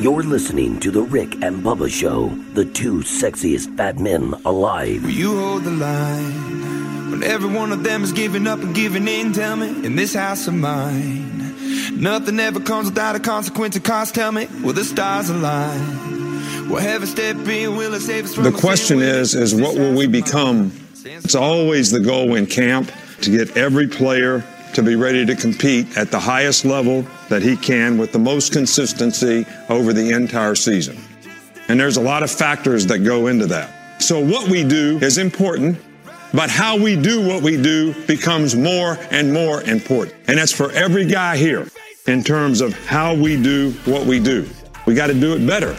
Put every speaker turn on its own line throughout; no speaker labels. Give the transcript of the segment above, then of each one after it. You're listening to The Rick and Bubba Show, the two sexiest fat men alive.
You hold the line when every one of them is giving up and giving in. Tell me, in this house of mine, nothing ever comes without a consequence of cost. Tell me, will the stars align? Will heaven step in? Will it save us from
The question is, is what will we become? It's always the goal in camp to get every player to be ready to compete at the highest level that he can with the most consistency over the entire season. And there's a lot of factors that go into that. So what we do is important, but how we do what we do becomes more and more important. And that's for every guy here in terms of how we do what we do. We got to do it better.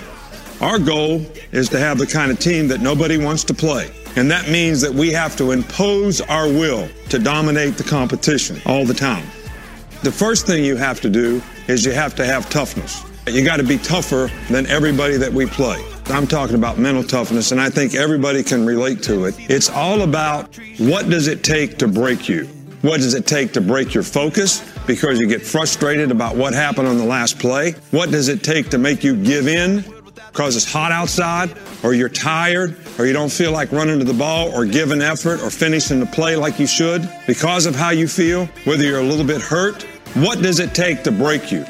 Our goal is to have the kind of team that nobody wants to play. And that means that we have to impose our will to dominate the competition all the time. The first thing you have to do is you have to have toughness. You got to be tougher than everybody that we play. I'm talking about mental toughness, and I think everybody can relate to it. It's all about what does it take to break you? What does it take to break your focus because you get frustrated about what happened on the last play? What does it take to make you give in because it's hot outside, or you're tired, or you don't feel like running to the ball, or giving effort, or finishing the play like you should, because of how you feel, whether you're a little bit hurt, what does it take to break you?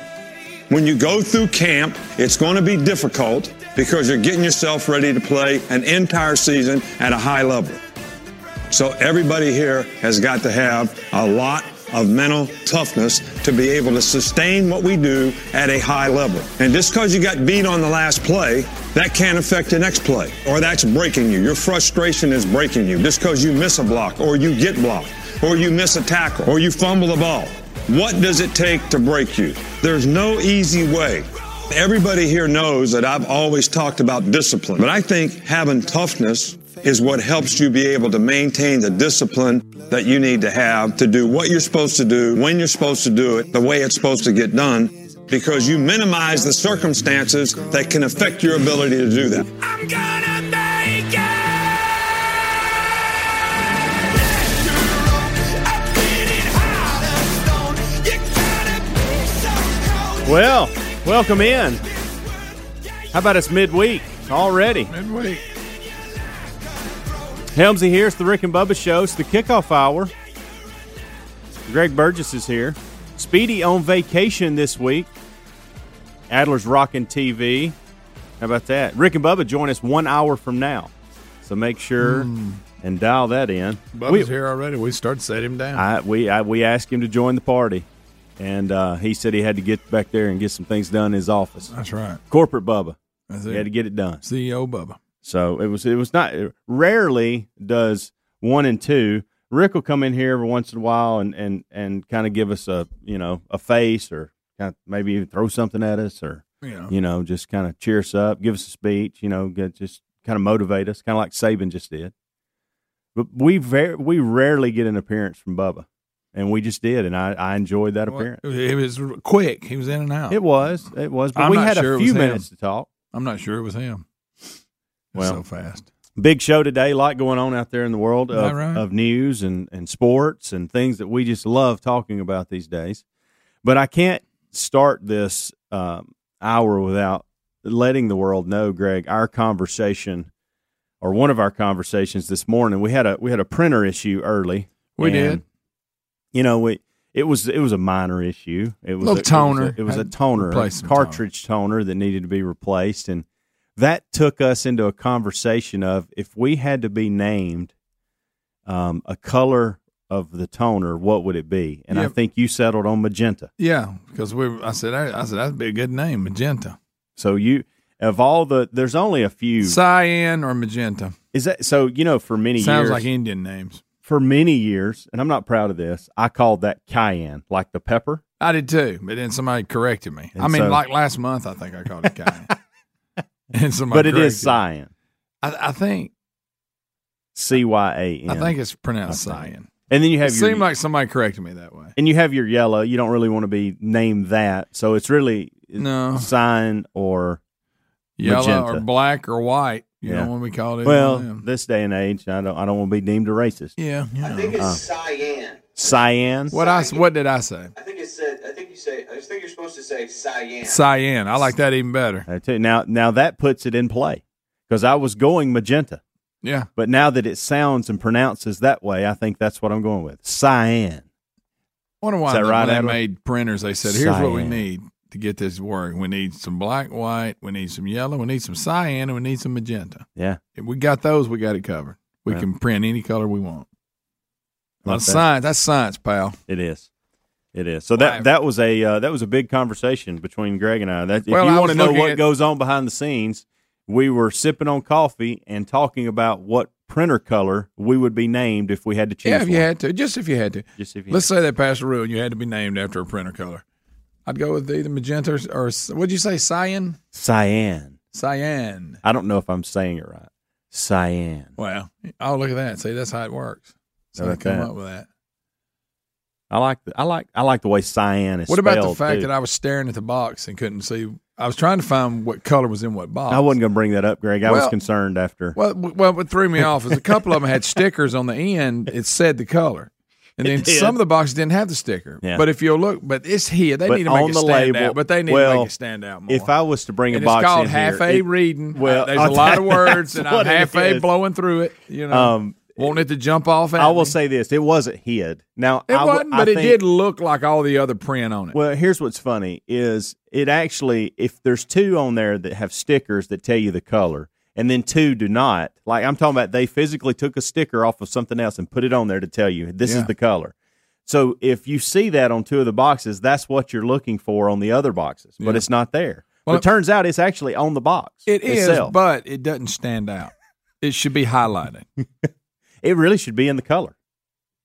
When you go through camp, it's going to be difficult because you're getting yourself ready to play an entire season at a high level. So everybody here has got to have a lot of mental toughness to be able to sustain what we do at a high level. And just because you got beat on the last play, that can't affect the next play, or that's breaking you. Your frustration is breaking you just because you miss a block, or you get blocked, or you miss a tackle, or you fumble the ball. What does it take to break you? There's no easy way. Everybody here knows that I've always talked about discipline, but I think having toughness is what helps you be able to maintain the discipline that you need to have to do what you're supposed to do, when you're supposed to do it, the way it's supposed to get done, because you minimize the circumstances that can affect your ability to do that.
I'm gonna make it. I've been in hot as stone. You gotta be so cold.
Well, welcome in. How about it's midweek already? Midweek. Helmsy here. It's the Rick and Bubba Show. It's the kickoff hour. Greg Burgess is here. Speedy on vacation this week. Adler's rocking TV. How about that? Rick and Bubba join us one hour from now. So make sure and dial that in.
Hmm. Bubba's here already. We start to set him down.
I, we I, we asked him to join the party, and uh, he said he had to get back there and get some things done in his office.
That's right.
Corporate Bubba,
That's
he had to
it.
get it done.
CEO Bubba.
So it was it was not. Rarely does one and two. Rick will come in here every once in a while and and and kind of give us a you know a face or kind of maybe even throw something at us or
Yeah.
you know just kind of cheer us up, give us a speech, you know, get, just kind of motivate us, kind of like Saban just did. But we very we rarely get an appearance from Bubba, and we just did, and I I enjoyed that
Well,
appearance.
It was quick. He was in and out.
It was it was, but
I'm
we
not
had
sure
a
it
few
was him.
minutes to talk.
I'm not sure it was him. It's
Well,
so fast.
big show today. A lot going on out there in the world
Am I
of,
right?
of news and, and sports and things that we just love talking about these days. But I can't start this um, hour without letting the world know, Greg, our conversation or one of our conversations this morning. We had a we had a printer issue early.
We
and,
did.
You know, we it was it was a minor issue. It was
Little
a
toner.
It was a, it was a
Had to
toner, a
replace some
cartridge toner that needed to be replaced, and that took us into a conversation of if we had to be named um, a color of the toner, what would it be? And I
Yep.
think you settled on magenta.
Yeah, because we. I said. I, I said that'd be a good name, magenta,
So you of all the there's only a few.
cyan, or magenta.
is that so? You know, for many
Sounds
years,
like Indian names.
for many years, and I'm not proud of this. I called that cayenne, like the pepper.
I did too, but then somebody corrected me.
And
I mean,
so-
like last month, I think I called it Kyan. and somebody,
but it is
corrected me.
cyan.
I, I think
C Y A N.
I think it's pronounced
I think.
cyan.
And then you
It
have your
seemed like somebody corrected me that way.
and you have your yellow. You don't really want to be named that, so it's really
No.
cyan or
Yellow or
Magenta.
black or white. You
Yeah.
know when we called it.
well,
them.
this day and age, I don't I don't want to be deemed a racist. Uh,
yeah. You know.
think it's
Uh-huh.
cyan.
Cyan.
What I what did I say?
I think it said. I think you say. I just think you're supposed to say cyan.
Cyan. I like that even better.
I tell you, now now that puts it in play because I was going magenta,
Yeah.
but now that it sounds and pronounces that way, I think that's what I'm going with. Cyan.
Wonder why
Is that
they, when
right,
they
Adam?
made printers. They said, "Here's what we
Cyan.
need to get this working. We need some black, white. We need some yellow. We need some cyan, and we need some magenta.
Yeah.
If we got those, we got it covered. We
Yeah.
can print any color we want.
Like
that's
that.
science. That's science, pal.
It is. It is. So that
Right.
that was a uh, that was a big conversation between Greg and I. That if
Well, I
you want
was
to know
looking
what
at-
goes on behind the scenes, we were sipping on coffee and talking about what printer color we would be named if we had to choose.
Yeah, if you
one.
had to, just if you had to.
Just if you
Let's say they passed a rule and you had to be named after a printer color. I'd go with either magenta or, or what'd you say? Cyan.
cyan.
Cyan.
I don't know if I'm saying it right. Cyan.
Well, oh look at that. See, that's how it works. So
How
they
about
come
that?
up with that.
I like the, I like I like the way cyan is.
What about the
spelled,
fact
too.
that I was staring at the box and couldn't see? I was trying to find what color was in what box.
I wasn't going to bring that up, Greg? I was
Well-
concerned after.
Well, w- well, what threw me off is a couple of them had stickers on the end. It said the color, and then
did.
some of the boxes didn't have the sticker.
Yeah.
But if you'll look, but it's here. They
But
need to make
on
it
the
stand
label-
out. But they need to
well,
make it stand out more.
if I was to bring
and
a box
it's called
in
half
here,
a
it-
reading.
well,
Well, there's a lot of words, and
that's
I'm
what it
half a
is.
blowing through it. You know,
Um,
wanting it to jump off. At
I will
me.
say this: it wasn't hid. Now
it
I w-
wasn't,
I
but it
think-
did look like all the other print on it.
Well, here's what's funny is it actually if there's two on there that have stickers that tell you the color and then two do not. Like I'm talking about they physically took a sticker off of something else and put it on there to tell you this
Yeah.
is the color. So if you see that on two of the boxes, that's what you're looking for on the other boxes, but
Yeah.
it's not there.
Well,
but it turns out it's actually on the box.
It is,
itself.
but it doesn't stand out. It should be highlighted.
it really should be in the color.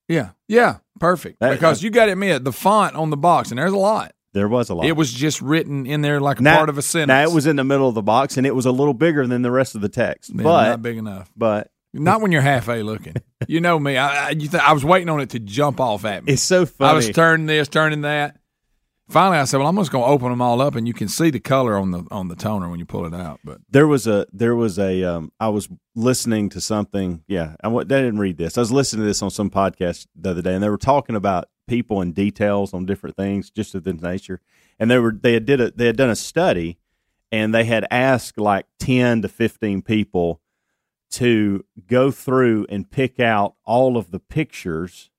Yeah, yeah, perfect.
That-
because you got to admit the font on the box, and there's a lot.
There was a lot.
It was just written in there like a
Now-
part of a sentence.
Now it was in the middle of the box and it was a little bigger than the rest of the text.
Yeah,
but
not big enough.
but
Not when you're half a looking. You know me. I I, you th- I was waiting on it to jump off at me.
it's so funny.
I was turning this, turning that. Finally, I said, "Well, I'm just going to open them all up, and you can see the color on the on the toner when you pull it out." But
there was a there was a um I was listening to something. Yeah, I, wa- I didn't read this. I was listening to this on some podcast the other day, and they were talking about people and details on different things, just of the nature. And they were they had did a they had done a study, and they had asked like ten to fifteen people to go through and pick out all of the pictures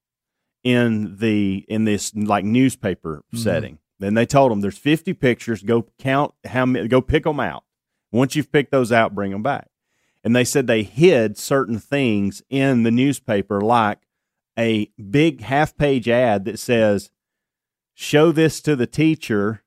in the in this like newspaper setting. Then they told them there's 50 pictures. Go count how many. Go pick them out. Once you've picked those out, bring them back. And they said they hid certain things in the newspaper, like a big half page ad that says, Show this to the teacher.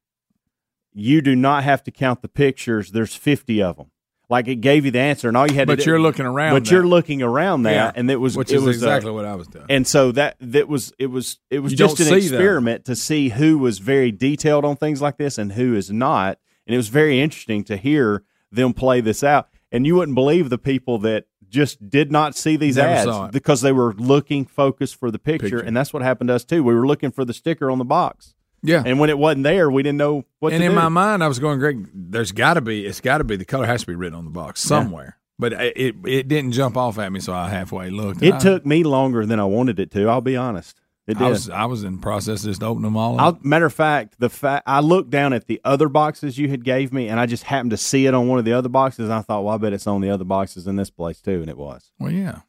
You do not have to count the pictures. There's 50 of them. Like it gave you the answer, and all you had
but
to do.
you're looking around.
But you're looking around that,
Yeah.
and it was
which
it
is
was uh,
exactly what I was doing.
and so that that was it was it was
You
just
don't
an
see that.
experiment to see who was very detailed on things like this and who is not. And it was very interesting to hear them play this out. And you wouldn't believe the people that just did not see these
Never saw
ads
it.
because they were looking focused for the picture,
Picture.
And that's what happened to us too. We were looking for the sticker on the box.
yeah,
And when it wasn't there, we didn't know what
and
to
in
do.
my mind, I was going, Greg. There's got to be. It's got to be. The color has to be written on the box somewhere. But it, it it didn't jump off at me, so I halfway looked.
it
I-
took me longer than I wanted it to, I'll be honest. It did.
I was I was in process of just opening them all.
I'll,
Up.
matter of fact, the fact I looked down at the other boxes you had gave me, and I just happened to see it on one of the other boxes. And I thought, well, I bet it's on the other boxes in this place too, and it was.
Well, yeah.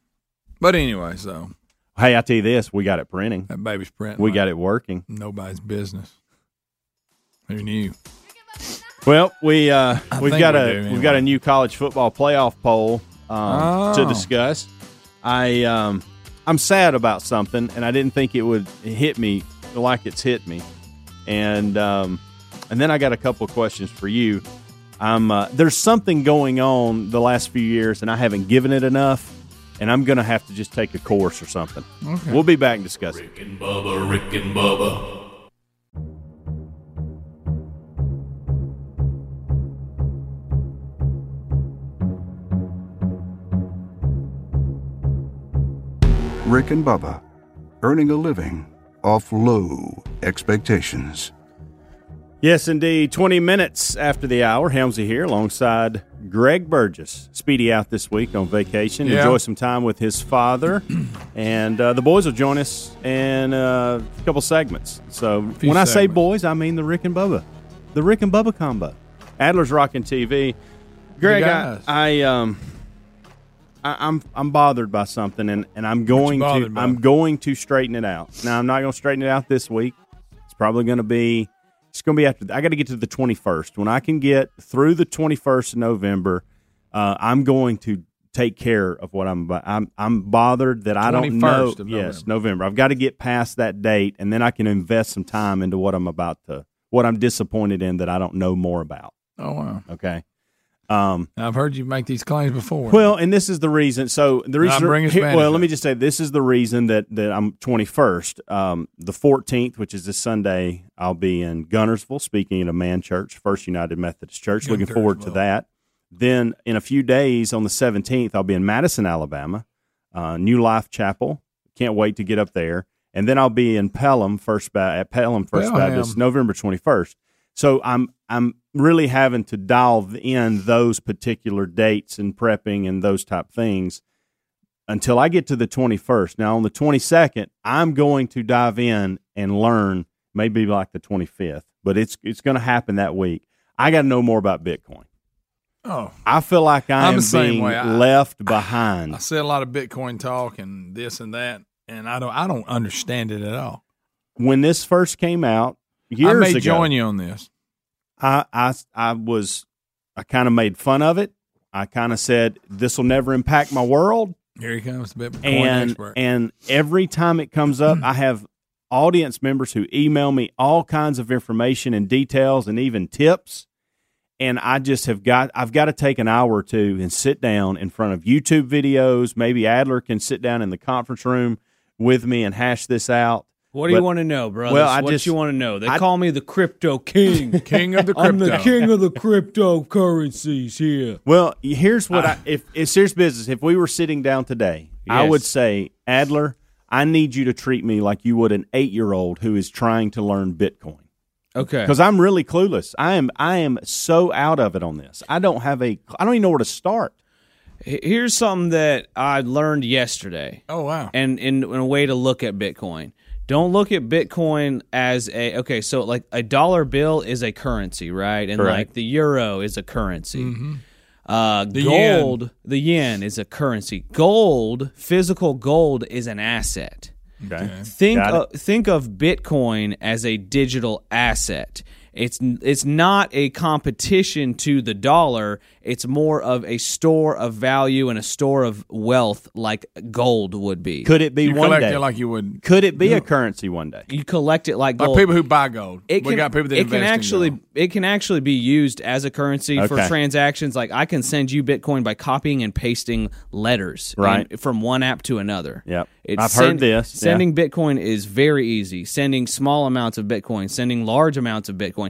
But anyway, so
Hey, I tell you this, we got it printing,
that baby's printing.
we
like
got it working.
nobody's business. Who knew?
Well, we uh,
I
we've
think
got
we
a
do, anyway.
we've got a new college football playoff poll um, to
Oh.
discuss. I um, I'm sad about something, and I didn't think it would hit me like it's hit me, and um, and then I got a couple of questions for you. I'm uh, there's something going on the last few years, and I haven't given it enough, and I'm gonna have to just take a course or something. We'll be back and discuss it.
Rick and Bubba, Rick and Bubba.
Rick and Bubba, earning a living off low expectations.
Yes, indeed. 20 minutes after the hour, Helmsy here alongside Greg Burgess. Speedy out this week on vacation.
Yeah.
Enjoy some time with his father. and uh, the boys will join us in uh, a couple segments. So when
few
I say
segments.
boys, I mean the Rick and Bubba. The Rick and Bubba combo. Adler's Rockin' TV. Greg, I,
guys.
I, um, I, I'm I'm bothered by something, and, and I'm going to
bothered by?
I'm going to straighten it out. Now I'm not going to straighten it out this week. It's probably going to be it's going to be after. I got to get to the 21st. When I can get through the 21st of November, uh, I'm going to take care of what I'm. about. I'm I'm bothered that I don't know.
21st of
yes, November. I've got to get past that date, and then I can invest some time into what I'm about to. What I'm disappointed in that I don't know more about.
Oh wow!
Okay. Um,
I've heard you make these claims before.
well, and this is the reason. So the reason.
Now bring us
here-
back
well,
to
let
that.
me just say this is the reason that that I'm 21st, um, the 14th, which is this Sunday. I'll be in Gunnersville speaking at a man church, First United Methodist Church. Looking forward to
Guntersville.
that. Then in a few days, on the 17th, I'll be in Madison, Alabama, uh, New Life Chapel. Can't wait to get up there. And then I'll be in Pelham First ba- at Pelham First
Pelham.
Baptist, November 21st. So I'm I'm really having to dial in those particular dates and prepping and those type things until I get to the 21st. Now on the 22nd, I'm going to dive in and learn maybe like the 25th, but it's it's going to happen that week. I got to know more about Bitcoin.
oh,
I feel like I
I'm
am
the same
being
way. I-
left behind.
I said a lot of Bitcoin talk and this and that, and I don't, I don't understand it at all.
when this first came out years
I may
ago,
join you on this.
I, I I was I kind of made fun of it. I kind of said this will never impact my world,
Here he comes, the Bitcoin
and
expert.
and every time it comes up, I have audience members who email me all kinds of information and details and even tips. And I just have got I've got to take an hour or two and sit down in front of YouTube videos. Maybe Adler can sit down in the conference room with me and hash this out.
What do you
But-
want to know, brother?
Well, I
what
just-
you want to know? They
I-
call me the crypto king.
king of the crypto.
I'm the king of the cryptocurrencies here.
Well, here's
Ah.
what I if it's serious business. If we were sitting down today, I
Yes.
would say Adler, I need you to treat me like you would an eight year old who is trying to learn Bitcoin
Okay.
because I'm really clueless. I am I am so out of it on this. I don't have a I don't even know where to start.
H- Here's something that I learned yesterday.
Oh wow!
and in, in a way to look at Bitcoin. Don't look at Bitcoin as a okay. So like a dollar bill is a currency, right? And
Correct. Mm-hmm.
like the euro is a currency. Uh,
yen.
gold, the yen is a currency. Gold, physical gold, is an asset.
Okay.
Think
Got
of, think of Bitcoin as a digital asset. It's it's not a competition to the dollar. It's more of a store of value and a store of wealth, like gold would be.
Could it be
you
one
collect
day?
it like you would.
Could it be a currency one day?
you collect it like
Like
gold.
people who buy gold.
it can,
we got people that
it
invest
can
in
actually
gold.
it can actually be used as a currency
Okay.
for transactions. Like I can send you Bitcoin by copying and pasting letters
Right.
in- from one app to another.
Yep. I've heard this, yeah.
Sending Bitcoin is very easy. Sending small amounts of Bitcoin, sending large amounts of Bitcoin.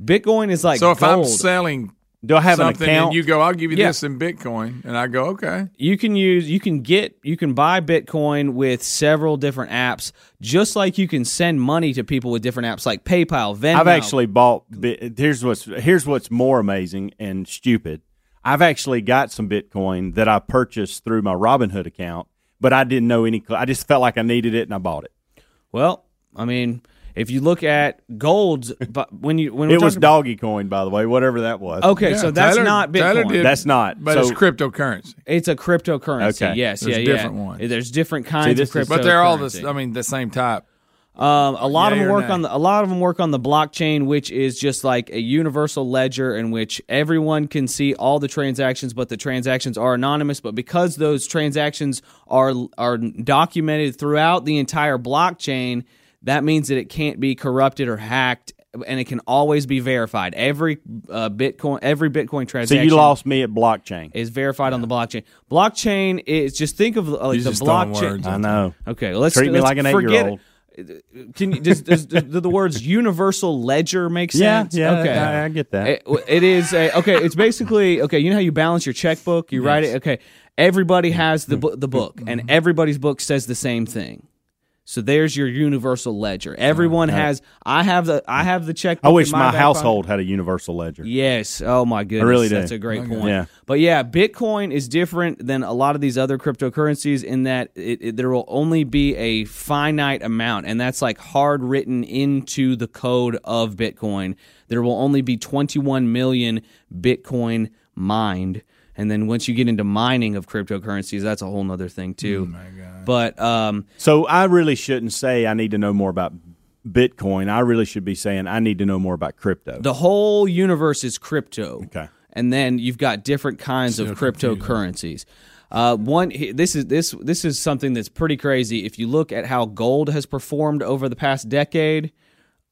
Bitcoin is like
So if I'm
gold.
selling
Do I have
something
an account?
and you go, I'll give you
Yeah.
this in Bitcoin, and I go, okay.
you can use you can get you can buy bitcoin with several different apps just like you can send money to people with different apps like PayPal, Venmo.
I've actually bought. Bi- here's what's here's what's more amazing and stupid. I've actually got some Bitcoin that I purchased through my Robinhood account, but I didn't know any. I just felt like I needed it and I bought it.
Well, I mean, if you look at gold's, but when you when we're
It was
talking-
doggy coin, by the way, whatever that was.
Okay,
Yeah,
so that's
Tyler-
not
Tyler
Bitcoin.
did-
That's not.
But
so
it's cryptocurrency.
it's a cryptocurrency.
Okay.
Yes,
There's
yeah,
different
yeah.
ones.
There's different kinds
this
of
is-
cryptocurrency.
But they're all this. I mean, the same type.
Um, a lot
Yay
of them
or
work
nay?
on the, a lot of them work on the blockchain, which is just like a universal ledger in which everyone can see all the transactions, but the transactions are anonymous. But because those transactions are are documented throughout the entire blockchain, that means that it can't be corrupted or hacked, and it can always be verified. Every uh, Bitcoin, every Bitcoin
so
transaction
you lost me at blockchain.
is verified on the blockchain. Blockchain is just think of uh, like
He's
the
just throwing
blockchain.
words.
I know.
Okay, let's
Treat me
let's
like an
forget
eight-year-old.
it. Can you does, does, does the words universal ledger make
Yeah,
sense?
yeah.
okay.
I, I get that.
It- it is a okay. It's basically okay. You know how you balance your checkbook? You write it. Okay, Everybody has
Mm-hmm.
the bu- the book, and everybody's book says the same thing. So there's your universal ledger. Everyone has. I have the I have the checkbook.
I
in
wish my
back
household had a universal ledger.
pocket. Yes. Oh my goodness.
really do.
That's a great point.
Yeah.
But yeah, Bitcoin is different than a lot of these other cryptocurrencies in that it, it- there will only be a finite amount, and that's like hard written into the code of Bitcoin. There will only be 21 million Bitcoin mined. And then once you get into mining of cryptocurrencies, that's a whole nother thing too. But um,
So I really shouldn't say I need to know more about Bitcoin. I really should be saying I need to know more about crypto.
the whole universe is crypto.
Okay.
And then you've got different kinds of cryptocurrencies. Uh, one he- this is this this is something that's pretty crazy. If you look at how gold has performed over the past decade,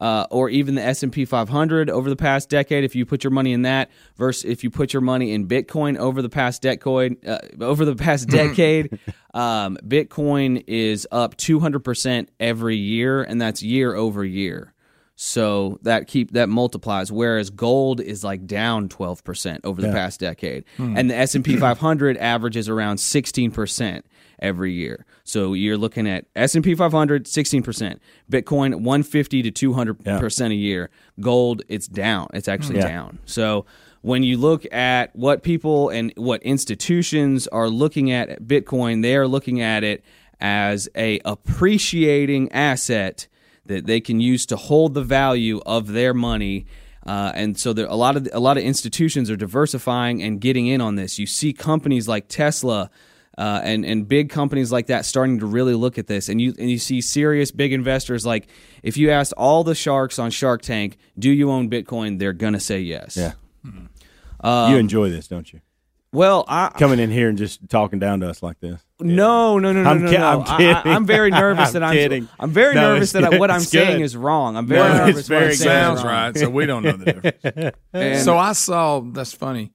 uh, or even the S and P 500 over the past decade, if you put your money in that versus if you put your money in Bitcoin over the past decade, uh, over the past decade, um, Bitcoin is up 200 percent every year, and that's year over year. So that keep that multiplies. Whereas gold is like down twelve percent over the past decade, and the S and P 500 averages around sixteen percent every year. So you're looking at S and P 500 16 percent, Bitcoin one fifty to two hundred percent a year. Gold it's down. It's actually down. So when you look at what people and what institutions are looking at Bitcoin, they are looking at it as a appreciating asset that they can use to hold the value of their money. Uh, and so there, a lot of a lot of institutions are diversifying and getting in on this. You see companies like Tesla uh, and and big companies like that starting to really look at this. And you and you see serious big investors like if you asked all the sharks on Shark Tank, do you own Bitcoin? They're gonna say yes. Hmm.
Yeah. you enjoy this, don't you?
Um, Well, I,
Coming in here and just talking down to us like this.
No, no, no, no,
I'm
no,
ki-
no.
I'm
I-
kidding.
I, am very nervous
I'm
that I'm.
kidding.
I'm very
No,
nervous
it's
that I,
good.
what I'm
It's
saying
good.
is wrong. I'm very
No,
nervous.
it's
what
very
I'm saying is
sounds
wrong.
right, so we don't know the difference.
And-
so I saw that's funny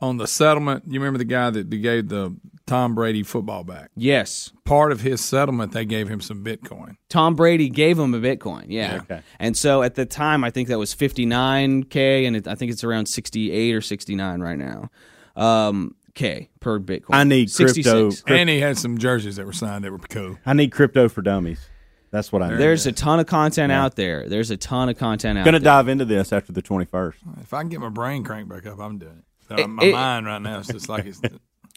on the settlement. You remember the guy that gave the Tom Brady football back?
Yes.
Part of his settlement, they gave him some Bitcoin.
Tom Brady gave him a Bitcoin. Yeah. And so at the time, I think that was 59K, and it, I think it's around 68 or 69 right now. Um, K per Bitcoin.
I need crypto.
66.
cryp-
And he had some jerseys that were signed that were cool.
I need crypto for dummies. That's what I need.
There's a ton of content out there. There's a ton of content out
Going to
there.
dive into this after the 21st.
If I can get my brain cranked back up, I'm doing it.
It-
my
it-
mind right now is just like it's.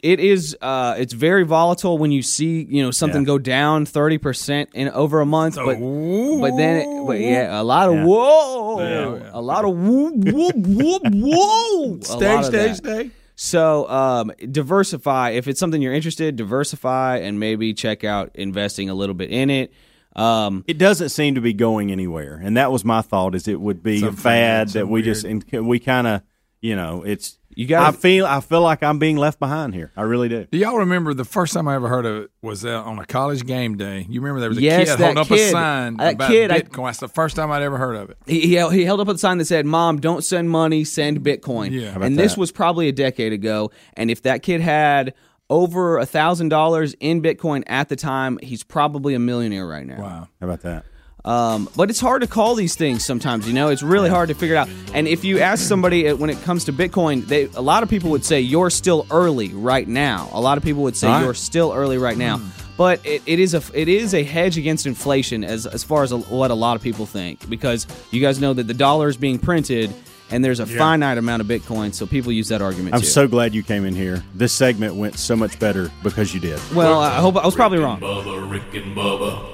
It is. Uh, it's very volatile when you see you know something go down 30 percent in over a month, but but then it, but yeah, a lot of whoa, a lot of whoa, whoa, whoa, whoa. Stay, stay, stay. So um, diversify. If it's something you're interested, diversify and maybe check out investing a little bit in it. Um,
It doesn't seem to be going anywhere, and that was my thought. Is it would be a
Something
fad
that's
that we
weird.
just and we kind of you know it's
You gotta-
I feel I feel like I'm being left behind here. I really do.
Do y'all remember the first time I ever heard of it was uh, on a college game day? You remember there was a
Yes,
kid
that
holding up a
kid.
sign
That
about
kid, I-
Bitcoin. That's the first time I'd ever heard of it.
he, he he held up a sign that said, "Mom, don't send money, send Bitcoin."
Yeah. How about
and this
that?
was probably a decade ago. And if that kid had over a thousand dollars in Bitcoin at the time, he's probably a millionaire right now.
Wow.
How about that?
Um, but it's hard to call these things sometimes. You know, it's really hard to figure it out. And if you ask somebody uh, when it comes to Bitcoin, they a lot of people would say you're still early right now. A lot of people would say
Right.
you're still early right now.
Hmm.
But it, it is a it is a hedge against inflation as as far as a, what a lot of people think because you guys know that the dollar is being printed and there's a finite amount of Bitcoin, so people use that argument.
I'm
too.
so glad you came in here. This segment went so much better because you did.
well. I hope I was probably wrong.
Bubba, Rick and Bubba.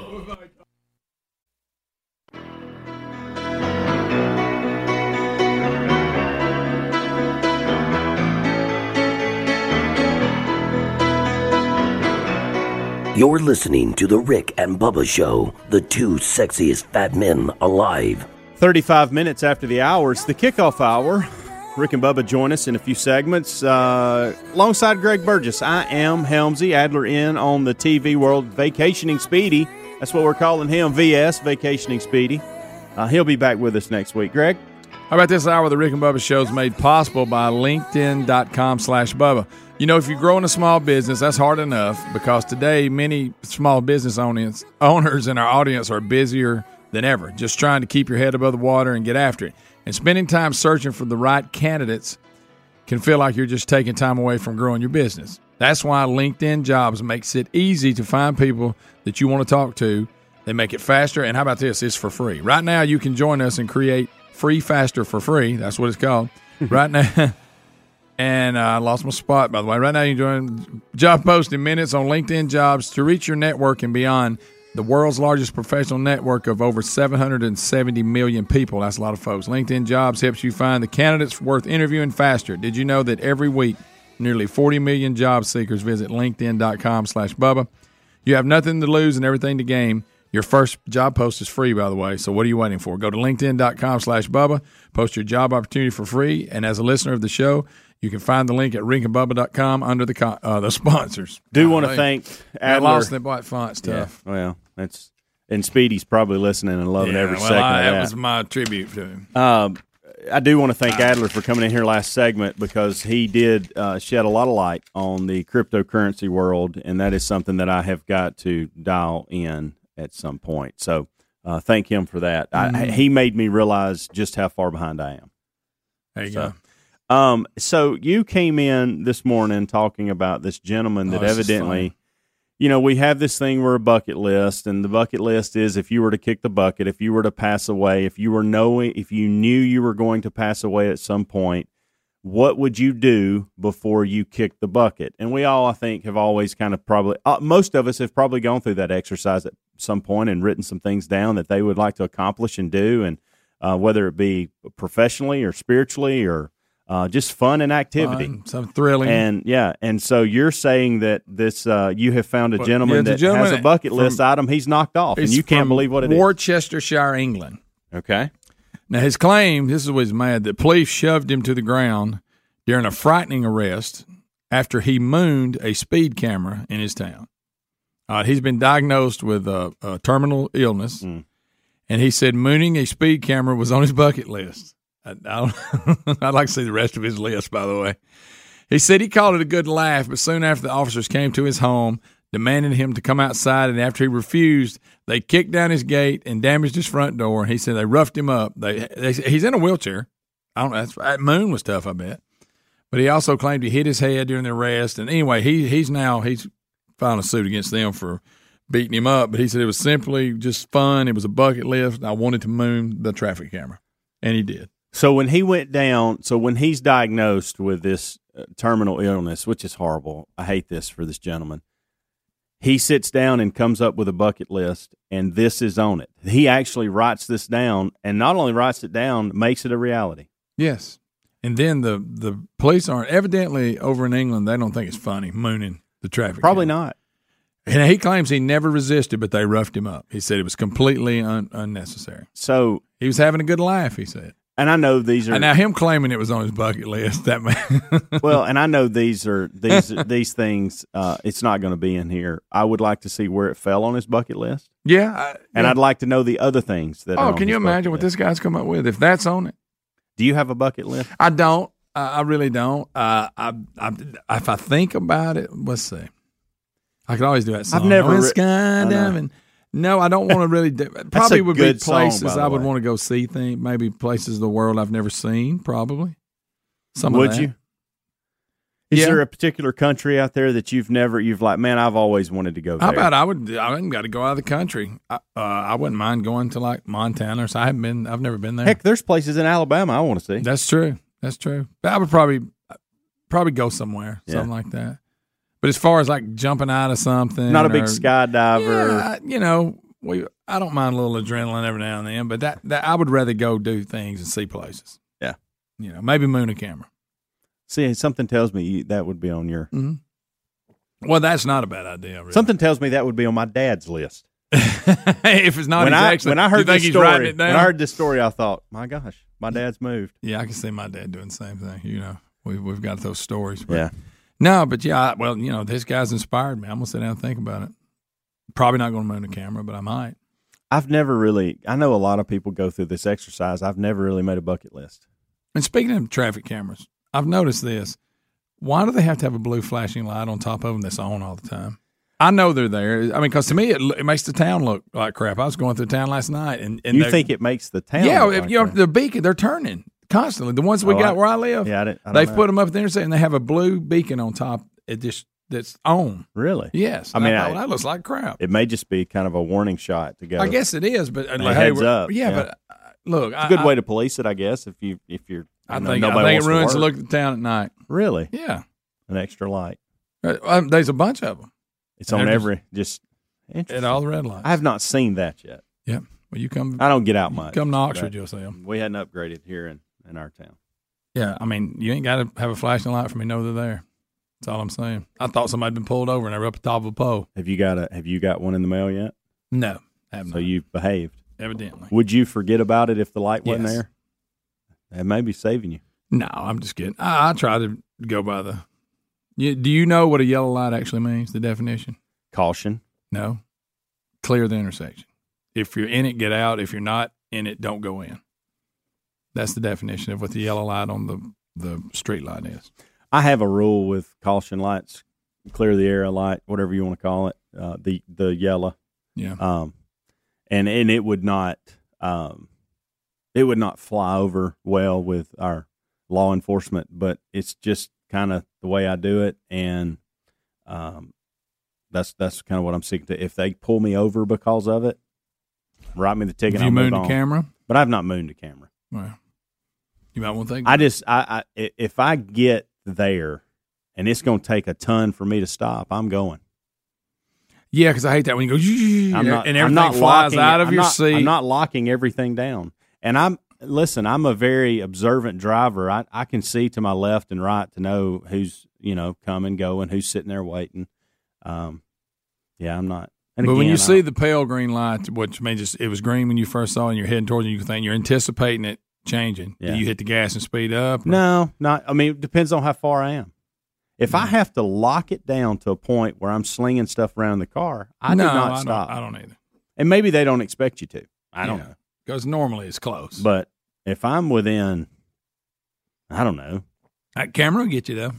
You're listening to The Rick and Bubba Show, the two sexiest fat men alive.
35 minutes after the hour, it's the kickoff hour. Rick and Bubba join us in a few segments. Uh, alongside Greg Burgess, I am Helmsy Adler in on the TV world, vacationing Speedy. That's what we're calling him, VS, vacationing Speedy. Uh, he'll be back with us next week. Greg,
How about this hour of the Rick and Bubba show is made possible by LinkedIn.com slash Bubba. You know, if you're growing a small business, that's hard enough because today many small business owners, owners in our audience are busier than ever, just trying to keep your head above the water and get after it. And spending time searching for the right candidates can feel like you're just taking time away from growing your business. That's why LinkedIn Jobs makes it easy to find people that you want to talk to. They make it faster. And how about this? It's for free. Right now, you can join us and create Free Faster for free. That's what it's called. right now. And uh, I lost my spot, by the way. Right now, you're doing job posting minutes on LinkedIn jobs to reach your network and beyond. The world's largest professional network of over 770 million people. That's a lot of folks. LinkedIn jobs helps you find the candidates worth interviewing faster. Did you know that every week, nearly 40 million job seekers visit linkedin.com slash Bubba? You have nothing to lose and everything to gain. Your first job post is free, by the way. So what are you waiting for? Go to LinkedIn.com slash Bubba, post your job opportunity for free. And as a listener of the show, you can find the link at rinkandbubba.com under the co- uh, the sponsors.
Do want to thank
I
Adler.
lost that black font stuff.
Yeah, well, that's and Speedy's probably listening and loving every
well,
second
I-
of
that was my tribute to him.
Um, I do want to thank Adler for coming in here last segment because he did uh, shed a lot of light on the cryptocurrency world, and that is something that I have got to dial in at some point. So uh, thank him for that. I,
Mhm.
he made me realize just how far behind I am.
There you
So,
go.
um, so you came in this morning talking about this gentleman that
Oh, this is
evidently, you know, we have this thing where a bucket list, and the bucket list is if you were to kick the bucket, if you were to pass away, if you were knowing, if you knew you were going to pass away at some point, what would you do before you kick the bucket? And we all, I think, have always kind of probably, uh, most of us have probably gone through that exercise at some point and written some things down that they would like to accomplish and do, and uh, whether it be professionally or spiritually or uh, just fun and activity.
Fun, some thrilling.
And yeah, and so you're saying that this uh, you have found a
Well,
gentleman
yeah, the
that has
gentleman
a bucket
from-
list item he's knocked off, and
He's
you can't
from
believe what it is.
Worcestershire, England.
Okay,
Now, his claim this is what he's mad that police shoved him to the ground during a frightening arrest after he mooned a speed camera in his town. Uh, he's been diagnosed with a, a terminal illness,
Hmm.
and he said mooning a speed camera was on his bucket list. I, I don't, I'd like to see the rest of his list, by the way. He said he called it a good laugh, but soon after the officers came to his home, demanded him to come outside, and after he refused, they kicked down his gate and damaged his front door. He said they roughed him up. They, they he's in a wheelchair. I don't know. That's, that moon was tough, I bet. But he also claimed he hit his head during the arrest. And anyway, he he's now he's filing a suit against them for beating him up. But he said it was simply just fun. It was a bucket list. I wanted to moon the traffic camera, and he did.
So when he went down, so when he's diagnosed with this uh, terminal illness, which is horrible, I hate this for this gentleman. He sits down and comes up with a bucket list, and this is on it. He actually writes this down, and not only writes it down, makes it a reality.
Yes. And then the the police aren't evidently over in England. They don't think it's funny mooning the traffic.
Probably not.
And he claims he never resisted, but they roughed him up. He said it was completely un- unnecessary.
So,
He was having a good laugh. He said.
and I know these are
And now him claiming it was on his bucket list. That man.
well, and I know these are these these things. Uh, it's not going to be in here. I would like to see where it fell on his bucket list,
yeah. I,
and
yeah.
I'd like to know the other things that. are
Oh,
on
can you
his bucket
imagine what
list.
this guy's come up with? If that's on it,
Do you have a bucket list?
I don't. I, I really don't. Uh, I, I, if I think about it, let's see. I could always do that song.
never
I went
re-
skydiving. No, I don't want to really. Do, probably
a
would be
good song, by
places
the
I would
way.
want to go see. Things maybe places of the world I've never seen. Probably. Some of
Would
that.
you? Is
Yeah.
there a particular country out there that you've never you've like? Man, I've always wanted to go. There.
How about I would? I haven't got to go out of the country. I, uh, I wouldn't mind going to like Montana or so. I haven't been. I've never been there.
Heck, there's places in Alabama I want to see.
That's true. That's true. But I would probably probably go somewhere,
Yeah.
something like that. But as far as like jumping out of something,
not a big
or-
skydiver.
Yeah, I- you know, we I don't mind a little adrenaline every now and then, but that, that I would rather go do things and see places.
Yeah.
you know, maybe moon a camera.
See, something tells me you, that would be on your.
Mm-hmm. Well, that's not a bad idea. Really.
Something tells me that would be on my dad's list.
if it's not
when
he's
I
actually,
when I
you
heard
think
this
he's
story,
writing it
when
down.
I heard this story, I thought, my gosh, my dad's moved.
yeah, I can see my dad doing the same thing. You know, we we've got those stories. but-
Yeah.
No, but yeah, I, well, you know, this guy's inspired me. I'm gonna sit down and think about it. Probably not gonna moon a camera, but I might.
I've never really. I know a lot of people go through this exercise. I've never really made a bucket list.
And speaking of traffic cameras, I've noticed this. Why do they have to have a blue flashing light on top of them that's on all the time? I know they're there. I mean, because to me, it, lo- it makes the town look like crap. I was going through town last night, and, and
you
they're-
think it makes the town?
yeah,
look
if,
like
you know,
that.
the beacon they're turning constantly. The ones we
Oh,
got
I-
where I live,
yeah, I didn't- I don't
they've
know.
put them up at the intersection. and They have a blue beacon on top. It just that's on.
Really?
Yes.
I mean,
thought,
I-
that looks like crap.
It may just be kind of a warning shot to go.
I guess it is, but
And
like,
heads
we're-
up.
Yeah,
yeah.
but uh, look,
it's
I-
a good
I-
way to police it, I guess. If you if you're,
I
you know,
think, I
nobody
think
wants
it ruins
to
the
work.
look of the town at night.
Really?
Yeah,
An extra light.
Uh, um, there's a bunch of them.
It's
And
on
they're just-
every just. interesting.
all the red lights.
I have not seen that yet.
Yeah. Well, you come.
I don't get out much.
Come to Oxford,
but
you'll see them.
We hadn't upgraded here in in our town.
Yeah, I mean, you ain't got to have a flashing light for me to know they're there. That's all I'm saying. I thought somebody'd been pulled over and they were up at the top of a pole.
Have you got a Have you got one in the mail yet?
Oh. No, I have
So
not.
you've behaved.
Evidently.
Would you forget about it if the light wasn't
Yes.
there? That may be saving you.
No, I'm just kidding. I, I try to go by the. You, do you know what a yellow light actually means? The definition?
Caution.
No. Clear the intersection. If you're in it, get out. If you're not in it, don't go in. That's the definition of what the yellow light on the the street light is.
I have a rule with caution lights, clear the area light, whatever you want to call it, uh, the the yellow.
Yeah.
Um, and and it would not um, it would not fly over well with our law enforcement, but it's just kind of the way I do it, and um, that's that's kind of what I'm seeking to. If they pull me over because of it, write me the ticket.
Have you
I'll move
mooned a
on.
camera?
but I've not mooned a camera.
Well, you might want to think.
I just I, I i- if I get there and it's going to take a ton for me to stop, I'm going.
yeah, because I hate that when you go "Zzzz,"
I'm not,
and
I'm
everything
not
flies
locking
out
it-
of
I'm
your
not-
seat.
I'm not locking everything down. And I'm listen. I'm a very observant driver. I I can see to my left and right to know who's you know coming, going, who's sitting there waiting. Um, yeah, I'm not. And
but when
again,
you
I
see
don't-
the pale green light, which means it's- it was green when you first saw it and you're heading towards it, you can think you're anticipating it changing.
Yeah.
Do you hit the gas and speed up?
no, not. I mean, it depends on how far I am. If
Mm.
I have to lock it down to a point where I'm slinging stuff around the car, I
no,
do not
I don't-
stop.
I don't either.
And maybe they don't expect you to. I don't know.
Because normally it's close.
But if I'm within, I don't know,
that camera will get you though.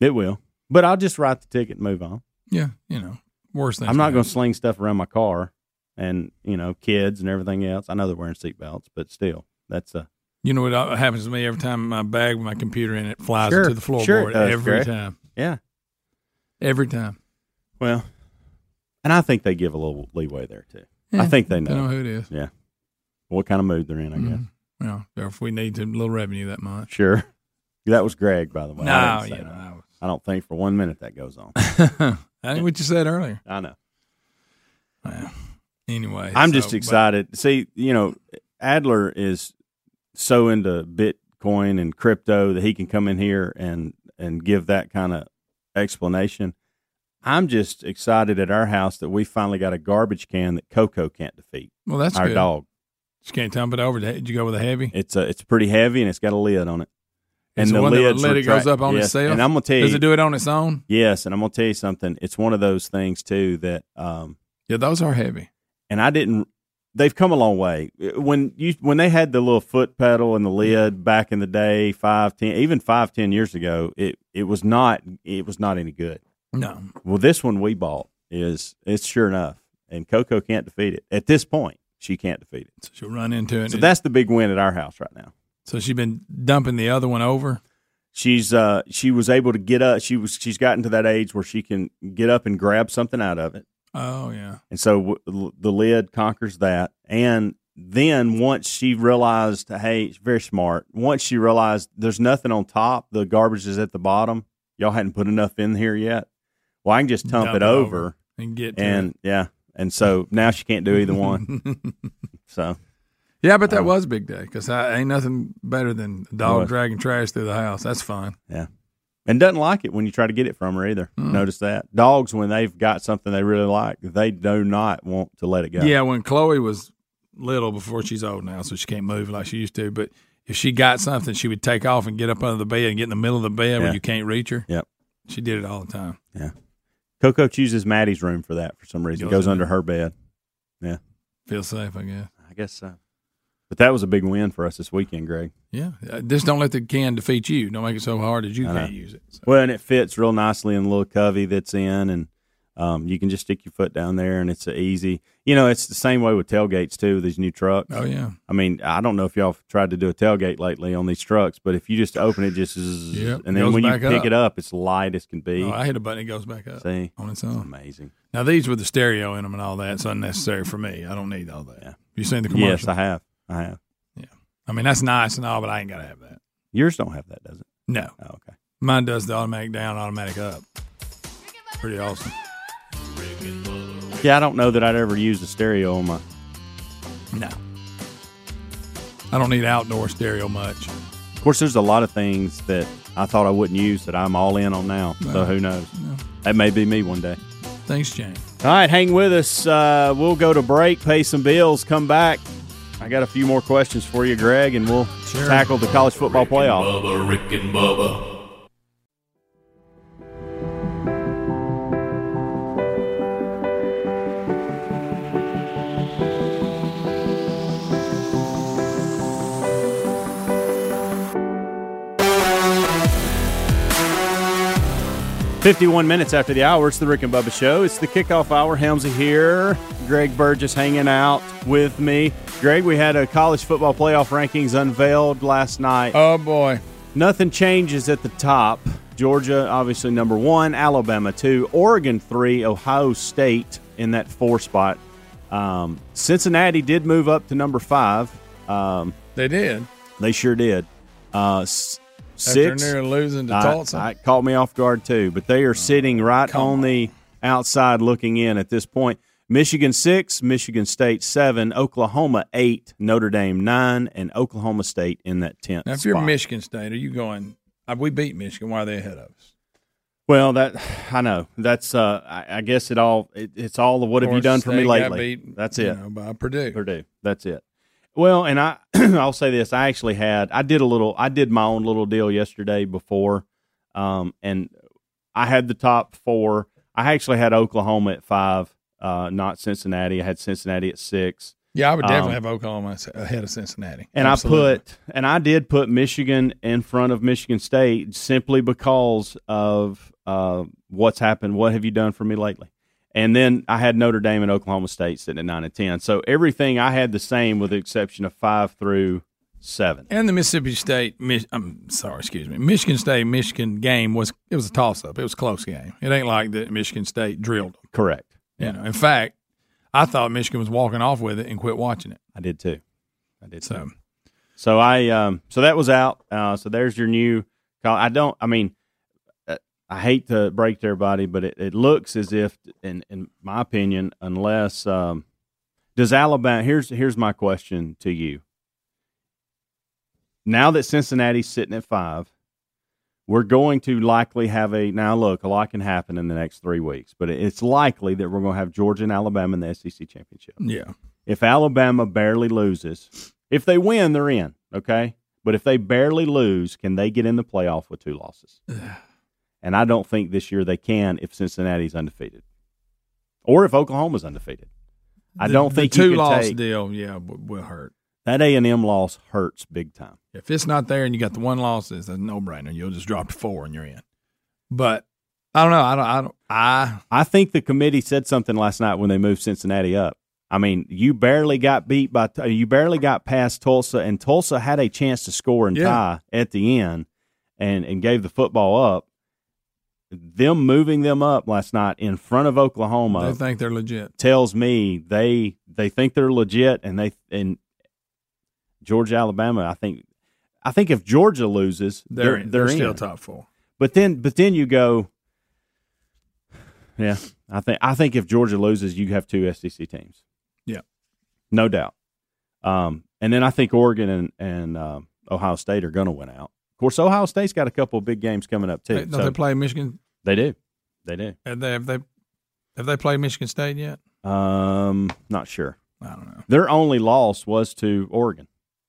it will. But I'll just write the ticket and move on.
Yeah, you know, worse than
I'm not going to sling stuff around my car and, you know, kids and everything else. I know they're wearing seatbelts, but still, that's a.
You know what uh, happens to me every time my bag with my computer in it flies
Sure,
into the floorboard
sure it does,
every
Greg.
time.
Yeah.
Every time.
Well, and I think they give a little leeway there, too. I
Yeah,
think they
they
know.
know who it is.
Yeah. What kind of mood they're in, I guess.
Mhm. Well, if we need to, a little revenue that much.
Sure. That was Greg, by the way. I,
No,
didn't say
you know,
that.
I was-
I don't think for one minute that goes on.
I think what you said earlier.
I know.
Anyway,
I'm
so,
just
but-
excited. See, you know, Adler is so into Bitcoin and crypto that he can come in here and and give that kind of explanation. I'm just excited at our house that we finally got a garbage can that Coco can't defeat.
Well, that's
our
good.
dog.
Just can't dump it over. Did you go with a heavy?
It's a, it's pretty heavy and it's got a lid on it.
It's the one that
lid's
lid it
retract-
goes up on
yes.
itself?
And I'm gonna tell you,
Does it do it on its own?
yes. And I'm gonna tell you something. It's one of those things too that um,
Yeah, those are heavy.
and I didn't. They've come a long way. When you when they had the little foot pedal and the lid back in the day, five ten, even five ten years ago, it it was not it was not any good.
No.
Well, this one we bought is it's sure enough, and Coco can't defeat it at this point. She can't defeat it.
So she'll run into it.
So
and-
that's the big win at our house right now.
so she's been dumping the other one over.
She's uh she was able to get up. She was she's gotten to that age where she can get up and grab something out of it.
Oh yeah.
And so w- the lid conquers that. And then once she realized, hey, she's very smart. Once she realized there's nothing on top, the garbage is at the bottom. Y'all hadn't put enough in here yet. Well, I can just dump,
Dump
it
it
over,
over and get to
and yeah. And so now she can't do either one.
it.
So
yeah, but that
Oh.
was a big day because I ain't nothing better than a dog
What?
dragging trash through the house. That's fun.
yeah, and doesn't like it when you try to get it from her either.
Mm.
Notice that dogs when they've got something they really like, they do not want to let it go.
Yeah. when Chloe was little, before she's old now, so she can't move like she used to. But if she got something, she would take off and get up under the bed and get in the middle of the
Yeah.
bed where you can't reach her.
Yep.
She did it all the time.
Coco chooses Maddie's room for that for some reason.
Goes
Goes
in
under her bed. Yeah.
Feel safe, I guess.
I guess so. But that was a big win for us this weekend, Greg.
Yeah, Uh, just don't let the can defeat you. Don't make it so hard that you
I know.
can't use it. So,
Well, and it fits real nicely in the little covey that's in, and Um, you can just stick your foot down there, and it's a easy. You know, it's the same way with tailgates too. These new trucks.
Oh, yeah.
I mean, I don't know if y'all have tried to do a tailgate lately on these trucks, but if you just open it, just zzz,
Yep,
and then
goes
when you
back
pick
up.
it up, it's light as can be.
Oh, I hit a button, it goes back up
See,
on its
it's
own.
amazing.
Now these with the stereo in them and all that's unnecessary for me. I don't need all that.
Yeah.
You seen the commercial?
Yes, I have. I have.
I mean that's nice and all, but I ain't gotta have that.
Yours don't have that, does it?
No,
Oh, okay.
mine does the automatic down, automatic up. Pretty awesome.
Yeah, I don't know that I'd ever use the stereo on my.
No, I don't need outdoor stereo much.
Of course, there's a lot of things that I thought I wouldn't use that I'm all in on now. So
No.
who knows?
No.
That may be me one day.
Things change.
All right, hang with us. Uh, we'll go to break, pay some bills, come back. I got a few more questions for you, Greg, and we'll
Sure.
tackle the college football
Rick and
playoff.
Bubba, Rick and Bubba.
Fifty-one minutes after the hour, it's the Rick and Bubba Show. It's the kickoff hour. Helmsy here, Greg Burgess hanging out with me. Greg, we had a college football playoff rankings unveiled last night.
Oh boy,
Nothing changes at the top. Georgia, obviously number one. Alabama two. Oregon three. Ohio State in that four spot. Um, Cincinnati did move up to number five. Um,
they did.
they sure did. Uh, s-
After
six.
near losing to
I-
Tulsa. Oh,
I- it caught me off guard too, but they are sitting right on the outside looking in at this point. Michigan six, Michigan State seven, Oklahoma eight, Notre Dame nine, and Oklahoma State in that tenth.
now, if you're
spot.
Michigan State, are you going? uh, We beat Michigan. Why are they ahead of us?
Well, that I know. That's uh, I, I guess it all. It, it's all of what have you
Florida
done for me
State got
lately?
beat,
That's
you
it.
know, by Purdue.
Purdue. That's it. Well, and I I'll say this. I actually had I did a little. I did my own little deal yesterday before, um, and I had the top four. I actually had Oklahoma at five, uh, not Cincinnati. I had Cincinnati at six.
Yeah, I would definitely
Um,
have Oklahoma s- ahead of Cincinnati.
And
Absolutely.
I put and I did put Michigan in front of Michigan State simply because of uh, what's happened. What have you done for me lately? And then I had Notre Dame and Oklahoma State sitting at nine and ten. So everything I had the same, with the exception of five through seven.
and the Mississippi State. Mich- I'm sorry, excuse me. Michigan State Michigan game was it was a toss up. It was a close game. It ain't like that Michigan State drilled them.
Correct.
You know, in fact, I thought Michigan was walking off with it and quit watching it.
I did too. I did too.
So
So I um so that was out. Uh, so there's your new. col- I don't. I mean, uh, I hate to break their body, but it, it looks as if, in in my opinion, unless um, does Alabama? Here's here's my question to you. Now that Cincinnati's sitting at five, we're going to likely have a now. Look, a lot can happen in the next three weeks, but it's likely that we're going to have Georgia and Alabama in the SEC championship
yeah,
if Alabama barely loses, if they win, they're in, okay? But if they barely lose, can they get in the playoff with two losses? and I don't think this year they can if Cincinnati's undefeated or if Oklahoma's undefeated. I
The-
don't
the
think
two
you can
loss
take,
deal. Yeah, w- will hurt.
that A&M loss hurts big time.
If it's not there and you got the one loss, it's a no brainer. You'll just drop to four and you're in. But I don't know. I don't. I don't. I
I think the committee said something last night when they moved Cincinnati up. I mean, you barely got beat by you barely got past Tulsa, and Tulsa had a chance to score and
Yeah.
tie at the end, and and gave the football up. Them moving them up last night in front of Oklahoma
they think they're legit.
tells me they they think they're legit, and they and Georgia, Alabama. I think I think if Georgia loses,
They're
they're
in. they're,
in.
still top four.
But then, but then you go, yeah. I think I think if Georgia loses, you have two SEC teams.
Yeah.
no doubt. Um, and then I think Oregon and and um Ohio State are going to win out. Of course, Ohio State's got a couple of big games coming up too.
They, don't
so-
they play Michigan?
they do, they do.
Have they, have they have they played Michigan State yet?
Um, not sure.
I don't know.
Their only loss was to Oregon.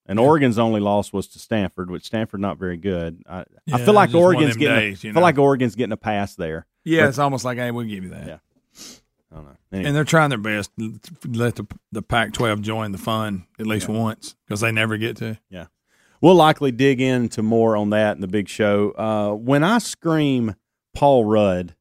And Oregon's only loss was to Stanford, which Stanford not very good. I, I
Yeah,
feel like
just one of
Oregon's
them
getting a-
days, you
feel
know.
like Oregon's getting a pass there.
Yeah,
But-
it's almost like hey, we'll give you that.
Yeah. I don't know. Anyway.
And they're trying their best to let the the Pac-12 join the fun at least once because they never get to.
We'll likely dig into more on that in the big show. Uh, when I scream Paul Rudd,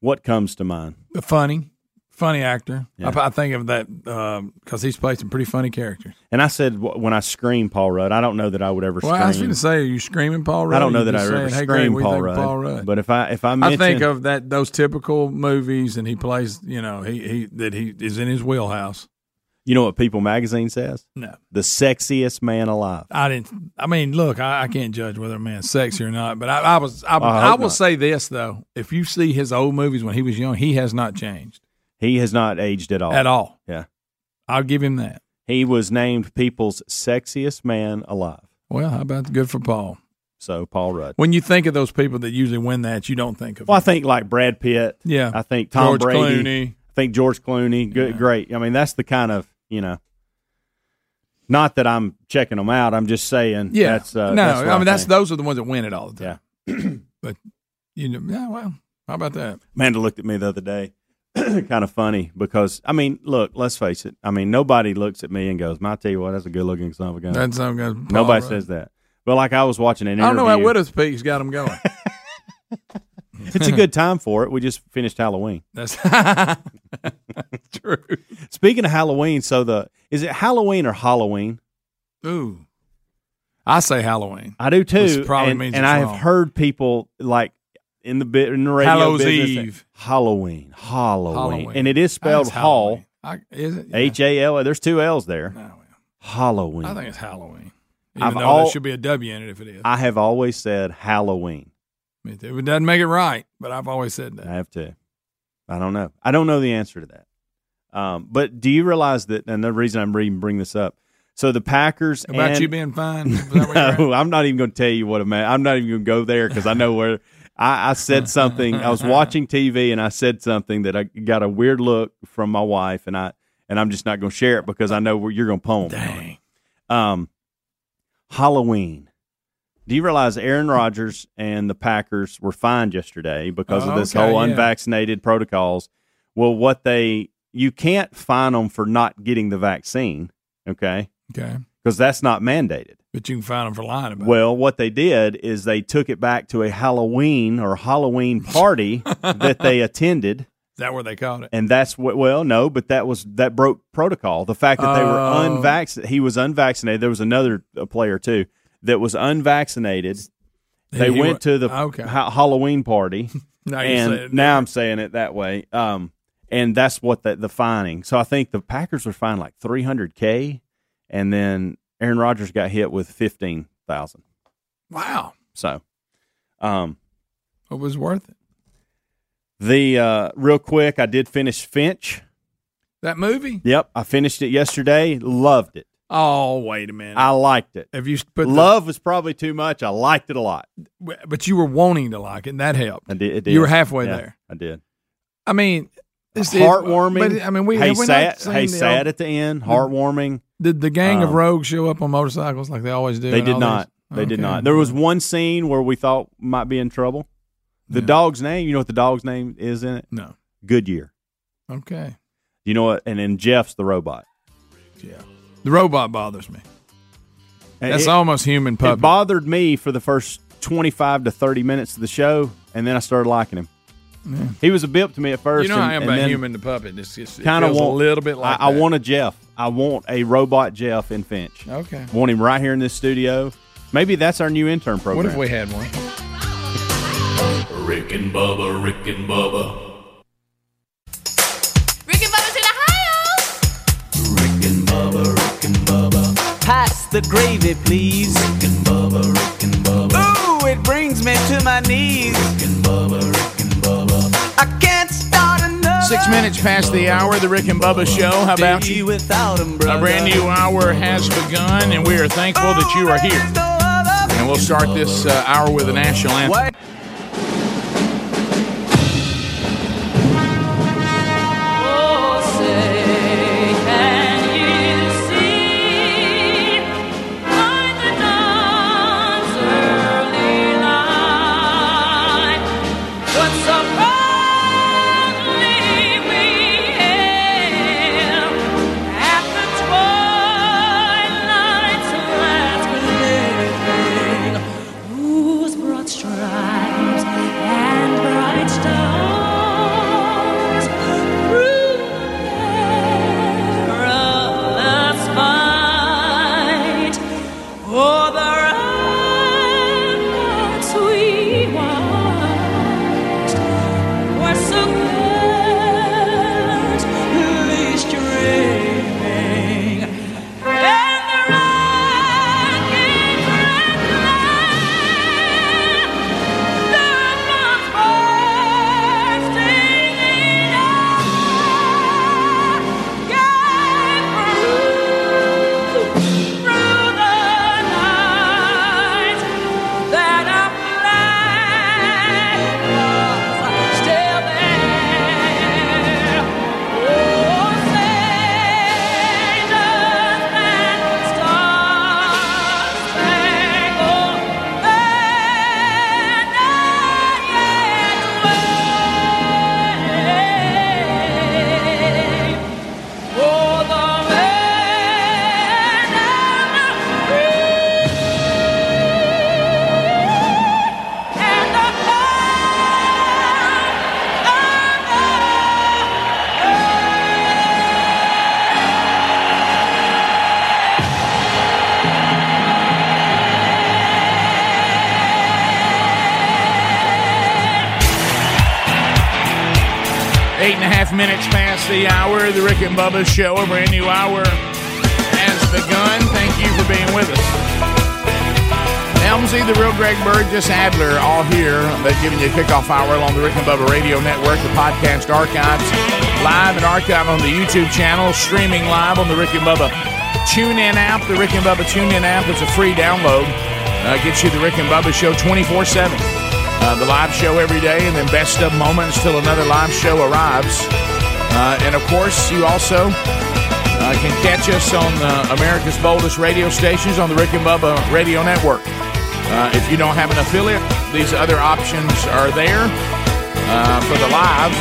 What comes to mind?
The funny, funny actor.
Yeah.
I, I think of that because he's played some pretty funny characters.
And I said wh- when I scream Paul Rudd, I don't know that I would ever
Well, I was
scream.
going to say, are you screaming Paul Rudd?
I don't know
You're
that I
just
would ever
saying, hey, Greg,
scream
what do you
Paul
think
Rudd,
of Paul Rudd.
But if I if I
I
mention,
think of that those typical movies, and he plays. You know, he, he that he is in his wheelhouse.
you know what People Magazine says?
No.
the sexiest man alive.
I didn't. I mean, look, I, I can't judge whether a man's sexy or not, but I, I was. I,
Oh, I
I,
hope
will
not.
say this though: if you see his old movies when he was young, he has not changed
He has not aged at all.
at all.
Yeah,
I'll give him that.
he was named People's sexiest man alive.
Well, how about good for Paul?
So Paul Rudd.
When you think of those people that usually win that, you don't think of.
Well, I
him.
think like Brad Pitt.
Yeah.
I think Tom
George
Brady.
Clooney.
I think George Clooney. Good, great. I mean, that's the kind of you know. Not that I'm checking them out. I'm just saying.
Yeah,
That's, uh,
no,
that's what
I mean that's
think.
those are the ones that win it all the time.
Yeah.
But you know, yeah, well, how about that?
Amanda looked at me the other day, kind of funny because I mean, look, let's face it. I mean, nobody looks at me and goes, "My, I tell you what, that's a good looking son of a gun."
That's some guy- Paul
Nobody
Rudd.
says that. But like I was watching an
I don't
interview.
know how Widow's Peak's got him going.
it's a good time for it. We just finished Halloween.
That's true.
Speaking of Halloween, so the is it Halloween or Halloween?
Ooh, I say Halloween.
I do too.
Which probably
and,
means
and
it's
I have
wrong.
heard people like in the bit in the radio
Hallows
business,
Eve.
Halloween, Halloween,
Halloween.
and it is spelled
I think it's
Hall,
Halloween. I, is it? Yeah.
H A L. There's two L's there.
No, well,
Halloween.
I think it's Halloween. Even
I've
though
al-
there should be a W in it if it is.
I have always said Halloween.
it it doesn't make it right, but I've always said that.
I have to. I don't know. I don't know the answer to that. Um, but do you realize that? And the reason I'm even bring this up. So the Packers
About
and-
you being fine. Is that where you're at?
No, I'm not even going to tell you what a man. I'm not even going to go there because I know where. I, I said something. I was watching TV and I said something that I got a weird look from my wife, and I and I'm just not going to share it because I know where you're going to pummel me. on it.
Dang.
Um, Halloween. Do you realize Aaron Rodgers and the Packers were fined yesterday because of
Oh,
this
okay,
whole
yeah.
unvaccinated protocols? Well, what they you can't fine them for not getting the vaccine, okay?
Okay.
Because that's not mandated.
But you can find them for lying about
Well, what they did is they took it back to a Halloween or Halloween party that they attended,
it. Is that where they caught it?
and that's what. Well, no, but that was that broke protocol. The fact that they
Oh.
were unvaccinated, he was unvaccinated. There was another uh, player too that was unvaccinated. They
He- he
went
wa-
to the
Okay.
ha- Halloween party,
Now you say
and
it.
now I'm saying it that way. Um, and that's what the, the fining. So I think the Packers were fined like 300k, and then Aaron Rodgers got hit with 15,000.
Wow.
So, um,
It was worth it.
the uh, real quick, I did finish Finch.
That movie?
Yep, I finished it yesterday. Loved it.
Oh, wait a minute.
I liked it.
Have you put the-
Love was probably too much. I liked it a lot.
but you were wanting to like it, and that helped.
I did. It did.
You were halfway
Yeah,
there.
I did.
I mean, this is-
heartwarming.
but, I mean, we
hey
have we
sad.
not seen
hey
the,
sad at the end. Heartwarming.
Did the gang of
Um,
rogues show up on motorcycles like they always do?
They
in
did
all
not.
these?
They did
Okay.
not. There was one scene where we thought might be in trouble. The
Yeah.
dog's name. You know what the dog's name is in it?
no.
Goodyear.
Okay.
You know what? And then Jeff's the robot.
Yeah. The robot bothers me.
And
That's
it-
almost human
It
puppet.
bothered me for the first 25 to 30 minutes of the show, and then I started liking him. He was a bip to me at first.
you know,
and,
I am about
and
human to puppet. It's just
Kind of
a little bit like
I, I
that.
want a Jeff. I want a robot Jeff in Finch.
Okay.
Want him right here in this studio. Maybe that's our new intern program.
What if we had one?
Rick and Bubba, Rick and Bubba.
Rick and Bubba's in Ohio.
Pass the gravy, please. Rick and Bubba, Rick and Bubba. Ooh, it brings me to my knees. Rick and Bubba, Rick and Bubba. I can't start another.
Six minutes past the hour, the Rick and Bubba Show. How about
day
you?
Without umbrella.
A brand new hour has begun, and we are thankful that you are here.
No other.
And we'll start this uh, hour with a national anthem.
Wait.
Oh, say, can you see by the dawn's early light what so proudly we hailed at the twilight's last gleaming, whose broad stripes and bright stars
Eight and a half minutes past the hour. The Rick and Bubba Show, a brand new hour has begun. Thank you for being with us. Elmsy, the real Greg Burgess, Adler, all here. They're giving you a kickoff hour along the Rick and Bubba Radio Network, the podcast archives, live and archive on the YouTube channel, streaming live on the Rick and Bubba TuneIn app, the Rick and Bubba TuneIn app. It's a free download. Uh, gets you the Rick and Bubba Show 24 7. Uh, the live show every day, and then best of moments till another live show arrives. Uh, and of course, you also uh, can catch us on uh, America's boldest radio stations on the Rick and Bubba Radio Network. Uh, if you don't have an affiliate, these other options are there uh, for the live,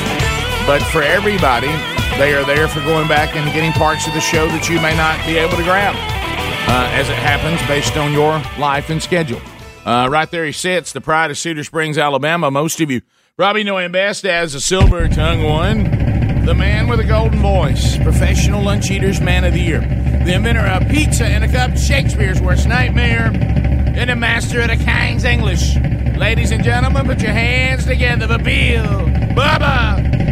but for everybody, they are there for going back and getting parts of the show that you may not be able to grab uh, as it happens based on your life and schedule. Uh, right there he sits, the pride of Cedar Springs, Alabama. Most of you probably know him best as the silver tongue one, the man with a golden voice, professional lunch eaters man of the year, the inventor of pizza and a cup, Shakespeare's worst nightmare, and the master of the King's English. Ladies and gentlemen, put your hands together for Bill Bubba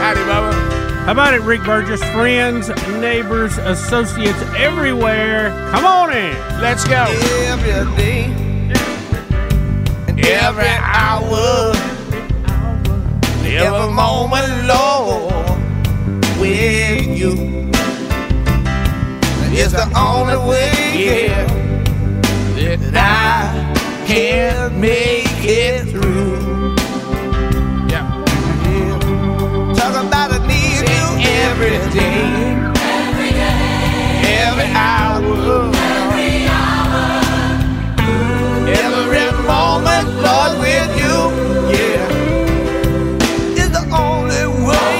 Howdy, Bubba.
How about it, Rick Burgess? Friends, neighbors, associates everywhere. Come on in.
Let's go.
Every day,
every hour,
every moment, Lord, with you is the only way yeah, that I can make it through.
Yeah.
Talk about a need you every day. Every hour, every moment, Lord, with you, yeah, is the only way,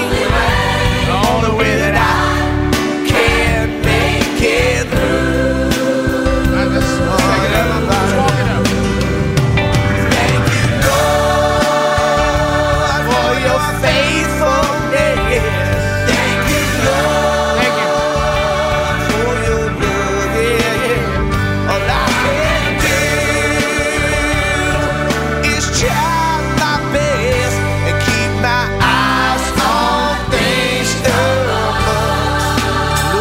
the only way that I can make it through. I just walk it up, Thank you, Lord, for your faithfulness. Thank you, Lord, for your love, yeah, yeah. All I can do is try my best and keep my eyes on things above.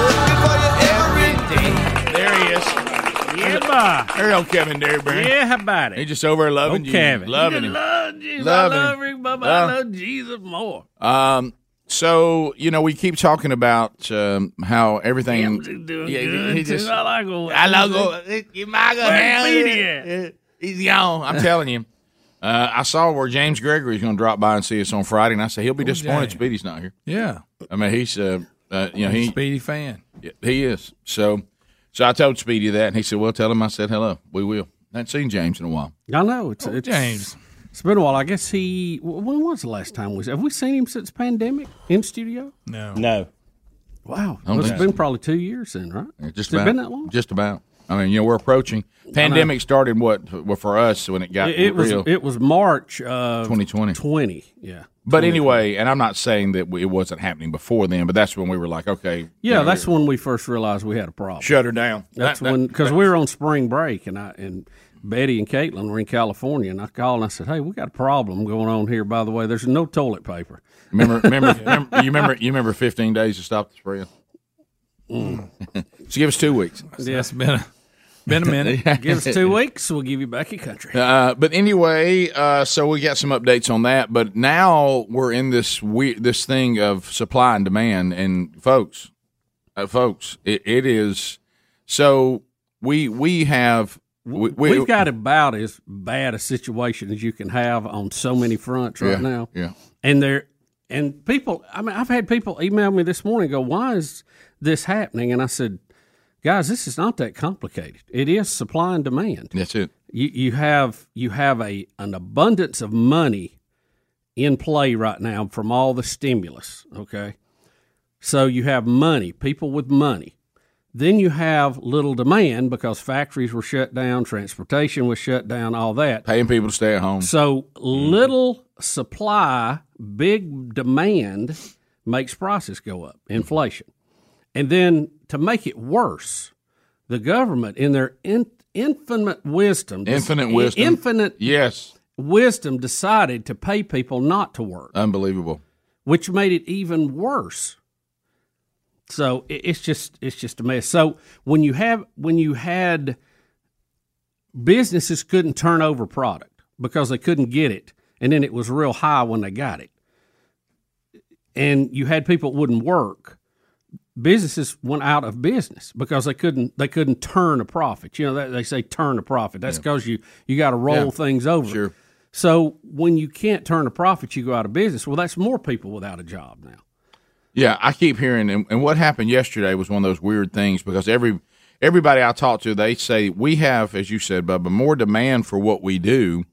Looking for you every day.
There he is.
Yeah, bye.
There you go, Kevin Derryberry.
Yeah, how about it?
He just over loving
Oh,
you.
Kevin.
Loving
You
him.
love Jesus.
Loving
I
him.
love Rick Bubba.
Love.
I love Jesus more.
Um, so you know, we keep talking about um, how everything.
He's doing
Yeah, he-
good,
he just-
too. I like him.
I love him. You might go down.
He's
gone. Oh, I'm telling you. Uh, I saw where James Gregory's going to drop by and see us on Friday, and I said he'll be disappointed.
James.
Speedy's not here.
Oh, Yeah.
I mean, he's uh, uh you know
He's
he
a Speedy fan.
Yeah, he is. So, so I told Speedy that, and he said, "Well, tell him I said hello. We will." I haven't seen James in a while.
I know it's, it's
James.
It's been a while. I guess he. wh- When was the last time we? Have we seen him since pandemic in studio?
No.
No. Wow,
I don't
well, it's
think
been probably two years then, right?
Yeah, Just
Has
about.
it been that long?
Just about. I mean, you know, we're approaching. Pandemic started what well, for us when it got
It, it was.
real.
It was March of
2020.
Twenty. Yeah.
but anyway, and I'm not saying that we, it wasn't happening before then, but that's when we were like, okay,
Yeah, that's when we first realized we had a problem.
shut her down.
That's when because we were on spring break, and I and Betty and Caitlin were in California, and I called and I said, "Hey, we got a problem going on here. By the way, there's no toilet paper."
remember, remember, remember, you remember, you remember, 15 days to stop the spread.
Mm.
so give us two weeks.
Yeah. That's
been a, been a minute.
Give us two weeks, we'll give you back your country.
Uh, but anyway, uh, so we got some updates on that. But now we're in this weird, this thing of supply and demand, and folks, uh, folks, it, it is. So we we have we, we,
We've got about as bad a situation as you can have on so many fronts right
Yeah,
now.
yeah.
And there and people I mean I've had people email me this morning and go, Why is this happening? And I said, Guys, this is not that complicated. It is supply and demand.
that's it.
You you have you have a an abundance of money in play right now from all the stimulus, okay? So you have money, people with money. Then you have little demand because factories were shut down, transportation was shut down, all that.
Paying people to stay at home. Mm-hmm.
So little supply, big demand makes prices go up, inflation. And then to make it worse, the government, in their in- infinite wisdom, this
Infinite wisdom.
infinite
yes
wisdom, decided to pay people not to work,
Unbelievable.
which made it even worse. So i- it's just it's just a mess. So when you have when you had businesses couldn't turn over product because they couldn't get it, and then it was real high when they got it, and you had people that wouldn't work. Businesses went out of business because they couldn't they couldn't turn a profit. You know they, they say turn a profit. That's because you you got to roll
Yeah.
things over. Sure. So when you can't turn a profit, you go out of business. Well, that's more people without a job now.
Yeah, I keep hearing, and, and what happened yesterday was one of those weird things because every everybody I talk to, they say we have, as you said, Bubba, more demand for what we do,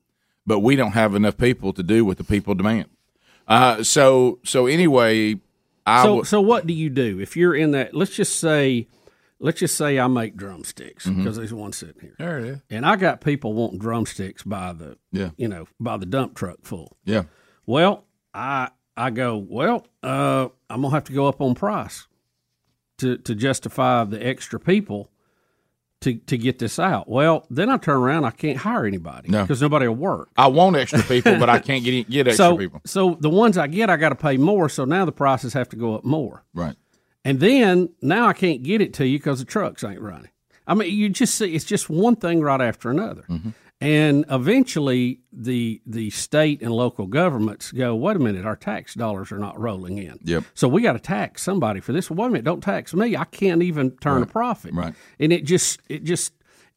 but we don't have enough people to do what the people demand. Uh, so, so anyway, I
so
w-
so what do you do if you're in that? Let's just say, let's just say I make drumsticks because
Mhm.
there's one sitting here.
There it is.
and I got people wanting drumsticks by the
Yeah.
you know by the dump truck full.
Yeah.
Well, I I go well. Uh, I'm gonna have to go up on price to to justify the extra people to to get this out. Well, then I turn around. I can't hire anybody
No.
because nobody will work.
I want extra people, but I can't get get extra
so,
people.
So the ones I get, I got to pay more. So now the prices have to go up more.
Right.
And then now I can't get it to you because the trucks ain't running. I mean, you just see it's just one thing right after another. And eventually the the state and local governments go, wait a minute, our tax dollars are not rolling in.
Yep.
So we got to tax somebody for this. Wait a minute, don't tax me. I can't even turn a profit.
Right.
And it just it just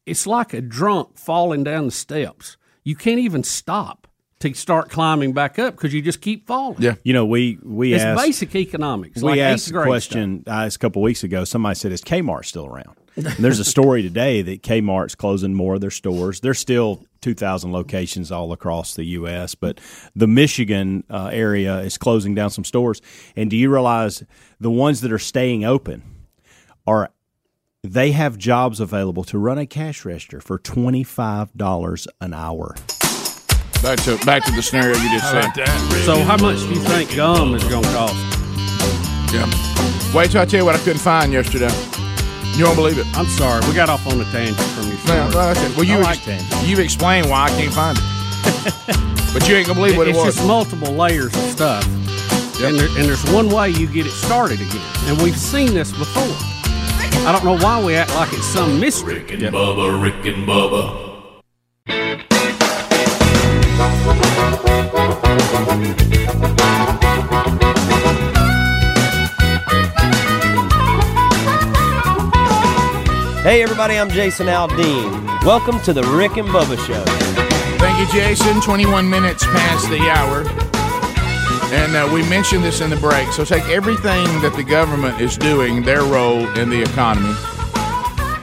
it's like a drunk falling down the steps. You can't even stop to start climbing back up because you just keep falling.
Yeah.
You know, we we
it's
asked
basic economics.
we
like
asked
eighth
a
grade
question I asked a couple weeks ago. Somebody said, "Is Kmart still around?" And there's a story today that Kmart's closing more of their stores. There's still 2,000 locations all across the U.S., but the Michigan uh, area is closing down some stores. And do you realize the ones that are staying open are they have jobs available to run a cash register for twenty five dollars an hour.
Back to back to the scenario you just
How
said.
about that?
So how much do you think gum is going to cost?
Yeah. Wait till I tell you what I couldn't find yesterday. You won't believe it.
I'm sorry, we got off on a tangent from your
No,
story.
no, that's it. Well,
I
you
like
ex- you explain why I can't find it, but you ain't gonna believe what it,
it's
was.
just multiple layers of stuff. And, there, and there's one way you get it started again. And we've seen this before. I don't know why we act like it's some mystery.
Rick and Bubba, Rick and Bubba.
Hey everybody, I'm Jason Aldean. Welcome to the Rick and Bubba Show.
Thank you, Jason. 21 minutes past the hour. And uh, we mentioned this in the break. So take everything that the government is doing, their role in the economy.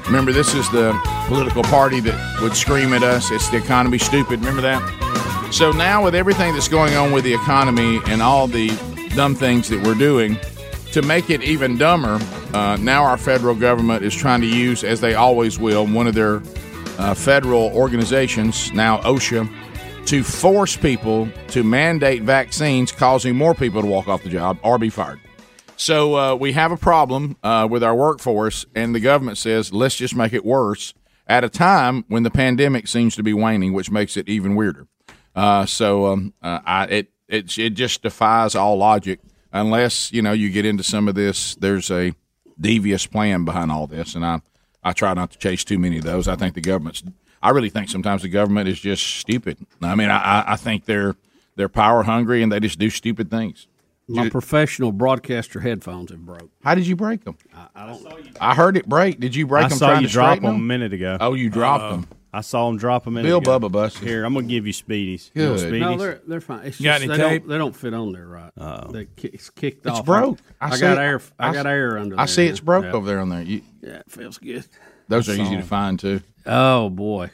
Remember, this is the political party that would scream at us, it's the economy stupid. Remember that? So now, with everything that's going on with the economy and all the dumb things that we're doing, to make it even dumber, uh, now our federal government is trying to use, as they always will, one of their uh, federal organizations, now OSHA, to force people to mandate vaccines, causing more people to walk off the job or be fired. So uh, we have a problem uh, with our workforce, and the government says, let's just make it worse at a time when the pandemic seems to be waning, which makes it even weirder. Uh, so um, uh, I, it, it, it just defies all logic unless, you know, you get into some of this. There's a devious plan behind all this, and I, I try not to chase too many of those. I think the government's. I really think sometimes the government is just stupid. I mean, I, I- I think they're they're power hungry and they just do stupid things.
My professional broadcaster headphones have broke.
How did you break them? I, don't. I heard it break. Did you break
I
them?
saw
trying
you
to
drop
straighten
them a minute ago.
Oh, you dropped
Uh,
them.
I saw him drop them.
Bill
ago.
Bubba busted.
Here, I'm gonna give you Speedies. You want
Good.
Speedies?
No, they're, they're fine. It's
You got
just,
any
they,
tape?
Don't, they don't fit on there right. Uh-oh. They, ki- it's kicked
It's
off.
broke.
I,
see
got
it.
air. I, got
s-
air under.
I
there.
see it's broke
Yeah.
over there on there. You,
Yeah, it feels good.
those are
I saw
easy to
them.
find too.
Oh boy.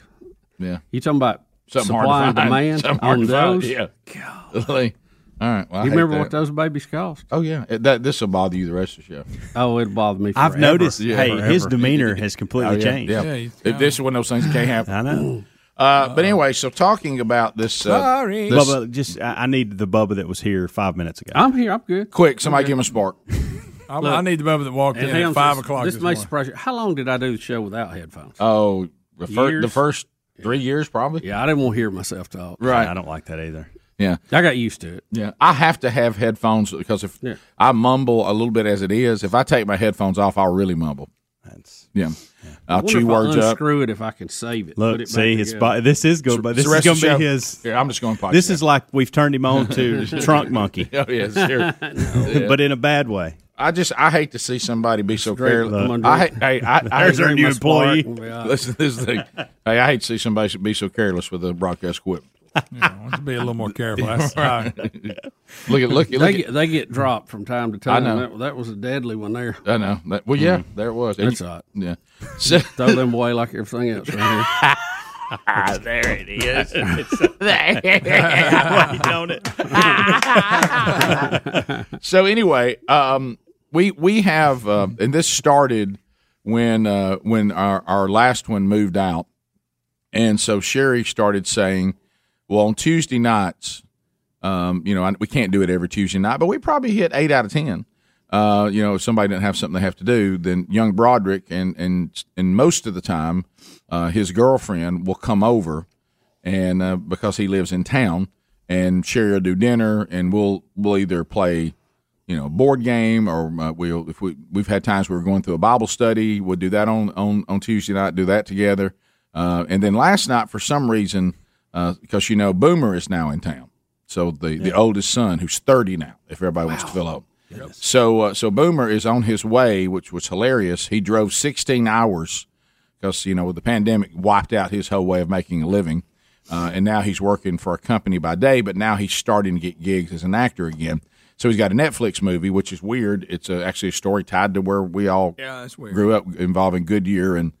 Yeah.
You talking about
Something
supply
hard to
and
find.
demand
Something hard
on
to find.
those?
Yeah. Golly. All right. Well, I
you
hate
remember what
that.
those babies cost?
Oh yeah. It- That this will bother you the rest of the show.
Oh, it'd bother me.
I've
forever.
noticed. hey, his demeanor has completely
Oh, yeah.
changed.
Yeah. It- this is one of those things that can't happen.
I know.
Uh, but anyway, so talking about this. Uh,
Sorry,
this-
Bubba. Just uh, I, I need the Bubba that was here five minutes ago.
I'm here. I'm good.
Quick, somebody give him a spark.
I, I need the Bubba that walked in at five o'clock.
This,
this
may
morning.
surprise you. How long did I do the show without headphones?
Oh, The fir- the first
three
years, probably.
Yeah, I didn't want to hear myself talk.
Right.
I don't
like that either.
Yeah, I got used to it.
Yeah, I have to have headphones because if
Yeah.
I mumble a little bit as it is, if I take my headphones off, I'll really mumble. That's yeah.
I
I'll
wonder if
chew
I
words up.
Unscrew it if I can save it.
Look,
put it back
see, it's
together.
by-
Uh, This is good, but this
the
is
rest
going
of
to
the
be
show-
his.
Yeah, I'm just going podcast.
This is like we've turned him on to Trunk Monkey.
Oh, yes, here. Yeah.
but in a bad way.
I just I hate to see somebody be so
Drink
careless.
Monday.
I, hate- hey, I, I
There's our
drink
new
my Spark.
employee. Yeah.
Listen, to this thing. Hey, I hate to see somebody be so careless with a broadcast equipment.
to be a little more careful.
That's-
Right.
Look at look at
they,
look at-
get, they get dropped from time to
I
time.
know.
That, that was a deadly one there.
I know. That- well, yeah, there it was. And
Mm. That's
you-
hot.
yeah. So-
throw them away like everything else. Right
Ah,
here.
there it is. so anyway, um, we we have, uh, and this started when uh, when our, our last one moved out, and so Sherry started saying, "Well, on Tuesday nights, um, you know, I, we can't do it every Tuesday night, but we probably hit eight out of ten. Uh, you know, if somebody doesn't have something they have to do, then young Broderick and and and most of the time, uh, his girlfriend will come over, and uh, because he lives in town, and Sherry will do dinner, and we'll we'll either play, you know, a board game, or uh, we'll if we we've had times where we're going through a Bible study, we'll do that on on on Tuesday night, do that together, uh, and then last night for some reason, because you know Boomer is now in town, so the the oldest son who's thirty now, if everybody wants to fill up. So uh, so Boomer is on his way, which was hilarious. He drove 16 hours because you know the pandemic wiped out his whole way of making a living, uh, and now he's working for a company by day. But now he's starting to get gigs as an actor again. So he's got a Netflix movie, which is weird. It's uh actually a story tied to where we all
Yeah, that's weird.
grew up involving Goodyear and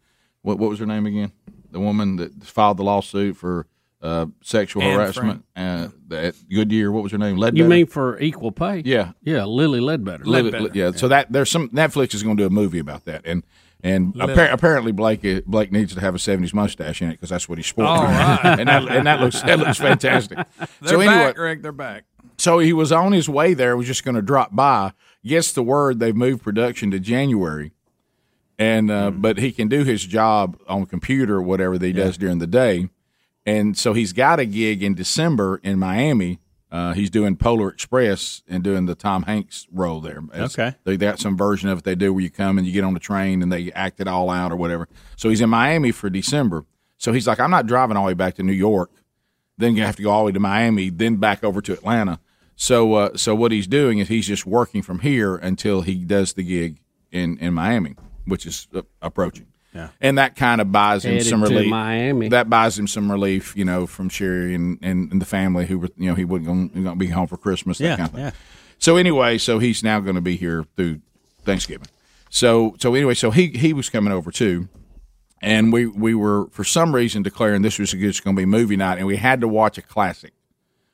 what what was her name again? The woman that filed the lawsuit for uh, sexual
Anne
harassment uh, at Goodyear. What was her name?
you
Ledbetter?
mean for equal pay?
Yeah.
yeah. Lily Ledbetter.
Li- li- yeah, So that there's some Netflix is going to do a movie about that, and and
Little.
appar- apparently Blake uh, Blake needs to have a '70s mustache in it because that's what he's sporting,
All right.
and that and that looks that looks fantastic.
They're
so anyway,
back, Rick. They're back.
so he was on his way there, was just going to drop by. Gets the word they've moved production to January, and uh, but he can do his job on computer or whatever that he does during the day, and so he's got a gig in December in Miami. Uh, he's doing Polar Express and doing the Tom Hanks role there.
Okay.
they got some version of it they do where you come and you get on the train and they act it all out or whatever. So he's in Miami for December. So he's like, I'm not driving all the way back to New York then you have to go all the way to Miami, then back over to Atlanta. So, uh, so what he's doing is he's just working from here until he does the gig in, in Miami, which is uh, approaching. Yeah. And that kind of buys him
Headed
some
to
relief.
Miami.
That buys him some relief, you know, from Sherry and, and, and the family who were, you know, he wasn't going to be home for Christmas, that
Yeah,
kind of thing.
yeah.
So anyway, so he's now going to be here through Thanksgiving. So, so anyway, so he, he was coming over too and we we were for some reason declaring this was going to be movie night, and we had to watch a classic.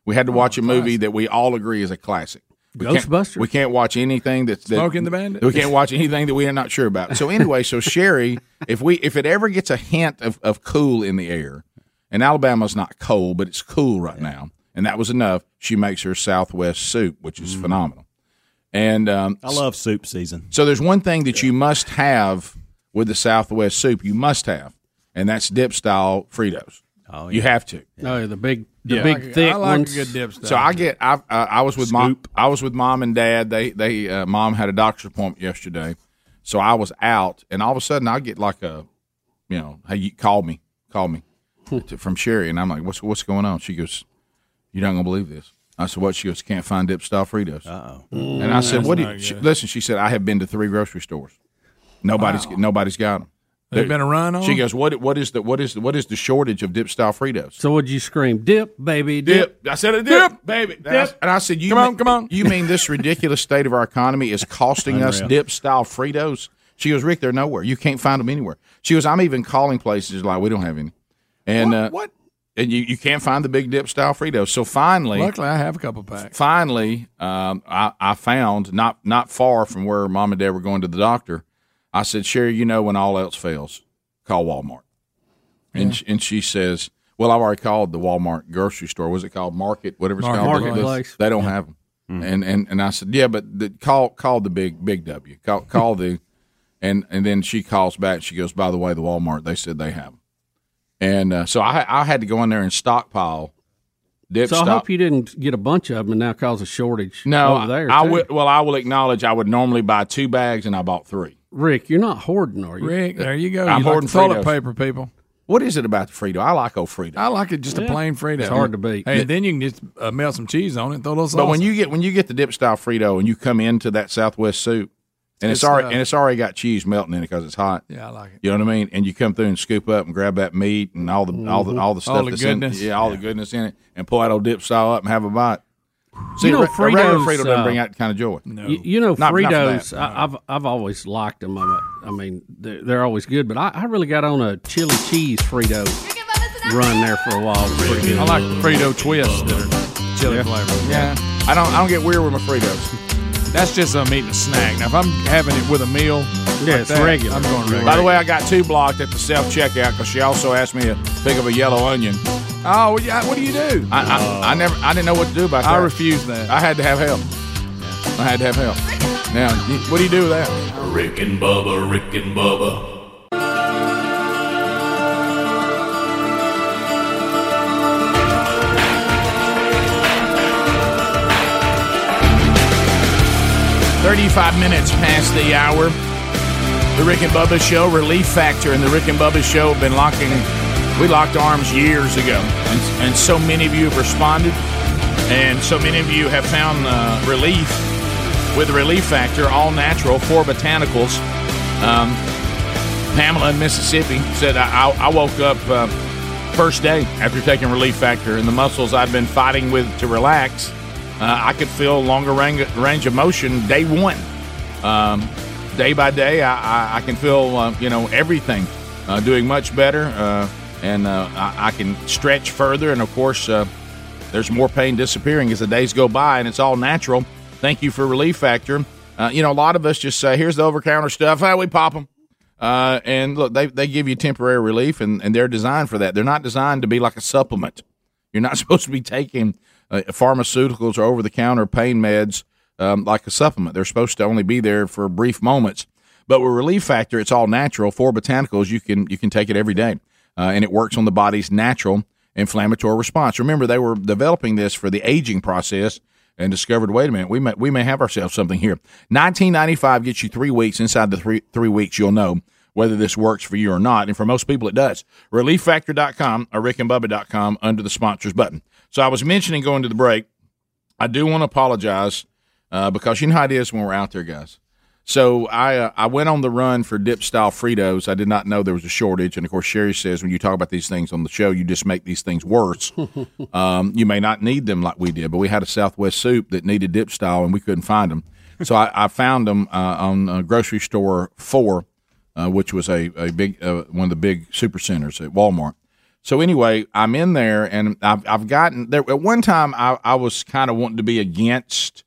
We had to watch a movie that we all agree is a classic. We can't-
Ghostbusters?
We can't watch anything that's that,
Smoking the Bandit?
We can't watch anything that we are not sure about. So anyway, so Sherry, if we if it ever gets a hint of, of cool in the air, and Alabama's not cold, but it's cool right now, and that was enough. She makes her Southwest soup, which is phenomenal. And um,
I love soup season.
so there's one thing that you must have with the Southwest soup. You must have, and that's dip style Fritos. Oh, You have to.
No, the big, the big thick ones.
So I get. I I, I was with mom. I was with mom and dad. They they uh, mom had a doctor's appointment yesterday, so I was out, and all of a sudden I get like a, you know, hey, you call me, call me, to- from Sherry, and I'm like, what's what's going on? She goes, you're not gonna believe this. I said, what? She goes, can't find dip style Fritos. Uh oh. And I said,
That's
what do
not
you?
good.
She, listen, she said, I have been to three grocery stores. Nobody's nobody's got them.
They've been a run on
She
'em?
goes, what? What is the what is the, what is the shortage of dip style Fritos?
So would you scream, dip, baby, dip?
I said a dip, baby. And I- And I said, "You come on, come on." You mean this ridiculous state of our economy is costing us
Unreal.
dip style Fritos? She goes, Rick, they're nowhere. You can't find them anywhere. She goes, I'm even calling places like we don't have any, and what? Uh, what? And you, you can't find the big dip style Fritos. So finally,
Luckily, I have a couple packs.
Finally, um, I, I found not not far from where mom and dad were going to the doctor. I said, Sherry, you know, when all else fails, call Walmart. And sh and she says, Well, I've already called the Walmart grocery store. Was it called Market? Whatever it's called.
Marketplace.
They, they don't have them. And and and I said, Yeah, but the, call call the big big W. Call call the and and then she calls back. She goes, By the way, the Walmart they said they have them.
And uh, so I, I had to go in there and stockpile. Dip
so
stock.
I hope you didn't get a bunch of them and now cause a shortage.
no,
over there.
I
too.
would. Well, I will acknowledge I would normally buy two bags, and I bought three.
Rick, you're not hoarding, are you?
Rick, there you go.
I'm
you
hoarding
like the toilet
Fritos.
paper, people.
What is it about the Frito? I like old Frito.
I like it just a
Yeah.
plain Frito.
It's hard to beat.
Hey, and then you can just uh, melt some cheese on it, and throw a little sauce.
But when
on
you get when you get the dip style Frito and you come into that Southwest soup, and it's,
It's,
already
uh,
and it's already got cheese melting in it because it's hot.
it. yeah, I like it.
You know what I mean? And you come through and scoop up and grab that meat and all the all the all the
Mhm.
stuff
All the
that's
goodness.
in yeah, all the goodness in it, and pull that old dip style up and have a bite. See,
You know,
a re- a regular
Fritos,
Frito doesn't
uh,
bring out that kind of joy. No,
You, you know,
Not- not for
Fritos.
that.
I, I've I've always liked them. I I mean, they're, they're always good. But I, I really got on a chili cheese Frito run there for a while. Pretty good.
I like the Frito twists that are chili
Yeah.
flavored.
Yeah. I don't I don't get weird with my Fritos.
That's just I'm eating a snack. Now if I'm having it with a meal, like that, I'm going regular.
By the way, I got two blocked at the self checkout because she also asked me to pick up a yellow onion.
oh, well, yeah, what do you do?
I, I, I never Oh. I didn't know what to do about that.
I refuse that.
I had to have help. I had to have help. Now, you- what do you do with that?
Rick and Bubba, Rick and Bubba,
Thirty-five minutes past the hour. The Rick and Bubba Show, Relief Factor, and the Rick and Bubba Show have been locking. We locked arms years ago, and, and so many of you have responded, and so many of you have found uh, relief with Relief Factor, all natural, four botanicals. Um, Pamela in Mississippi said, I, I, I woke up uh, first day after taking Relief Factor, and the muscles I've been fighting with to relax, uh, I could feel longer range, range of motion day one. Um, day by day, I, I, I can feel, uh, you know, everything uh, doing much better, uh, and uh, I, I can stretch further, and of course, uh, there's more pain disappearing as the days go by, and it's all natural. Thank you for Relief Factor. Uh, you know, a lot of us just say, here's the over counter stuff, hey, we pop them. Uh, and look, they, they give you temporary relief, and, and they're designed for that. They're not designed to be like a supplement. You're not supposed to be taking uh, pharmaceuticals or over the counter pain meds um, like a supplement. They're supposed to only be there for brief moments. But with Relief Factor, it's all natural. Four botanicals, you can you can take it every day, uh, and it works on the body's natural inflammatory response. Remember, they were developing this for the aging process and discovered, wait a minute, we may we may have ourselves something here. 1995 gets you three weeks. Inside the three three weeks, you'll know whether this works for you or not. And for most people, it does. ReliefFactor.com or RickandBubba.com under the sponsors button. So I was mentioning going to the break. I do want to apologize uh, because you know how it is when we're out there, guys. So I uh, I went on the run for dip style Fritos. I did not know there was a shortage, and of course Sherry says when you talk about these things on the show, you just make these things worse. um, you may not need them like we did, but we had a Southwest soup that needed dip style, and we couldn't find them. So I, I found them uh, on uh, grocery store four, uh, which was a a big uh, one of the big super centers at Walmart. So anyway, I'm in there, and I've I've gotten there. At one time, I I was kind of wanting to be against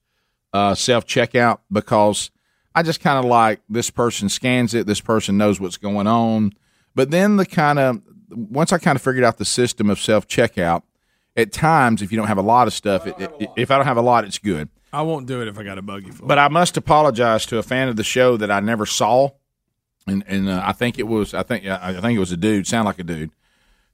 uh, self checkout because I just kind of like this person scans it, this person knows what's going on. But then the kind of once I kind of figured out the system of self checkout, at times if you don't have a lot of stuff, it, it, if I don't have a lot, it's good.
I won't do it if I got a buggy for
But I must apologize to a fan of the show that I never saw, and and uh, I think it was I think I I think it was a dude, sound like a dude.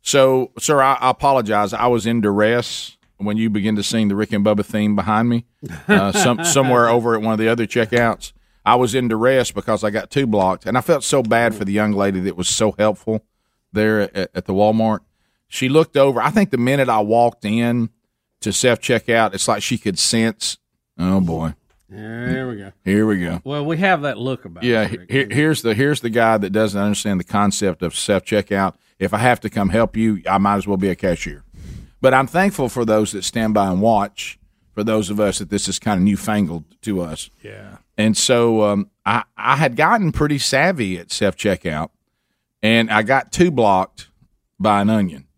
So, sir, I, I apologize. I was in duress when you begin to sing the Rick and Bubba theme behind me, uh, some, somewhere over at one of the other checkouts. I was in duress because I got two blocked, and I felt so bad for the young lady that was so helpful there at, at the Walmart. She looked over. I think the minute I walked in to self checkout, it's like she could sense. Oh boy,
There we go.
here we go.
Well, we have that look about.
Yeah,
us,
he-
Rick.
he- here's the here's the guy that doesn't understand the concept of self checkout. If I have to come help you, I might as well be a cashier. But I'm thankful for those that stand by and watch. For those of us that this is kind of newfangled to us,
Yeah.
and so um, I I had gotten pretty savvy at self checkout, and I got two blocked by an onion.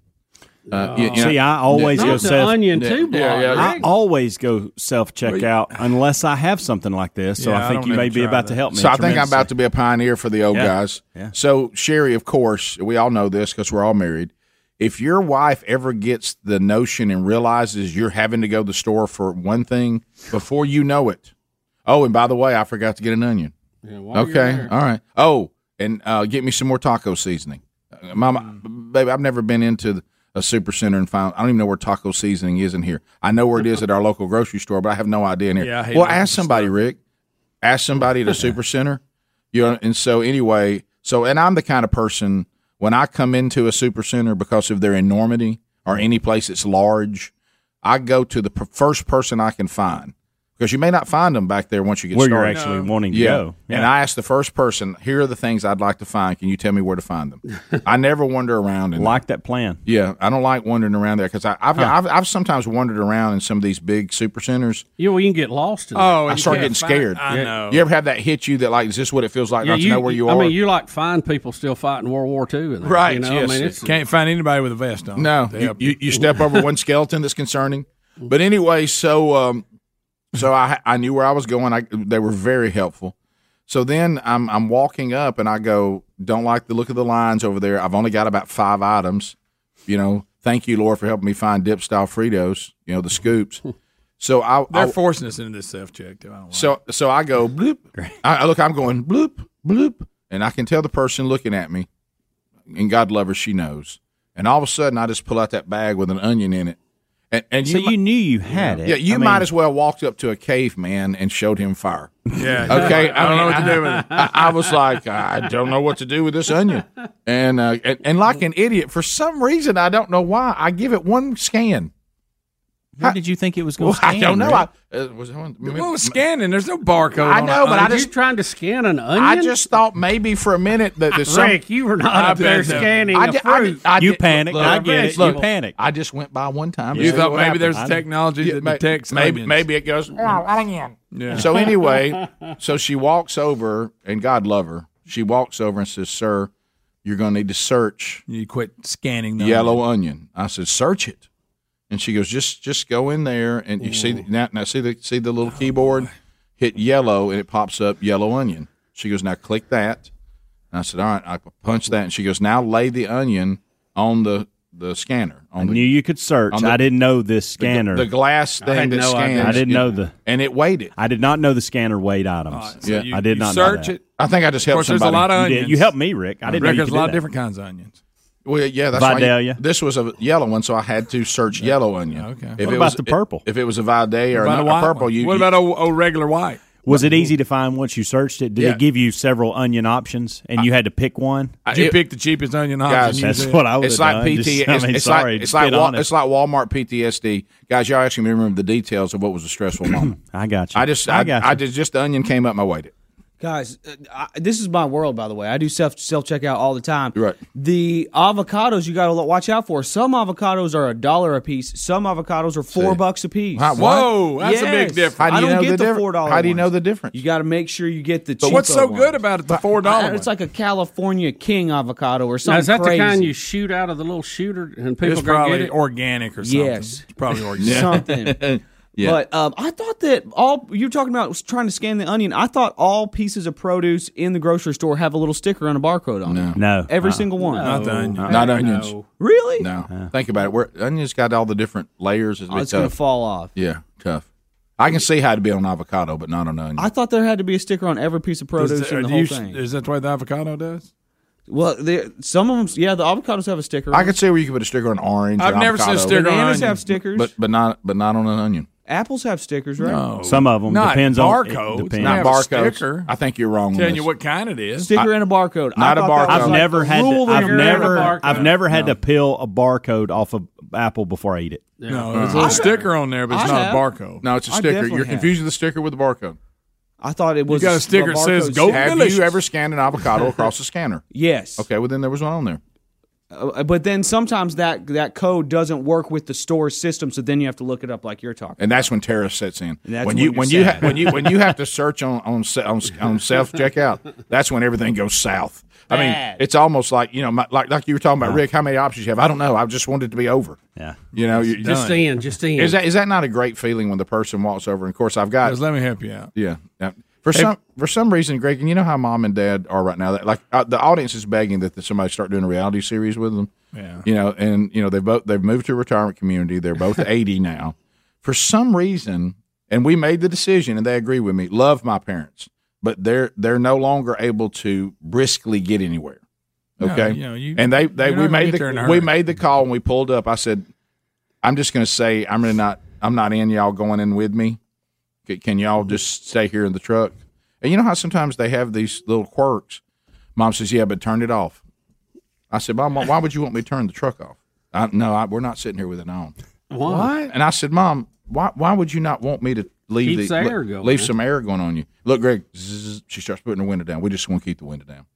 Uh, you- you know-
See, I always go self
Yeah, yeah, yeah.
I always go self checkout unless I have something like this. So
Yeah,
I
I
think
don't
you
need
may
to
be
try
about to
that.
help me.
So I think I'm about to be a pioneer for the old
Yeah.
guys.
Yeah.
So Sherry, of course, we all know this because we're all married. If your wife ever gets the notion and realizes you're having to go to the store for one thing before you know it, oh, and by the way, I forgot to get an onion.
Yeah, while you're
Okay,
there.
all right. Oh, and uh, get me some more taco seasoning, Uh, Mama.
baby, I've never been into a super center and found. I don't even know where taco seasoning is in here. I know where it is at our local grocery store, but I have no idea in here.
Yeah, I hate
well,
local
ask somebody, Rick. Ask somebody at a super center. You know, and so anyway, so and I'm the kind of person when I come into a super center because of their enormity or any place that's large, I go to the per- first person I can find because you may not find them back there once you get
Where you're
started.
actually No. wanting to
yeah.
go.
And I ask the first person, "Here are the things I'd like to find. Can you tell me where to find them?" I never wander around. And
like that plan.
Yeah, I don't like wandering around there because I've, I've I've sometimes wandered around in some of these big super centers.
You know, you can get lost. In
Oh,
that.
I start getting scared.
I
Yeah.
know.
You ever have that hit you that like, is this what it feels like not to know where you
I
are?
mean, you like find people still fighting World War II, and
Right,
You know,
yes.
I mean, it's
Can't find anybody with a vest on.
No,
To
you,
help
you, you step over one skeleton that's concerning. But anyway, so um, so I I knew where I was going. I they were very helpful. So then I'm I'm walking up and I go, don't like the look of the lines over there. I've only got about five items. You know, thank you, Lord, for helping me find dip style Fritos. You know, the scoops. So I
They're
I,
forcing us into this self check. though. I don't-
so so I go bloop. I, I look, I'm going bloop bloop, and I can tell the person looking at me, and God love her, she knows. And all of a sudden, I just pull out that bag with an onion in it, and, and
So you knew you had it.
Yeah, you
I mean-
might as well walked up to a caveman and showed him fire.
Yeah.
Okay.
I don't know what to do with it.
I, I was like, I don't know what to do with this onion, and uh, and, and like an idiot, for some reason, I don't know why, I give it one scan.
How did you think it was
Well,
going? to
I don't know. I, uh, was
What was scanning? There's no barcode.
I
on
know,
it.
but I
Are you
just
trying to scan an onion.
I just thought maybe for a minute that there's some-
Rick, you were not up there scanning
I
a
did- I did-
fruit.
I
You
did-
panicked.
look,
I
look,
get it. You
Look,
panicked.
I just went by one time. to
You
see
thought
what
maybe
happened.
there's
I-
technology
Yeah,
that
may-
detects
Maybe
onions.
maybe it goes. "Oh, onion."
Yeah.
So anyway, so she walks over, and God love her. She walks over and says, "Sir, you're going to need to search
You quit scanning the
yellow onion. I said, "Search it," and she goes, "Just just go in there and you see now, now see the see the little
Oh,
keyboard, hit yellow and it pops up yellow onion." She goes, "Now click that." And I said, "All right," I punched that, and she goes, "Now lay the onion on the the scanner."
I
On the,
knew you could search.
on the-
I didn't know this scanner.
the glass thing that scans.
I didn't
it.
know the.
And it weighed it.
I did not know the scanner weighed items.
Yeah.
I did not know that.
I think I
Of
just helped
course, there's a
somebody.
lot of
You did.
onions.
You helped me, Rick.
Uh,
I didn't know
Rick,
you
there's
could
a
do
lot
that.
of
uh,
different kinds of onions.
Well, yeah, that's why you-
Vidalia.
this was a yellow one, so I had to search yellow onion. Okay. If
What
it
about
was,
the purple?
If it was a Vidalia or
What about
not,
a
a
white
purple,
one?
you
What about a, a regular white?
Was it easy to find once you searched it? Did
Yeah.
it give you several onion options and you had to pick one?
Did you pick the cheapest onion option?
Guys,
you
That's
did?
what I would
It's
have done.
like PT.
Just- I
It's,
mean,
it's
sorry,
like it's
just
like
been
Wal-
honest.
it's like Walmart PTSD. Guys, y'all asking me to remember the details of what was a stressful moment.
I got you.
I just I,
I got you.
I just just the onion came up and I weighed it.
Guys, uh, I, this is my world, by the way. I do self self checkout all the time. Right. The avocados you got to watch out for. Some avocados are a dollar a piece. Some avocados are four bucks a piece.
How- what? Whoa, that's a big difference. How do
I
you
don't
know
get
the
the
difference?
four dollar.
How do you know the difference?
You got to make sure you get the.
But what's
cheapo
so
ones.
good about it? The four
I-
dollars.
It's like a California King avocado or something.
Now, is that
crazy.
the kind you shoot out of the little shooter and people
It's
go
probably
get it?
organic or something.
Yes.
It's probably organic.
Something.
Yeah.
But um, I thought that all you're talking about was trying to scan the onion. I thought all pieces of produce in the grocery store have a little sticker and a barcode on it.
No. Uh-uh.
Every single one.
Not the onion.
Not onions.
Really?
No.
Uh.
Think about it. We're, onions got all the different layers. It's, a
Oh,
bit
it's going to
tough.
fall off.
Yeah, tough. I can see how it'd be on avocado, but not on onion.
I thought there had to be a sticker on every piece of
Is,
produce
that-
in the
do
whole
you-
thing.
is that the way the avocado does?
well, there, some of them, yeah, the avocados have a sticker.
I
on
could
it.
see where you could put a sticker on orange.
I've
or
never seen a
avocado.
sticker on
Bananas
onion.
have stickers.
but but not but not on an onion.
Apples have stickers, right?
No.
Some of them
Not
depends on
barcodes.
it depends.
Not
Not
have a
barcode.
sticker.
I think you're wrong. on
Telling
this.
you what kind it is.
Sticker and a barcode. I
Not a
thought that was
barcode.
I've
like
never
the
had.
rule
To,
that
I've
you're-
never.
barcode.
I've never had to peel a barcode off of apple before I eat it.
Uh,
No, there's a little sticker on there, but it's
I
not
have.
a barcode.
No, it's a
I
sticker.
definitely
You're
have.
confusing the sticker with the barcode.
I thought it was
got a
the
sticker that says
barcode
go
sticker.
Have
Delicious.
you ever scanned an avocado across a scanner?
Yes.
Okay, well then there was one on there.
Uh, but then sometimes that that code doesn't work with the store system, so then you have to look it up like you're talking.
and that's when terror sets in.
And that's
when
when
you
you're
when you ha-
sad.
when you when you have to search on on se- on, on self checkout, that's when everything goes south. I mean,
Bad.
it's almost like you know, my, like like you were talking about Rick. How many options you have? I don't know. I just want it to be over.
Yeah.
You know, you,
Just in, just in.
is that is that not a great feeling when the person walks over? And of course, I've got
Guys, let me help you out.
yeah. yeah. For some for some reason, Greg, and you know how mom and dad are right now. That like uh, the audience is begging that somebody start doing a reality series with them.
Yeah.
You know, and you know they both they've moved to a retirement community. They're both eighty now. For some reason, and we made the decision, and they agree with me. Love my parents, but they're they're no longer able to briskly get anywhere.
No,
Okay.
you know, you-
and they, they
you're not
we
gonna
made
get there in a
the
hurry.
we made the call and we pulled up. I said, I'm just going to say I'm really not I'm not in y'all going in with me. C- Can y'all just stay here in the truck? And you know how sometimes they have these little quirks. Mom says, "Yeah, but turn it off." I said, "Mom, why would you want me to turn the truck off?" I, no, I, we're not sitting here with it on.
Why?
And I said, "Mom, why why would you not want me to leave
Keeps
the
air
le-
going.
leave some air going on you?" Look, Greg, zzz, she starts putting her window down. We just want to keep the window down.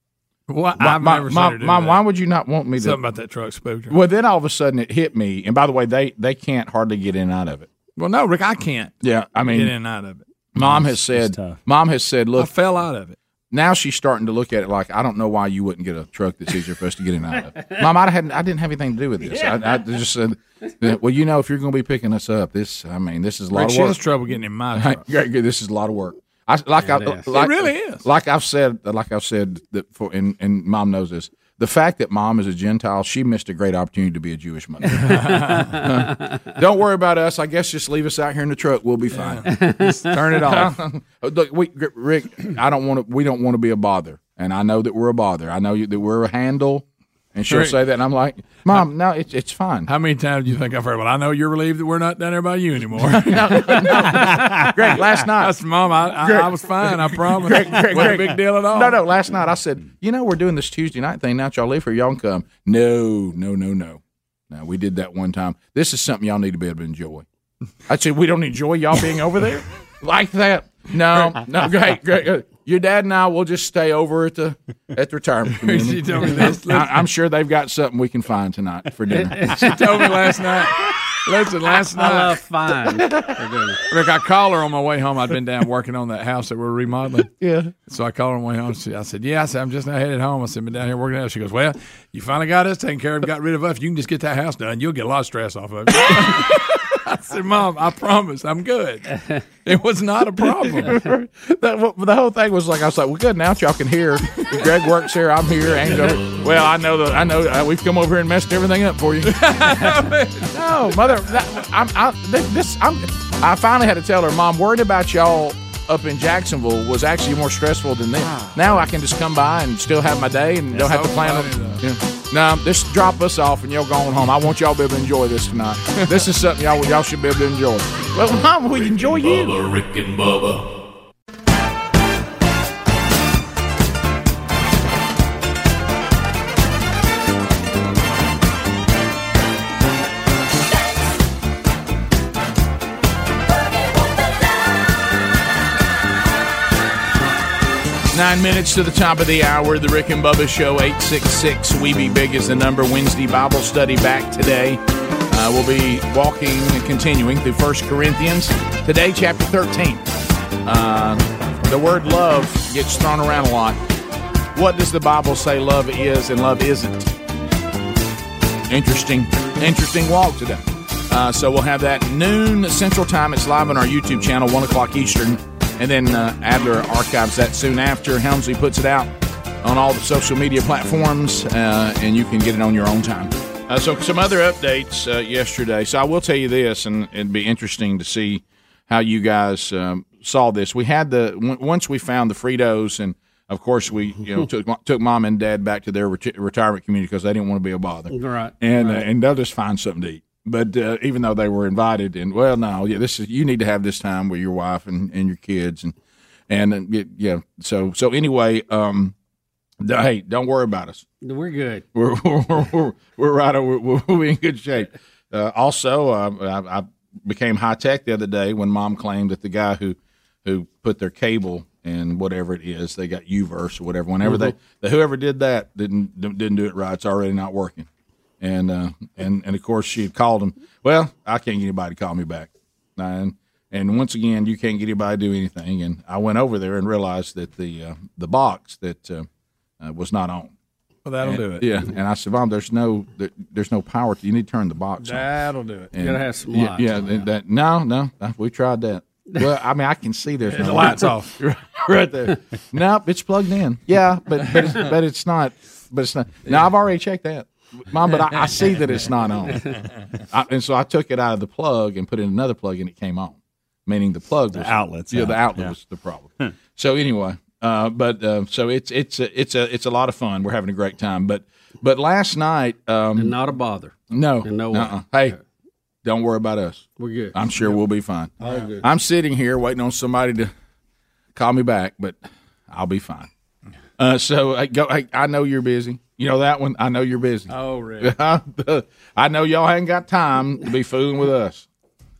Why,
My-
I've
my-
never
my-
seen her do
my-
that.
why would you not want me to-
Something about that truck spooked her.
Well, then all of a sudden it hit me. And by the way, they they can't hardly get in and out of it.
Well, no, Rick, I can't.
Yeah, I mean,
get in and out of it.
Mom has said, Mom has said, look,
I fell out of it.
now she's starting to look at it like I don't know why you wouldn't get a truck that's easier for us to get in and out of. Mom, I hadn't, I didn't have anything to do with this. I, I just said, well, you know, if you're going to be picking us up, this, I mean, this is a lot
Rick,
of
she
work.
has trouble getting in my truck.
Yeah, good. this is a lot of work. I like I
It is.
like,
It really is.
Like I've said, like I've said that for and, and mom knows this. The fact that mom is a Gentile, she missed a great opportunity to be a Jewish mother. Don't worry about us. I guess just leave us out here in the truck. We'll be fine.
Just turn it off.
Look, we, Rick, I don't want to. We don't want to be a bother, and I know that we're a bother. I know you, that we're a handle, and she'll
Rick.
say that, and I'm like, Mom, no, it's it's fine.
How many times do you think I've heard? Well, I know you're relieved that we're not down there by you anymore.
Greg, last night,
That's mom. I, I,
Greg-
I was fine. I promise.
Greg, Greg,
Wasn't a
Greg.
big deal at all.
No, no. Last night I said, you know, we're doing this Tuesday night thing. Now that y'all leave here, y'all can come. No, no, no, no. No, we did that one time. This is something y'all need to be able to enjoy. I said, we don't enjoy y'all being over there like that. No, no, great, great. great. Your dad and I will just stay over at the at the retirement community.
She told me this.
I, I'm sure they've got something we can find tonight for dinner.
she told me last night. Listen, last night.
I love fine. They're doing it.
Rick, I called her on my way home. I'd been down working on that house that we're remodeling.
Yeah.
So I called her on my way home. She, I said, Yeah, I said, I'm just now headed home. I said, been down here working out. She goes, Well, you finally got us taken care of, got rid of us. You can just get that house done. You'll get a lot of stress off of it. I said, Mom, I promise I'm good. It was not a problem.
that, well, the whole thing was like I was like, well, good. Now that y'all can hear, Greg works here. I'm here. Angel. Well, I know that I know uh, we've come over here and messed everything up for you. no, mother, that, I'm I, thi- this I'm I finally had to tell her, Mom, worried about y'all up in Jacksonville was actually more stressful than this. Now I can just come by and still have my day and don't have to plan. on- Yeah. No, just drop us off and y'all going home. I want y'all to be able to enjoy this tonight. this is something y'all y'all should be able to enjoy. Well, Mom, we enjoy you.
Bubba, Rick and Bubba.
Nine minutes to the top of the hour. The Rick and Bubba Show, 866 We Be Big is the number. Wednesday Bible study back today. Uh, we'll be walking and continuing through First Corinthians. Today, chapter 13. Uh, the word love gets thrown around a lot. What does the Bible say love is and love isn't? interesting, interesting walk today. Uh, so we'll have that noon Central Time. It's live on our YouTube channel, one o'clock Eastern, and then uh, Adler archives that soon after. Helmsley puts it out on all the social media platforms, uh, and you can get it on your own time. Uh, so some other updates uh, yesterday. So I will tell you this, and it'd be interesting to see how you guys um, saw this. We had the w- once we found the Fritos, and of course we you know took took mom and dad back to their reti- retirement community because they didn't want to be a bother
Right.
and
right.
uh, and they'll just find something to eat. But uh, even though they were invited, and well, no, yeah, this is you need to have this time with your wife and, and your kids, and and uh, y- yeah, so so anyway, um, d- hey, don't worry about us.
we're good.
We're we're we're, we're right. We're, we're, we're in good shape. Uh, also, uh, I, I became high tech the other day when Mom claimed that the guy who who put their cable and whatever it is they got Uverse or whatever. Whenever they whoever did that didn't didn't do it right. It's already not working. And uh, and and of course she had called him. Well, I can't get anybody to call me back. And and once again, you can't get anybody to do anything. And I went over there and realized that the uh, the box that uh, uh, was not on.
Well, that'll
And-
do it.
Yeah, and I said, Mom, there's no there, there's no power. You need to turn the box on.
That'll do it.
And-
gotta have some
yeah,
lights
Yeah,
on
and that, no, no, uh, we tried that. Well, I mean, I can see there's no
The lights off.
right there. nope, it's plugged in. Yeah, but but it's, but it's not. But it's not. Now I've already checked that, Mom. But I, I see that it's not on, I, and so I took it out of the plug and put in another plug, and it came on. Meaning the plug, was,
outlet's
Yeah, the
out,
outlet
yeah.
was the problem. so anyway, Uh, but uh, so it's it's a, it's a it's a lot of fun. We're having a great time. But but last night, um, and
not a bother.
No,
And no
uh-uh. Hey, don't worry about us.
We're good.
I'm sure we'll be fine.
I agree.
I'm sitting here waiting on somebody to call me back, but I'll be fine. Uh, so I go. I, I know you're busy. You know that one. I know you're busy.
Oh, really?
I know y'all ain't got time to be fooling with us.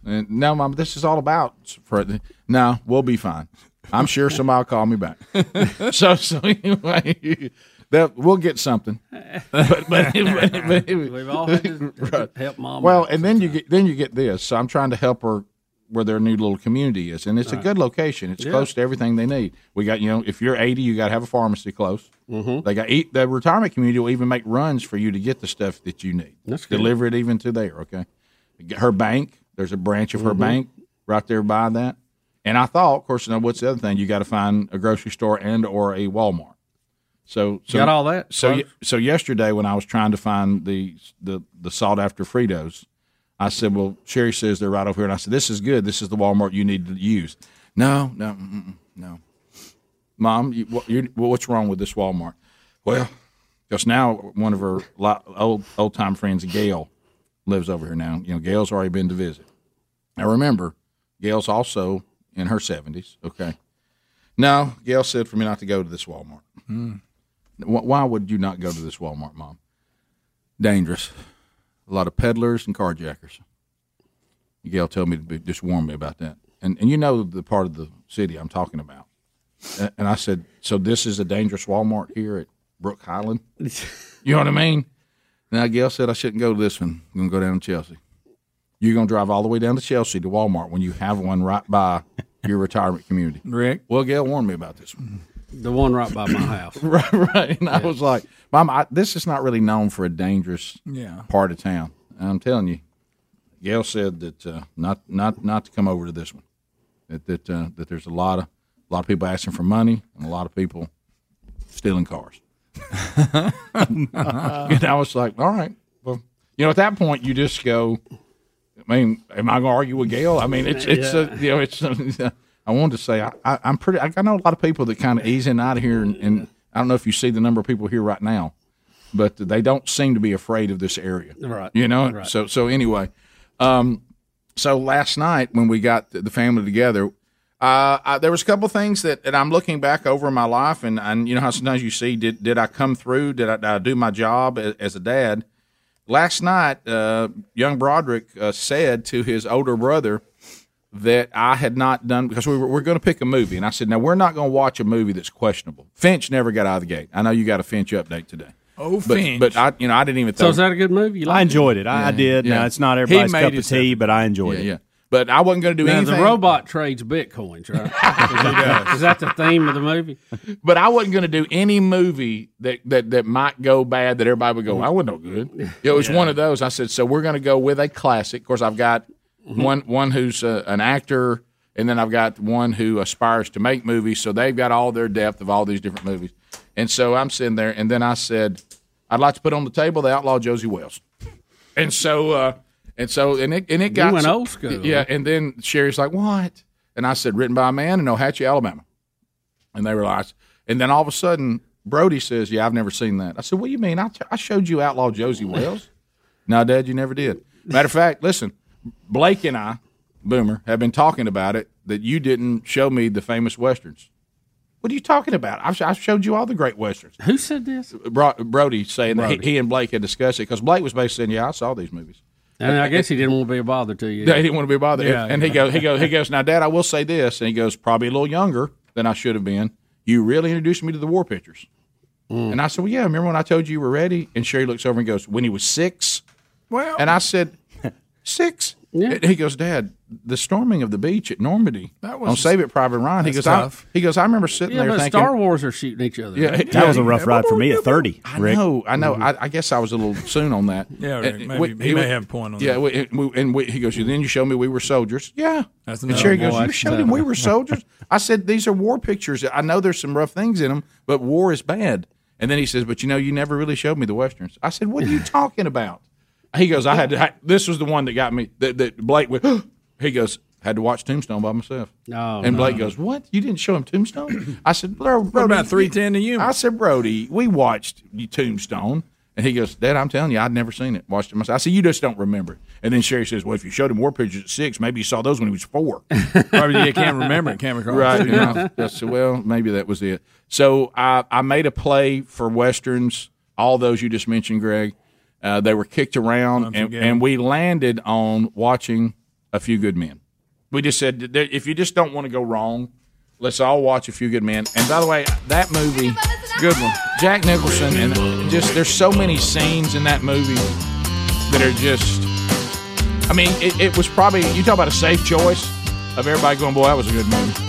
And no, Mom, this is all about. For, no, we'll be fine. I'm sure somebody'll call me back. so so anyway, that we'll get something. But but, but, but
We've all had to help mom.
well, and then you get then you get this. So I'm trying to help her where their new little community is, and it's a
Right.
good location. It's
Yeah.
close to everything they need. We got you know, if you're 80, you got to have a pharmacy close. Mm-hmm. They got eat, the retirement community will even make runs for you to get the stuff that you need.
That's good.
deliver it even to there. Okay, her bank. There's a branch of her
Mhm.
bank right there by that. And I thought, of course, now what's the other thing? You got to find a grocery store and or a Walmart. So, so
Got all that?
So,
Close.
ye- so yesterday when I was trying to find the the the sought after Fritos, I said, "Well, Sherry says they're right over here," and I said, "This is good. This is the Walmart you need to use." No, no, mm-mm, no. Mom, you, what, you, what's wrong with this Walmart? Well, because now one of her li- old old time friends, Gail, lives over here now. You know, Gail's already been to visit. Now remember, Gail's also in her seventies. Okay. No, Gail said for me not to go to this Walmart. Mm. Wh- Why would you not go to this Walmart, Mom? Dangerous. A lot of peddlers and carjackers. Gail told me to be, just warn me about that. And and you know the part of the city I'm talking about. A- And I said, so this is a dangerous Walmart here at Brook Highland. You know what I mean? Now Gail said I shouldn't go to this one. I'm gonna go down to Chelsea. You're gonna drive all the way down to Chelsea to Walmart when you have one right by your retirement community. Rick. Well, Gail warned me about this one.
The one right by my house.
right, right. And I was like, Mom, I, this is not really known for a dangerous
Yeah.
part of town. And I'm telling you, Gail said that uh, not not not to come over to this one. That that uh, that there's a lot of a lot of people asking for money and a lot of people stealing cars. and I was like, all right, well, you know, at that point, you just go. I mean, am I going to argue with Gail? I mean, it's it's uh
Yeah.
you know it's. uh, I wanted to say I, I I'm pretty. I know a lot of people that kind of ease in and out of here, and, and I don't know if you see the number of people here right now, but they don't seem to be afraid of this area.
Right.
You know,
Right.
so so anyway, um, so last night when we got the the family together, uh, I, there was a couple things that, that I'm looking back over in my life, and, and you know how sometimes you see did did I come through? Did I, did I do my job as, as a dad? Last night, uh, young Broderick uh, said to his older brother that I had not done because we were, we're going to pick a movie, and I said, "Now we're not going to watch a movie that's questionable." Finch never got out of the gate. I know you got a Finch update today.
Oh,
But- But, I, you know, I didn't even.
So is that a good movie? You
I
liked
enjoyed it. I- I did. Now, it's not everybody's cup of tea,
but I enjoyed
it. Yeah. But I wasn't going to do
now,
anything.
The robot trades bitcoins, right? is that the theme of the movie?
But I wasn't going to do any movie that, that that might go bad that everybody would go, I wasn't no good. It was one of those. I said, so we're going to go with a classic. Of course, I've got
Mm-hmm.
one one who's uh, an actor, and then I've got one who aspires to make movies. So they've got all their depth of all these different movies. And so I'm sitting there, and then I said, I'd like to put on the table the outlaw Josie Wells. And so, uh, and so, and it and it
You
got
went
some-
old school.
Yeah, and then Sherry's like, "What?" And I said, "Written by a man in Ohatchee, Alabama." And they realized. And then all of a sudden, Brody says, "Yeah, I've never seen that." I said, "What do you mean? I, I showed you Outlaw Josie Wells." no, Dad, you never did. Matter of fact, listen, Blake and I, Boomer, have been talking about it that you didn't show me the famous westerns. What are you talking about? I've, I've showed you all the great westerns.
Who said this?
Bro- Brody saying that
Brody.
he, he and Blake had discussed it because Blake was basically saying, "Yeah, I saw these movies."
And I guess he didn't want to be a bother to you.
Yeah, he didn't want to be bothered.
Yeah,
and he
yeah.
goes, he goes, he goes. Now, Dad, I will say this, and he goes, probably a little younger than I should have been. You really introduced me to the war pictures,
Mm.
and I said, well, yeah. Remember when I told you you were ready? And Sherry looks over and goes, when he was six. Well, and I said, six. And He goes, Dad, the storming of the beach at Normandy.
That
That
was-
was on Save It Private Ryan. He
That's
goes, I,
tough.
he goes, I remember sitting
Yeah,
there
but
thinking,
Star Wars are shooting each other.
Yeah,
That was a rough ride for me at 30. Rick. Mm-hmm.
I know, I know. I, I guess I was a little soon on that.
Yeah,
And
Rick, maybe- he may have a point on
yeah,
that.
we- and we, and we, he goes, then you showed me we were soldiers. Yeah,
That's
and
another
Sherry
one.
goes,
Boy,
you
that's
showed
another
him we
one.
were soldiers. I said these are war pictures. I know there's some rough things in them, but war is bad. And then he says, but you know, you never really showed me the westerns. I said, what are you talking about? He goes, I had to, I- this was the one that got me that, that Blake went. he goes,
Had to watch Tombstone by myself.
Oh,
No.
Oh,
and Blake goes, "What? You didn't show him Tombstone?" I said, "Bro,
What about
310 to you?" I said, "Brody, we watched you Tombstone." And he goes, "Dad, I'm telling you, I'd never seen it. Watched it myself." I said, "You just don't remember it." And then Sherry says, "Well, if you showed him more pictures at six, maybe you saw those when he was four.
Probably you can't remember it, can't recall it.
Right.
You know?
I said, well, maybe that was it. So I, I made a play for Westerns, all those you just mentioned, Greg. Uh, they were kicked around, and,
Unforgiven.
and we landed on watching A Few Good Men. We just said, that if you just don't want to go wrong, let's all watch A Few Good Men. And by the way, that movie, good one. Jack Nicholson, and just there's so many scenes in that movie that are just. I mean, it, it was probably you talk about a safe choice of everybody going, boy, that was a good movie.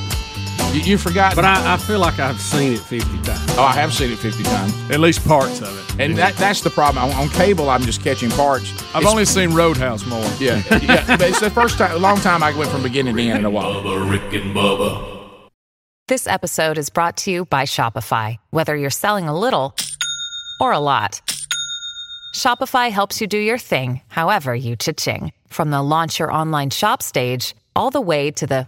You, you forgot,
But I, I feel like I've seen it 50 times.
Oh, I have seen it 50 times.
At least parts of it.
And that, that's the problem. On, on cable, I'm just catching parts.
I've
It's-
only seen Roadhouse more.
Yeah, yeah, but it's the first time, a long time I went from beginning to end in a while.
Bubba, Rick and Bubba.
This episode is brought to you by Shopify. Whether you're selling a little or a lot, Shopify helps you do your thing, however you cha-ching. From the launch your online shop stage, all the way to the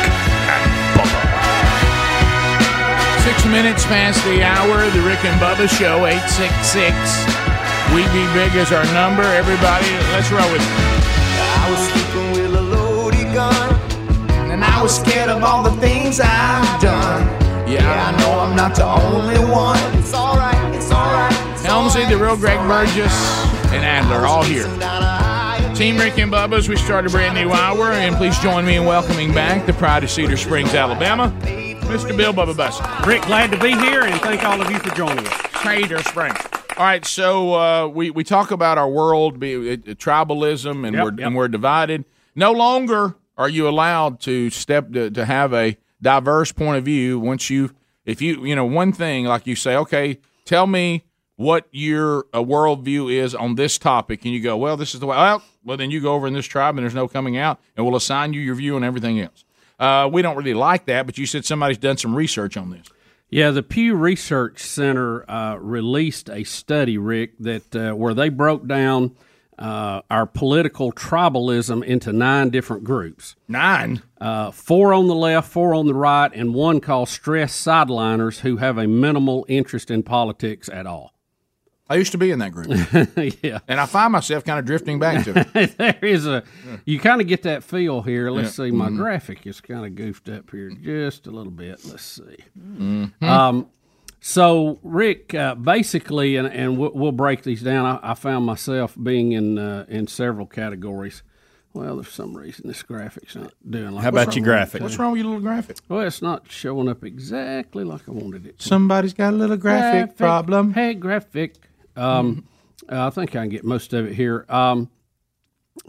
and Bubba.
Six minutes past the hour, the Rick and Bubba Show, 866. We Be Big is our number. Everybody, let's roll with it.
I was sleeping with a loaded gun, and I was scared of all the things I've done. Yeah, I know I'm not the only one. It's alright, it's alright.
Helmsy, the real Greg Burgess, and Adler, all here. Team Rick and Bubba, as we start a brand new hour, and please join me in welcoming back the pride of Cedar Springs, Alabama, Mr. Bill Bubba Bussett.
Rick, glad to be here, and thank all of you for joining us.
Cedar Springs. All right, so uh, we we talk about our world, be, it, it- tribalism, and
Yep,
we're
yep.
and we're divided. No longer are you allowed to step to, to have a diverse point of view. Once you, if you, you know, one thing like you say, okay, tell me what your uh, worldview is on this topic, and you go, well, this is the way. Well, well, then you go over in this tribe, and there's no coming out, and we'll assign you your view on everything else. Uh, we don't really like that, but you said somebody's done some research on this.
Yeah, the Pew Research Center uh, released a study, Rick, that uh, where they broke down uh, our political tribalism into nine different groups.
Nine,
uh, four on the left, four on the right, and one called stress sideliners who have a minimal interest in politics at all.
I used to be in that group.
yeah,
and I find myself kind of drifting back to it.
there is a you kind of get that feel here. Let's
Yeah.
see, my
Mhm.
graphic is kind of goofed up here just a little bit. Let's see.
Mhm.
Um, so Rick, uh, basically, and, and we'll, we'll break these down. I, I found myself being in uh, in several categories. Well, for some reason, this graphic's not doing like.
How about your graphic?
What's
wrong with your little graphic?
Well, it's not showing up exactly like I wanted it. to.
Somebody's got a little graphic,
Graphic.
problem.
Hey, graphic. Um, uh, I think I can get most of it here. Um,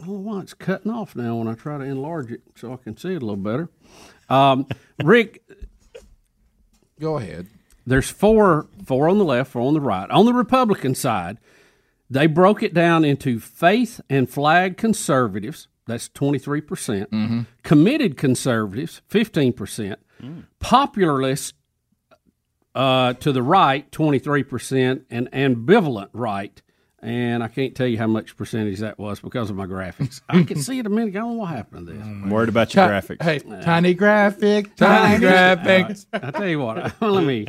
I don't know why it's cutting off now when I try to enlarge it so I can see it a little better. Um, Rick,
Go ahead.
there's four four on the left, four on the right. On the Republican side, they broke it down into faith and flag conservatives. That's twenty three percent.
Mm-hmm.
Committed conservatives, fifteen percent. Popularists uh, to the right, twenty three percent, and ambivalent right. And I can't tell you how much percentage that was because of my graphics. I can see it a minute ago. What happened to this?
I'm Mm-hmm. worried about your graphics.
Hey, tiny graphic,
Uh, Tiny
tiny
graphic.
graphic.
I tell you what, let me-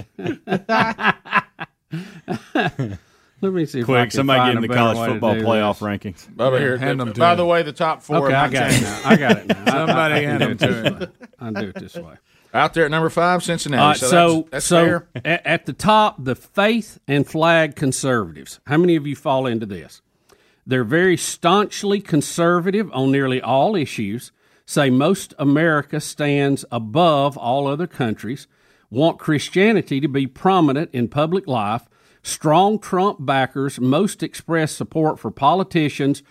Let me see. if I
Quick,
can
somebody
find
get in
a
the
better
college
way to
football
do
playoff
this.
rankings.
Bubba, here, by the way, the top four.
Okay,
have
I
been
got it
changed.
now. I got it. Now. I- I
Somebody
can
hand
do
them
this
to
way.
him.
I do it this way.
Out there at number five, Cincinnati.
Uh,
so,
so,
that's, that's
so
fair.
At, at the top, the faith and flag conservatives. How many of you fall into this? They're very staunchly conservative on nearly all issues. Say most America stands above all other countries. Want Christianity to be prominent in public life. Strong Trump backers most express support for politicians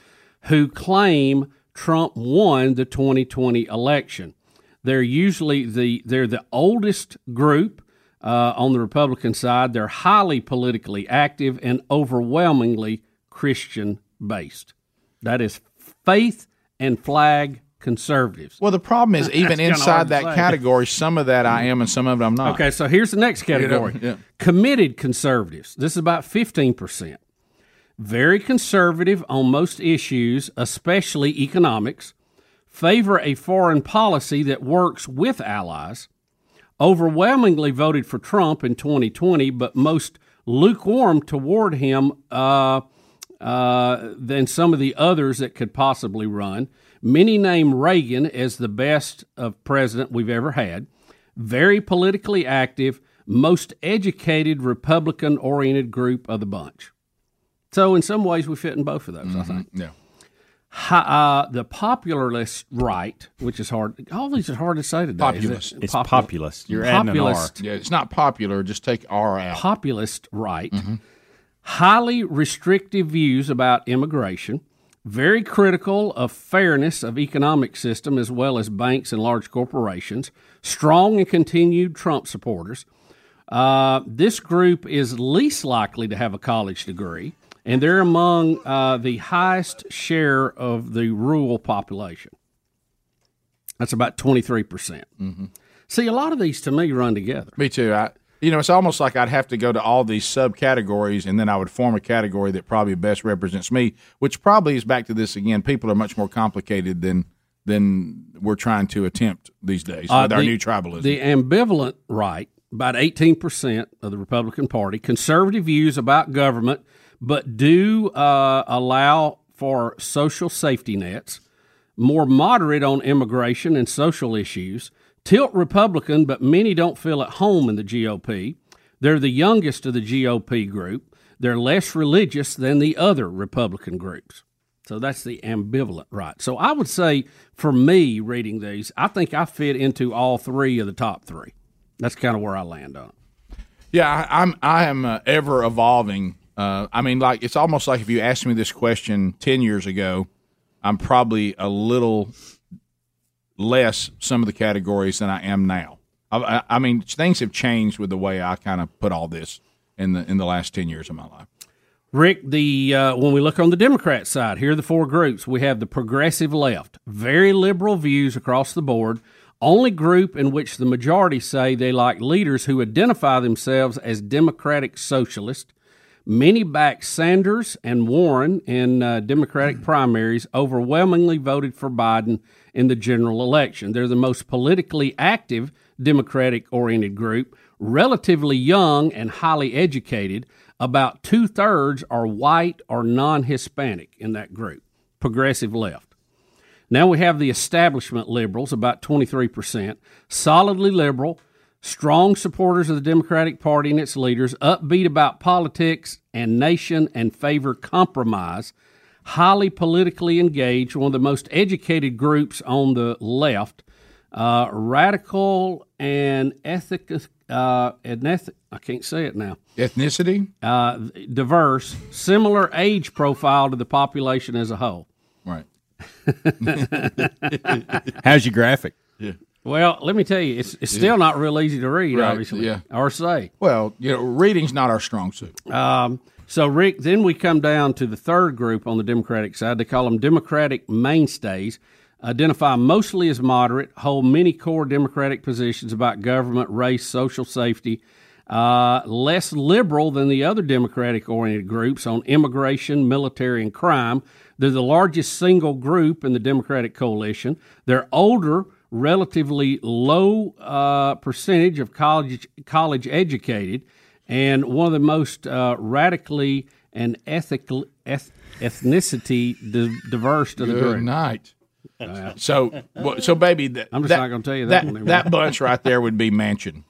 who claim Trump won the 2020 election. They're usually the they're the oldest group uh, on the Republican side. They're highly politically active and overwhelmingly Christian based. That is faith and flag conservatives.
Well, the problem is even inside that category,
some of that
I am and some of it I'm not.
Okay, so here's the next
You know,
category:
yeah.
committed conservatives. This is about fifteen percent. Very conservative on most issues, especially economics. Favor a foreign policy that works with allies. Overwhelmingly voted for Trump in 2020, but most lukewarm toward him uh, uh, than some of the others that could possibly run. Many name Reagan as the best of president we've ever had. Very politically active, most educated Republican oriented group of the bunch. So, in some ways, we fit in both of those, I think.
Mm-hmm. Yeah.
Hi, uh, the populist right, which is hard. All these are hard to say today.
Populist. It's populist.
You're populist.
Yeah, it's not popular. Just take R out. Mm-hmm.
Populist right. Highly restrictive views about immigration. Very critical of fairness of economic system as well as banks and large corporations. Strong and continued Trump supporters. Uh, this group is least likely to have a college degree, and they're among uh, the highest share of the rural population. That's about 23%.
Mhm.
See, a lot of these to me run together.
Me too. I, you know, it's almost like I'd have to go to all these subcategories, and then I would form a category that probably best represents me. Which probably is back to this again. People are much more complicated than than we're trying to attempt these days
Uh,
with our
the-
new tribalism.
The ambivalent right, about 18% of the Republican Party, conservative views about government, but do uh, allow for social safety nets, more moderate on immigration and social issues, tilt Republican, but many don't feel at home in the GOP. They're the youngest of the GOP group. They're less religious than the other Republican groups. So that's the ambivalent right. So I would say for me reading these, I think I fit into all three of the top three. That's kind of where I land on. it.
Yeah, I, I'm. I am uh, ever evolving. Uh, I mean, like it's almost like if you asked me this question ten years ago, I'm probably a little less some of the categories than I am now. I, I, I mean, things have changed with the way I kind of put all this in the in the last ten years of my life.
Rick, the uh, when we look on the Democrat side, here are the four groups. We have the progressive left, very liberal views across the board. Only group in which the majority say they like leaders who identify themselves as democratic socialist. Many back Sanders and Warren in uh, Democratic primaries, overwhelmingly voted for Biden in the general election. They're the most politically active Democratic oriented group, relatively young and highly educated. About two thirds are white or non Hispanic in that group, progressive left. Now we have the establishment liberals, about 23%, solidly liberal, strong supporters of the Democratic Party and its leaders, upbeat about politics and nation and favor compromise, highly politically engaged, one of the most educated groups on the left, uh, radical and ethic, uh, and eth- I can't say it now.
Ethnicity?
Uh, diverse, similar age profile to the population as a whole.
Right.
How's your graphic?
Yeah.
Well, let me tell you, it's, it's still
Yeah.
not real easy to read,
Right,
obviously,
yeah.
or say.
Well, you know, reading's not our strong suit.
Um, so, Rick, then we come down to the third group on the Democratic side. They call them Democratic mainstays, identify mostly as moderate, hold many core Democratic positions about government, race, social safety, uh, less liberal than the other Democratic oriented groups on immigration, military, and crime. They're the largest single group in the Democratic coalition. They're older, relatively low uh, percentage of college college educated and one of the most uh, radically and ethical eth- ethnicity di- diverse to the
Good
group.
night. So, wha- so baby, that,
I'm just
that-
not going to tell you that.
that
one anymore.
that bunch right there would be Mansion.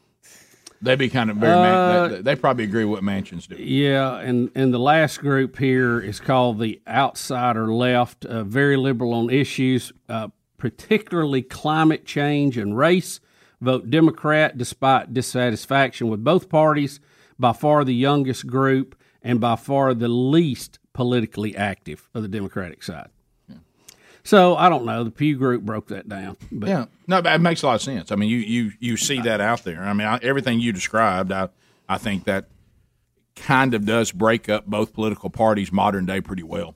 They'd be kind of very.
Uh,
man, they, they probably agree with what Mansions do.
Yeah, and and the last group here is called the outsider left, uh, very liberal on issues, uh, particularly climate change and race. Vote Democrat despite dissatisfaction with both parties. By far the youngest group, and by far the least politically active of the Democratic side. So I don't know. The Pew Group broke that down. But
Yeah.
No, but it makes a lot of sense. I mean, you you you see that out there. I mean, I, everything you described, I I think that kind of does break up both political parties modern day pretty well.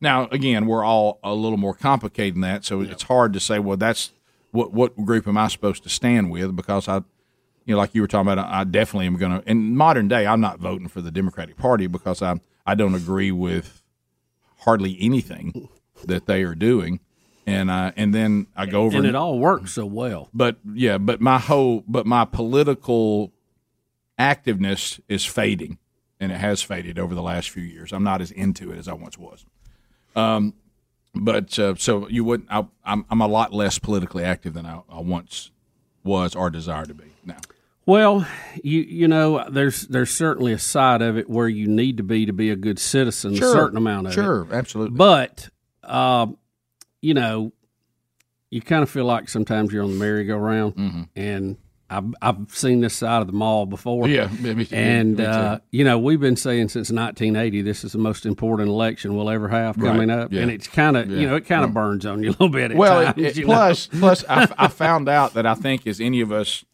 Now, again, we're all a little more complicated than that, so it's hard to say. Well, that's what what group am I supposed to stand with? Because I, you know, like you were talking about, I I definitely am going to. In modern day, I'm not voting for the Democratic Party because I I don't agree with hardly anything that they are doing, and I and then I go over
and it all works so well.
but yeah, but my whole but my political activeness is fading, and it has faded over the last few years. I'm not as into it as I once was. Um, but uh, so you would I, I'm I'm a lot less politically active than I, I once was or desire to be now.
Well, you you know, there's there's certainly a side of it where you need to be to be a good citizen,
Sure.
a certain amount of
Sure,
it.
absolutely.
But um, you know, you kind of feel like sometimes you're on the merry-go-round,
Mm-hmm.
and I've I've seen this side of the mall before.
Yeah, me- me-
and
me too.
uh, you know, we've been saying since 1980 this is the most important election we'll ever have
Right,
coming up,
yeah.
and it's kind of
Yeah.
you know it kind of burns on you a little bit. At
well,
times,
it- it-
you know?
plus plus I, I found out that I think as any of us,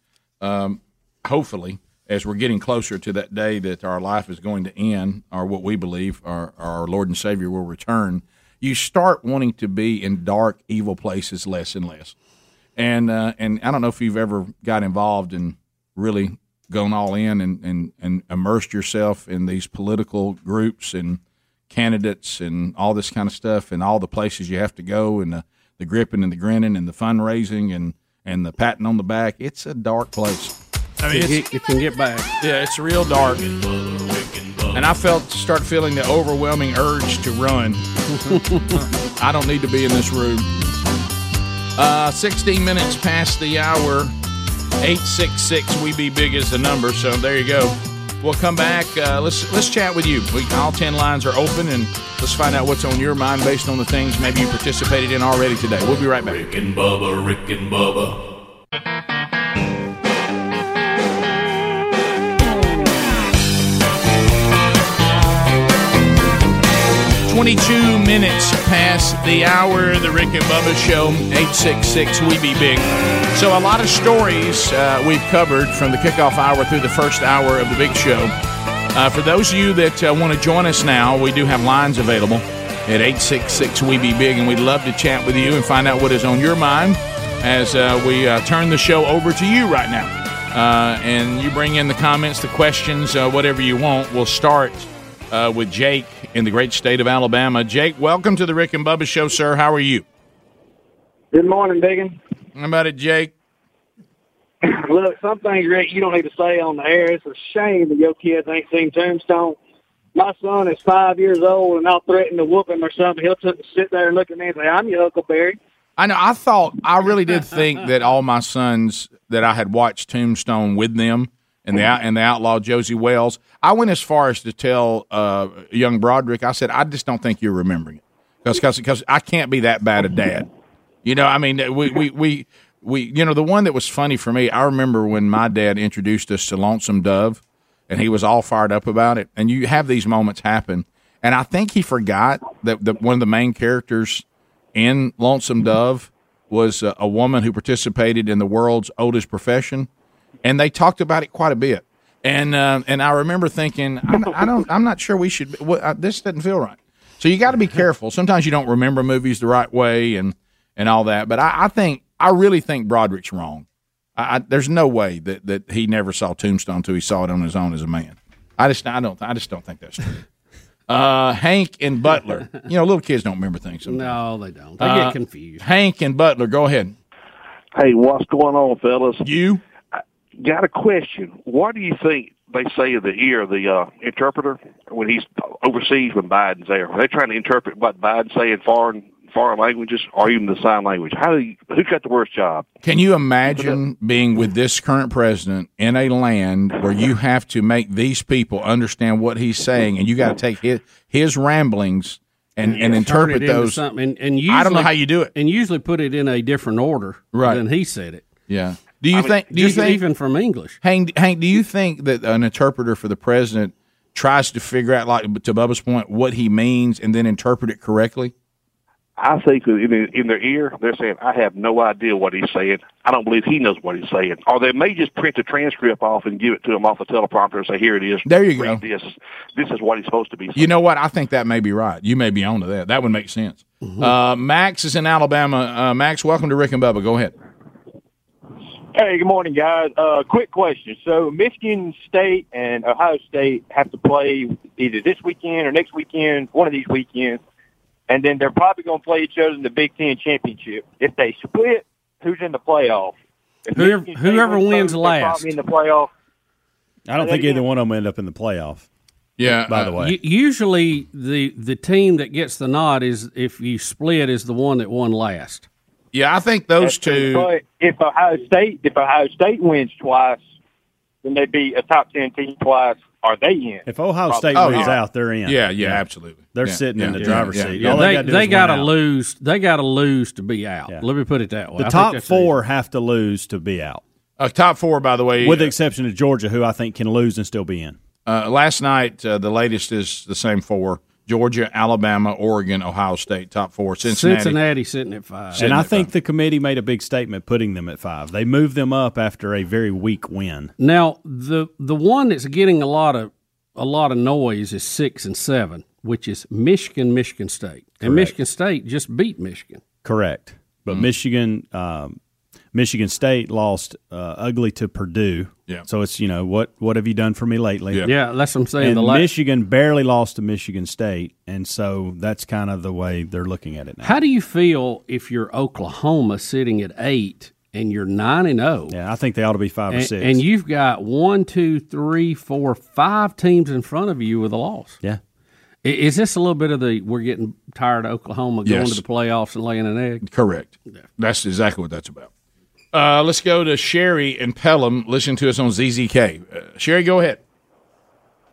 um, hopefully, as we're getting closer to that day that our life is going to end, or what we believe our our Lord and Savior will return, you start wanting to be in dark, evil places less and less. And uh, and I don't know if you've ever got involved and really gone all in and, and, and immersed yourself in these political groups and candidates and all this kind of stuff and all the places you have to go and the, the gripping and the grinning and the fundraising and, and the patting on the back. It's a dark place.
I mean, it's- it can get back.
Yeah, it's real dark. And I felt start feeling the overwhelming urge to run. I don't need to be in this room. Uh, 16 minutes past the hour. 866 We Be Big is the number. So there you go. We'll come back. Uh, let's let's chat with you. We, all 10 lines are open and let's find out what's on your mind based on the things maybe you participated in already today. We'll be right back.
Rick and Bubba, Rick and Bubba.
Twenty-two minutes past the hour. The Rick and Bubba Show. Eight six six. We be big. So a lot of stories uh, we've covered from the kickoff hour through the first hour of the Big Show. Uh, for those of you that uh, want to join us now, we do have lines available at eight six six. We be big, and we'd love to chat with you and find out what is on your mind as uh, we uh, turn the show over to you right now. Uh, and you bring in the comments, the questions, uh, whatever you want. We'll start uh, with Jake in the great state of Alabama. Jake, welcome to the Rick and Bubba Show, sir. How are you?
Good morning, Biggin.
How about it, Jake?
Look, some things, Rick, you don't need to say on the air. It's a shame that your kids ain't seen Tombstone. My son is five years old, and I'll threaten to whoop him or something. He'll t- sit there and look at me and say, I'm your Huckleberry.
I know. I thought I really did think that all my sons that I had watched Tombstone with them and the out- and the outlaw Josie Wells. I went as far as to tell uh, young Broderick. I said, I just don't think you're remembering it because because I can't be that bad a dad. You know, I mean, we we we. We, you know, the one that was funny for me, I remember when my dad introduced us to Lonesome Dove, and he was all fired up about it. And you have these moments happen, and I think he forgot that the, one of the main characters in Lonesome Dove was a, a woman who participated in the world's oldest profession, and they talked about it quite a bit. And uh, and I remember thinking, I, I don't, I'm not sure we should. Be, well, uh, this doesn't feel right. So you got to be careful. Sometimes you don't remember movies the right way and and all that. But I, I think I really think Broderick's wrong. I, I, there's no way that, that he never saw Tombstone till he saw it on his own as a man. I just I don't I just don't think that's true. Uh, Hank and Butler. You know, little kids don't remember things. Sometimes.
No, they don't. They
Uh,
get confused.
Hank and Butler, go ahead.
Hey, what's going on, fellas?
You
got a question? What do you think they say in the ear of the uh, interpreter when he's overseas when Biden's there? Are they trying to interpret what Biden's saying in foreign foreign languages or even the sign language? How do you, who got the worst job?
Can you imagine being with this current president in a land where you have to make these people understand what he's saying, and you got to take his, his ramblings and, and interpret
it into
those?
something, and, and
I don't know
usually-
how you do it.
and usually put it in a different order
Right.
than he said it.
Yeah. Do you
I mean,
think? Do you
just
think
even from English?
Hank, Hank, do you think that an interpreter for the president tries to figure out, like to Bubba's point, what he means and then interpret it correctly?
I think that in, in their ear, they're saying, I have no idea what he's saying. I don't believe he knows what he's saying. Or they may just print the transcript off and give it to him off the teleprompter and say, here it is.
There you
Read
go.
This. this is what he's supposed to be
You know what? I think that may be right. You may be onto that. That would make sense.
Mm-hmm.
Uh, Max is in Alabama. Uh, Max, welcome to Rick and Bubba. Go ahead.
Hey, good morning, guys. Uh, quick question. So, Michigan State and Ohio State have to play either this weekend or next weekend, one of these weekends, and then they're probably going to play each other in the Big Ten championship. If they split, who's in the playoff? If
Whoever-
Michigan State
whoever wins
they're
last.
probably in the playoff.
I don't think either one of them end up in the playoff.
Yeah. uh,
By the way,
U- usually the the team that gets the nod is if you split is the one that won last.
Yeah, I think
That's true. But if Ohio State, if Ohio State wins twice, then they'd be a top ten team twice. Are they in?
if Ohio
Probably.
State
Oh,
wins
yeah.
out, they're in.
Yeah, yeah, absolutely.
They're
Yeah,
sitting in the
yeah, yeah,
driver's
yeah,
seat.
yeah.
All they,
they
gotta do is
gotta
win out.
lose. They got to lose to be out. Let me put it that way.
The
I think
top
that's-
four have to lose to be out.
Uh, top four, by the way,
with the exception of Georgia, who I think can lose and still be in.
Uh, last night, uh, the latest is the same four Georgia, Alabama, Oregon, Ohio State, top four. Cincinnati.
Cincinnati sitting at
Uh,
five.
and I think the committee made a big statement putting them at five. They moved them up after a very weak win.
Now the the one that's getting a lot of a lot of noise is six and seven, which is Michigan, Michigan State, and
Correct.
Michigan State just beat Michigan.
Correct.
Mm-hmm.
But Michigan, um, Michigan State lost uh, ugly to Purdue.
Yeah.
So it's you know what what have you done for me lately?
Yeah. Yeah, that's what I'm saying.
And
The la-
Michigan barely lost to Michigan State, and so that's kind of the way they're looking at it now.
How do you feel if you're Oklahoma sitting at eight and you're nine and zero?
Yeah, I think they ought to be five or
and,
six.
and you've got one, two, three, four, five teams in front of you with a loss.
Yeah.
I- Is this a little bit of the we're getting tired of Oklahoma going
Yes.
to the playoffs and laying an egg?
Correct. That's exactly what that's about. Uh, let's go to Sherry and Pelham. Listen to us on ZZK. Uh, Sherry, go ahead.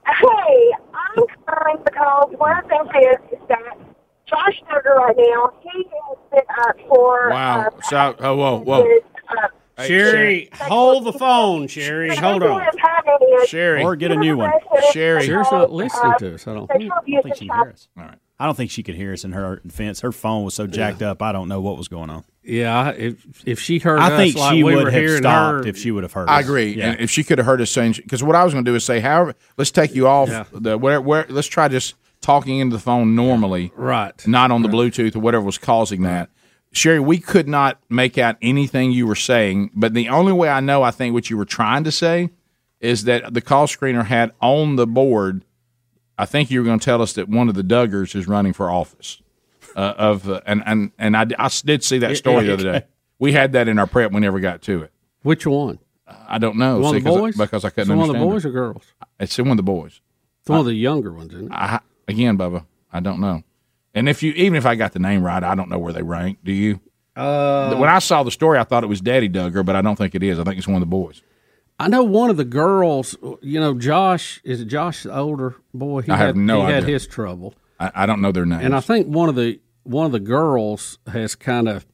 Hey, I'm calling because one of the things is that Josh Duggar right now, he is set up for
Wow.
uh,
So, oh, whoa, whoa.
his, uh,
Sherry, hold the phone, Sherry. Hold on.
Sherry.
Or get a new one.
Sherry.
Sherry's not listening to us, I don't think.
sexual abuse
think she
and
can
child
hear us. I don't think she could hear us in her defense. Her phone was so jacked up, I don't know what was going on.
Yeah, I- if if she heard,
I
us
think
like
she
we
would
were
have
hearing
stopped
her-
if she would have heard.
I
us.
agree.
Yeah.
And if she could have heard us saying, because what I was going to do is say, however, let's take you off
Yeah.
the where, where. Let's try just talking into the phone normally,
right?
Not on the Bluetooth or whatever was causing that. Sherry, we could not make out anything you were saying, but the only way I know, I think, what you were trying to say is that the call screener had on the board. I think you were going to tell us that one of the Duggars is running for office. Uh, of uh, and and and I, I did see that story the other day. We had that in our prep. We never got to it.
Which one?
I don't know.
The one
Oh, See,
of the
'cause I-
boys?
because I couldn't
It's one of
understand.
the boys or girls?
it. It's one of the boys.
It's one of the younger ones, isn't it?
I, again, Bubba, I don't know. And if you, even if I got the name right, I don't know where they rank. Do you?
Uh,
when I saw the story, I thought it was Daddy Duggar, but I don't think it is. I think it's one of the boys.
I know one of the girls, you know, Josh is Josh the older boy. He
I
had,
have no
he had
idea.
his trouble,
I, I don't know their names.
and I think one of the one of the girls has kind of,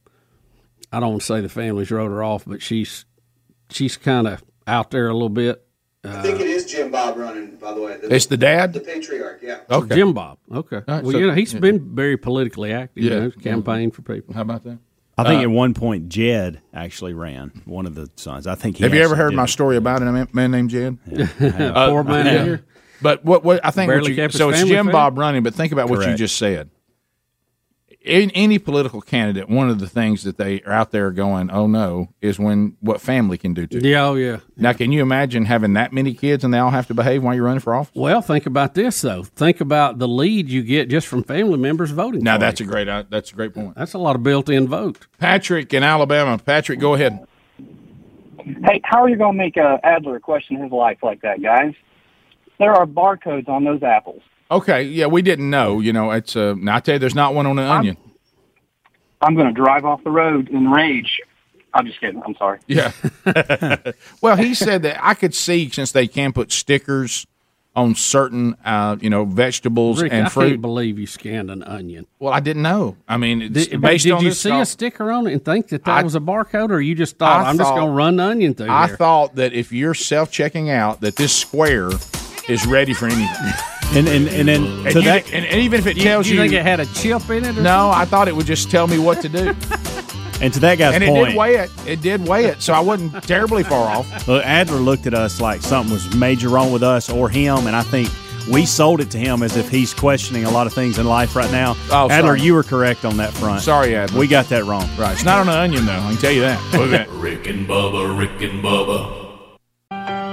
I don't want to say the family's wrote her off, but she's she's kind of out there a little bit.
I think it is Jim Bob running, by the way.
It's the dad?
The patriarch, yeah.
Jim Bob. Okay.
All right,
well,
so-
you know, he's been very politically active.
Yeah.
You know, campaigned for people.
How about that?
I think
Uh,
at one point Jed actually ran one of the sons. I think. He
Have you ever
actually
heard
did
my
it.
story about a man, man named Jed?
Yeah. Poor man here.
But what what Uh, I think what
Barely
you,
kept his
so it's
family
Jim
fair.
Bob running, but think about what you
Correct.
just said. In any political candidate, one of the things that they are out there going, "Oh no," is when what family can do to you.
Yeah, oh yeah.
Now, can you imagine having that many kids and they all have to behave while you're running for office?
Well, think about this though. Think about the lead you get just from family members voting.
Now
for
that's
you.
a great uh, that's a great point.
That's a lot of built-in vote.
Patrick in Alabama. Patrick, go ahead.
Hey, how are you going to make uh, Adler question his life like that, guys? There are barcodes on those apples.
Okay, yeah, we didn't know. You know, it's uh, now I tell you, there's not one on an onion.
I'm going to drive off the road in rage. I'm just kidding. I'm sorry.
Yeah. well, he said that I could see since they can put stickers on certain, uh, you know, vegetables
Rick,
and
I can't
fruit.
believe you scanned an onion.
Well, I didn't know. I mean, it's
Did, but
based
did
on
you
this
see
doc-
a sticker on it and think that that
I-
was a barcode, or you just thought,
I
I'm just
thought-
going to run the onion through
I
here?
thought that if you're self checking out, that this square is ready for anything.
And and and then
And
to
you-
that,
and, and even if it
You-
tells
you
you,
think it
had a chip in it?
no, I thought it would just tell me what to do.
and to that guy's
and it
point,
did weigh it. It did weigh it, so I wasn't terribly far off.
Look, Adler looked at us like something was major wrong with us or him, and I think we sold it to him as if he's questioning a lot of things in life right now.
Oh, sorry.
Adler, you were correct on that front.
Sorry, Adler.
We got that wrong.
Right. It's not on an onion, though. I can tell you that. Look at that.
Rick and Bubba, Rick and Bubba.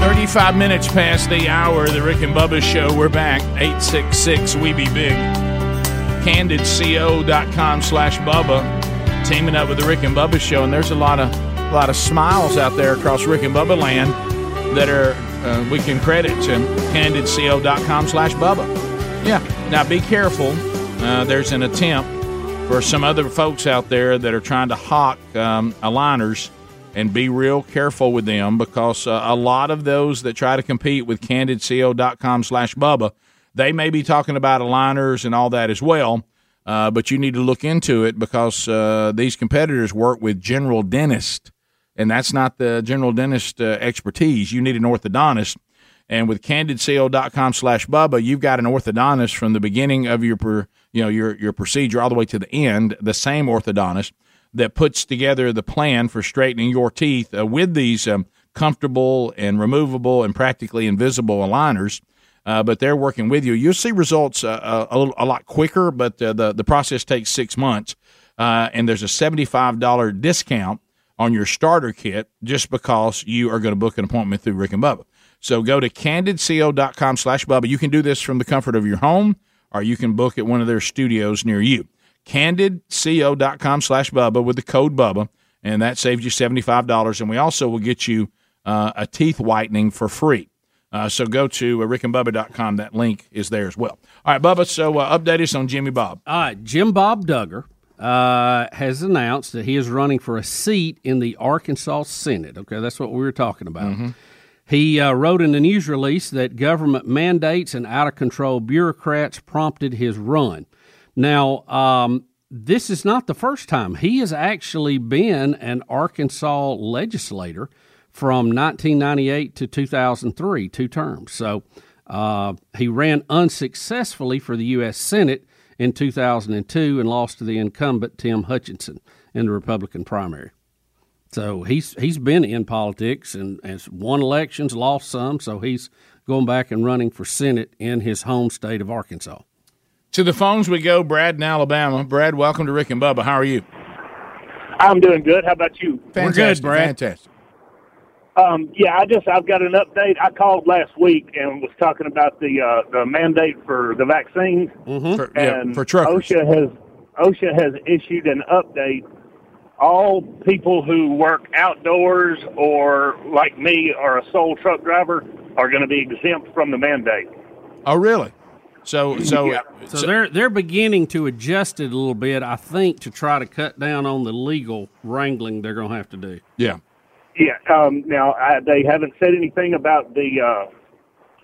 Thirty-five minutes past the hour. The Rick and Bubba Show. We're back. Eight six six. We be big. CandidCo.com slash Bubba. Teaming up with the Rick and Bubba Show, and there's a lot of a lot of smiles out there across Rick and Bubba land that are uh, we can credit to CandidCo.com slash Bubba. Yeah. Now be careful. Uh, there's an attempt for some other folks out there that are trying to hawk um, aligners and be real careful with them because uh, a lot of those that try to compete with candidco.com slash bubba they may be talking about aligners and all that as well uh, but you need to look into it because uh, these competitors work with general dentist and that's not the general dentist uh, expertise you need an orthodontist and with candidco.com slash Bubba, you've got an orthodontist from the beginning of your, per, you know, your, your procedure all the way to the end, the same orthodontist that puts together the plan for straightening your teeth uh, with these um, comfortable and removable and practically invisible aligners. Uh, but they're working with you. You'll see results uh, a, a, little- a lot quicker, but uh, the, the process takes six months. Uh, and there's a $75 discount on your starter kit just because you are going to book an appointment through Rick and Bubba. So go to candidco.com slash Bubba. You can do this from the comfort of your home or you can book at one of their studios near you. Candidco.com slash Bubba with the code Bubba, and that saves you $75. And we also will get you uh, a teeth whitening for free. Uh, so go to uh, rickandbubba.com. That link is there as well. All right, Bubba, so uh, update us on Jimmy Bob.
All right, Jim Bob Duggar uh, has announced that he is running for a seat in the Arkansas Senate. Okay, that's what we were talking about. He uh, wrote in a news release that government mandates and out of control bureaucrats prompted his run. Now, um, this is not the first time. He has actually been an Arkansas legislator from 1998 to 2003, two terms. So uh, he ran unsuccessfully for the U.S. Senate in 2002 and lost to the incumbent Tim Hutchinson in the Republican primary. So he's he's been in politics and has won elections, lost some. So he's going back and running for Senate in his home state of Arkansas.
To the phones we go, Brad in Alabama. Brad, welcome to Rick and Bubba. How are you?
I'm doing good. How about you?
Fantastic, Fantastic.
Um, yeah, I just I've got an update. I called last week and was talking about the uh, the mandate for the vaccines.
For, yeah,
and
for truckers.
OSHA has OSHA has issued an update. All people who work outdoors or like me are a sole truck driver are going to be exempt from the mandate.
Oh, really? So so
Yeah.
so, they're they're beginning to adjust it a little bit, I think, to try to cut down on the legal wrangling they're going to have to do.
Yeah.
Yeah. Um, now I, they haven't said anything about the uh,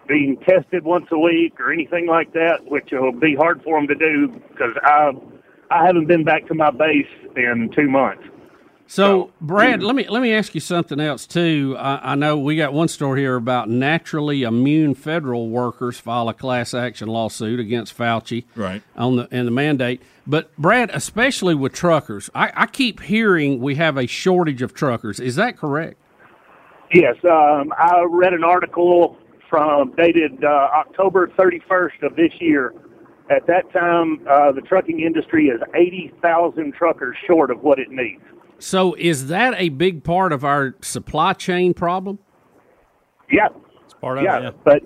being tested once a week or anything like that, which will be hard for them to do because I I haven't been back to my base in two months.
So, Brad, let me let me ask you something else too. I, I know we got one story here about naturally immune federal workers file a class action lawsuit against Fauci,
right?
On the and the mandate, but Brad, especially with truckers, I, I keep hearing we have a shortage of truckers. Is that correct?
Yes, um, I read an article from dated uh, October 31st of this year. At that time, uh, the trucking industry is 80,000 truckers short of what it needs.
So, is that a big part of our supply chain problem?
Yeah,
It's
part yeah, but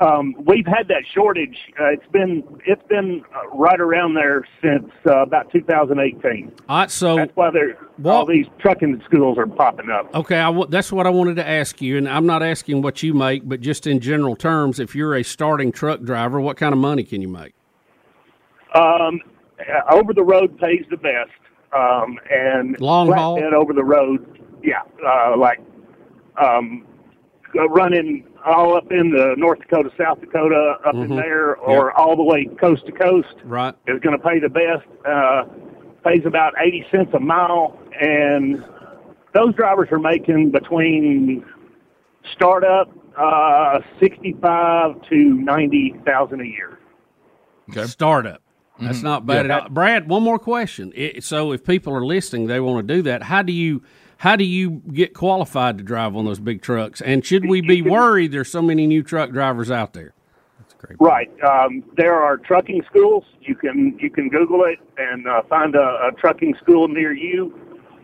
um, we've had that shortage. Uh, it's been it's been uh, right around there since uh, about 2018.
All right, so
That's why there all these trucking schools are popping up.
Okay, I w- that's what I wanted to ask you, and I'm not asking what you make, but just in general terms, if you're a starting truck driver, what kind of money can you make?
Um, uh, over the road pays the best, um, and
Long haul?
flatbed over the road, yeah, uh, like um, uh, running all up in the North Dakota, South Dakota, up in
Mhm.
there, or
Yep.
all the way coast to coast
Right.
is going to pay the best. Uh, pays about eighty cents a mile, and those drivers are making between startup uh, sixty-five to ninety thousand a year.
Startup. That's not bad
Mm-hmm. Yeah.
at all. Brad, one more question. It, so, if people are listening, they want to do that. How do you how do you get qualified to drive on those big trucks? And should we be worried? There's so many new truck drivers out there.
Right. Um, there are trucking schools. You can you can Google it and uh, find a, a trucking school near you.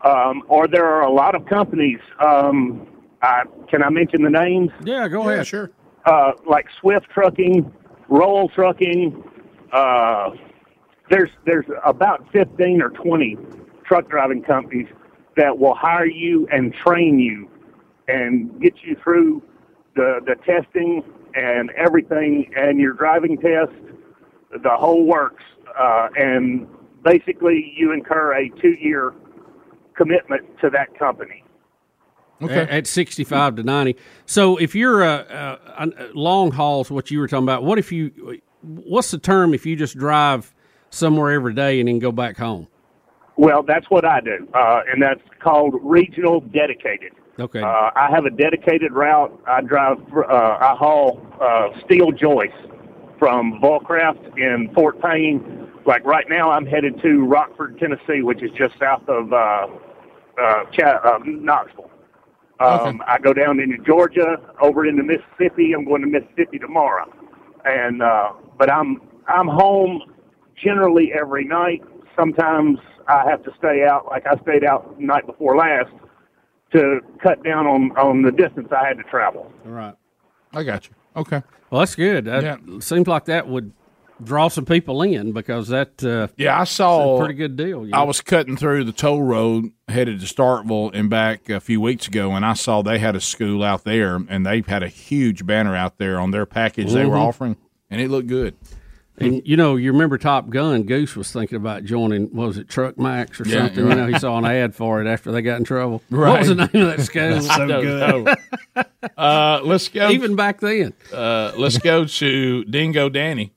Um, or there are a lot of companies. Um, I, can I mention the names?
Yeah, go ahead.
Sure. Uh, like Swift Trucking, Roll Trucking. Uh, there's there's about fifteen or twenty truck driving companies that will hire you and train you and get you through the the testing and everything and your driving test, the whole works. Uh, and basically, you incur a two year commitment to that company.
Okay. At, 65 to 90. So if you're uh, a, a, a long hauls, what you were talking about, what if you, what's the term if you just drive somewhere every day and then go back home?
Well, that's what I do, uh, and that's called regional dedicated.
Okay.
Uh, I have a dedicated route. I drive, uh, I haul uh, steel joists from Volcraft in Fort Payne. Like right now, I'm headed to Rockford, Tennessee, which is just south of uh, uh, Ch- uh, Knoxville. Um, I go down into Georgia, over into Mississippi. I'm going to Mississippi tomorrow, and uh, but I'm I'm home generally every night. Sometimes I have to stay out, like I stayed out night before last to cut down on, on the distance I had to travel.
All right.
I got you. Okay.
Well, that's good. That seems like that would draw some people in because that, uh,
Yeah, I
it's
saw-
a pretty good deal. you
I
know.
was cutting through the toll road headed to Starkville and back a few weeks ago, and I saw they had a school out there, and they had a huge banner out there on their package they were
Mhm.
offering, and it looked good.
And you know, you remember Top Gun? Goose was thinking about joining. What was it Truck Max or
Yeah,
something?
right.
You know, he saw an ad for it after they got in trouble. What
Right.
was the name of that school?
That's so
I don't
good.
know.
Uh, let's go.
Even back then.
Uh, let's go to Dingo Danny.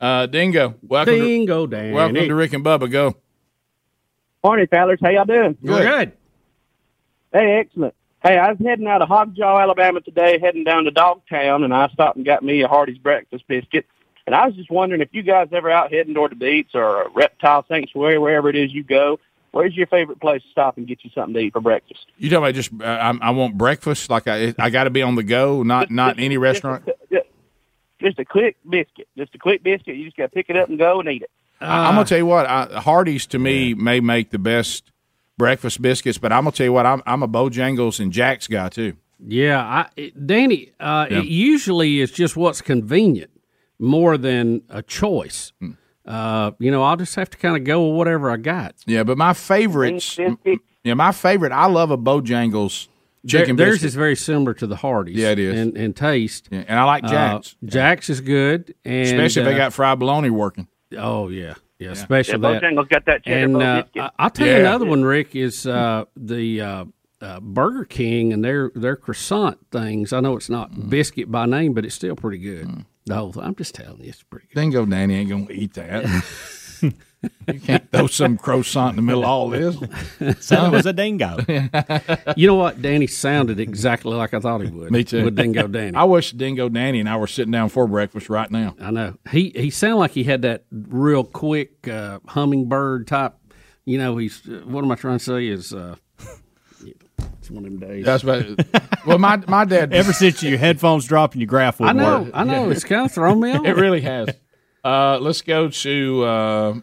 Uh, Dingo, welcome.
Dingo
to,
Danny.
Welcome to Rick and Bubba. Go.
Morning, fellas. How y'all doing?
We're good.
Hey, excellent. Hey, I was heading out of Hogjaw, Alabama today, heading down to Dogtown, and I stopped and got me a Hardy's breakfast biscuit. And I was just wondering if you guys ever out heading toward the beach or a reptile sanctuary, wherever it is you go, where's your favorite place to stop and get you something to eat for breakfast?
You talking about just? Uh, I, I want breakfast. Like I, I got to be on the go. Not not any restaurant.
Just a quick biscuit. Just a quick biscuit. You just got to pick it up and go and eat it.
I, I'm gonna tell you what. I, Hardee's to me may make the best breakfast biscuits, but I'm gonna tell you what. I'm I'm a Bojangles and Jack's guy too.
Yeah, I, it- Danny. Uh,
Yeah.
It usually is just what's convenient more than a choice.
Hmm.
Uh, you know, I'll just have to kind of go with whatever I got.
Yeah, but my favorites. Yeah, my favorite. I love a Bojangles chicken.
Their- theirs
biscuit.
is very similar to the Hardee's. Yeah, it is. And, and taste. Uh,
and I like Jack's.
Jack's is good, and
especially if they
uh,
got fried bologna working.
Oh yeah, yeah, especially
yeah,
that.
Bojangles got that cheddar
And
bone
uh,
biscuit.
I- I'll tell
Yeah.
you another one, Rick, is uh, the uh, uh, Burger King and their their croissant things. I know it's not
Mm.
biscuit by name, but it's still pretty good. The whole thing. I'm just telling you, it's pretty good.
Dingo Danny ain't gonna eat that. you can't throw some croissant in the middle of all this.
Son was a
dingo.
you know what? Danny sounded exactly like I thought he would.
Me too.
With Dingo Danny.
I wish Dingo Danny and I were sitting down for breakfast right now.
I know. He he sounded like he had that real quick uh, hummingbird type. You know, he's uh, what am I trying to say? Is uh, it's one of them days.
That's about. Well, my my dad.
Ever since your headphones dropped and your graph
I
would
know,
work.
I know. It's kind of thrown me off.
It really has. Uh, let's go to uh,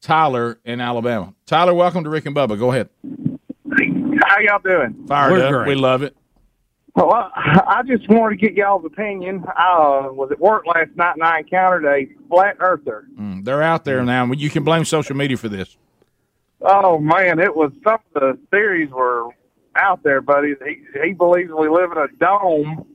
Tyler in Alabama. Tyler, welcome to Rick and Bubba. Go ahead.
How y'all doing?
Fired
We're
up.
great.
We love it.
Well, I, I just wanted to get y'all's opinion. I uh, was at work last night and I encountered a flat earther.
Mm, they're out there now. You can blame social media for this.
Oh man, it was some of the theories were out there, buddy. He, he believes we live in a dome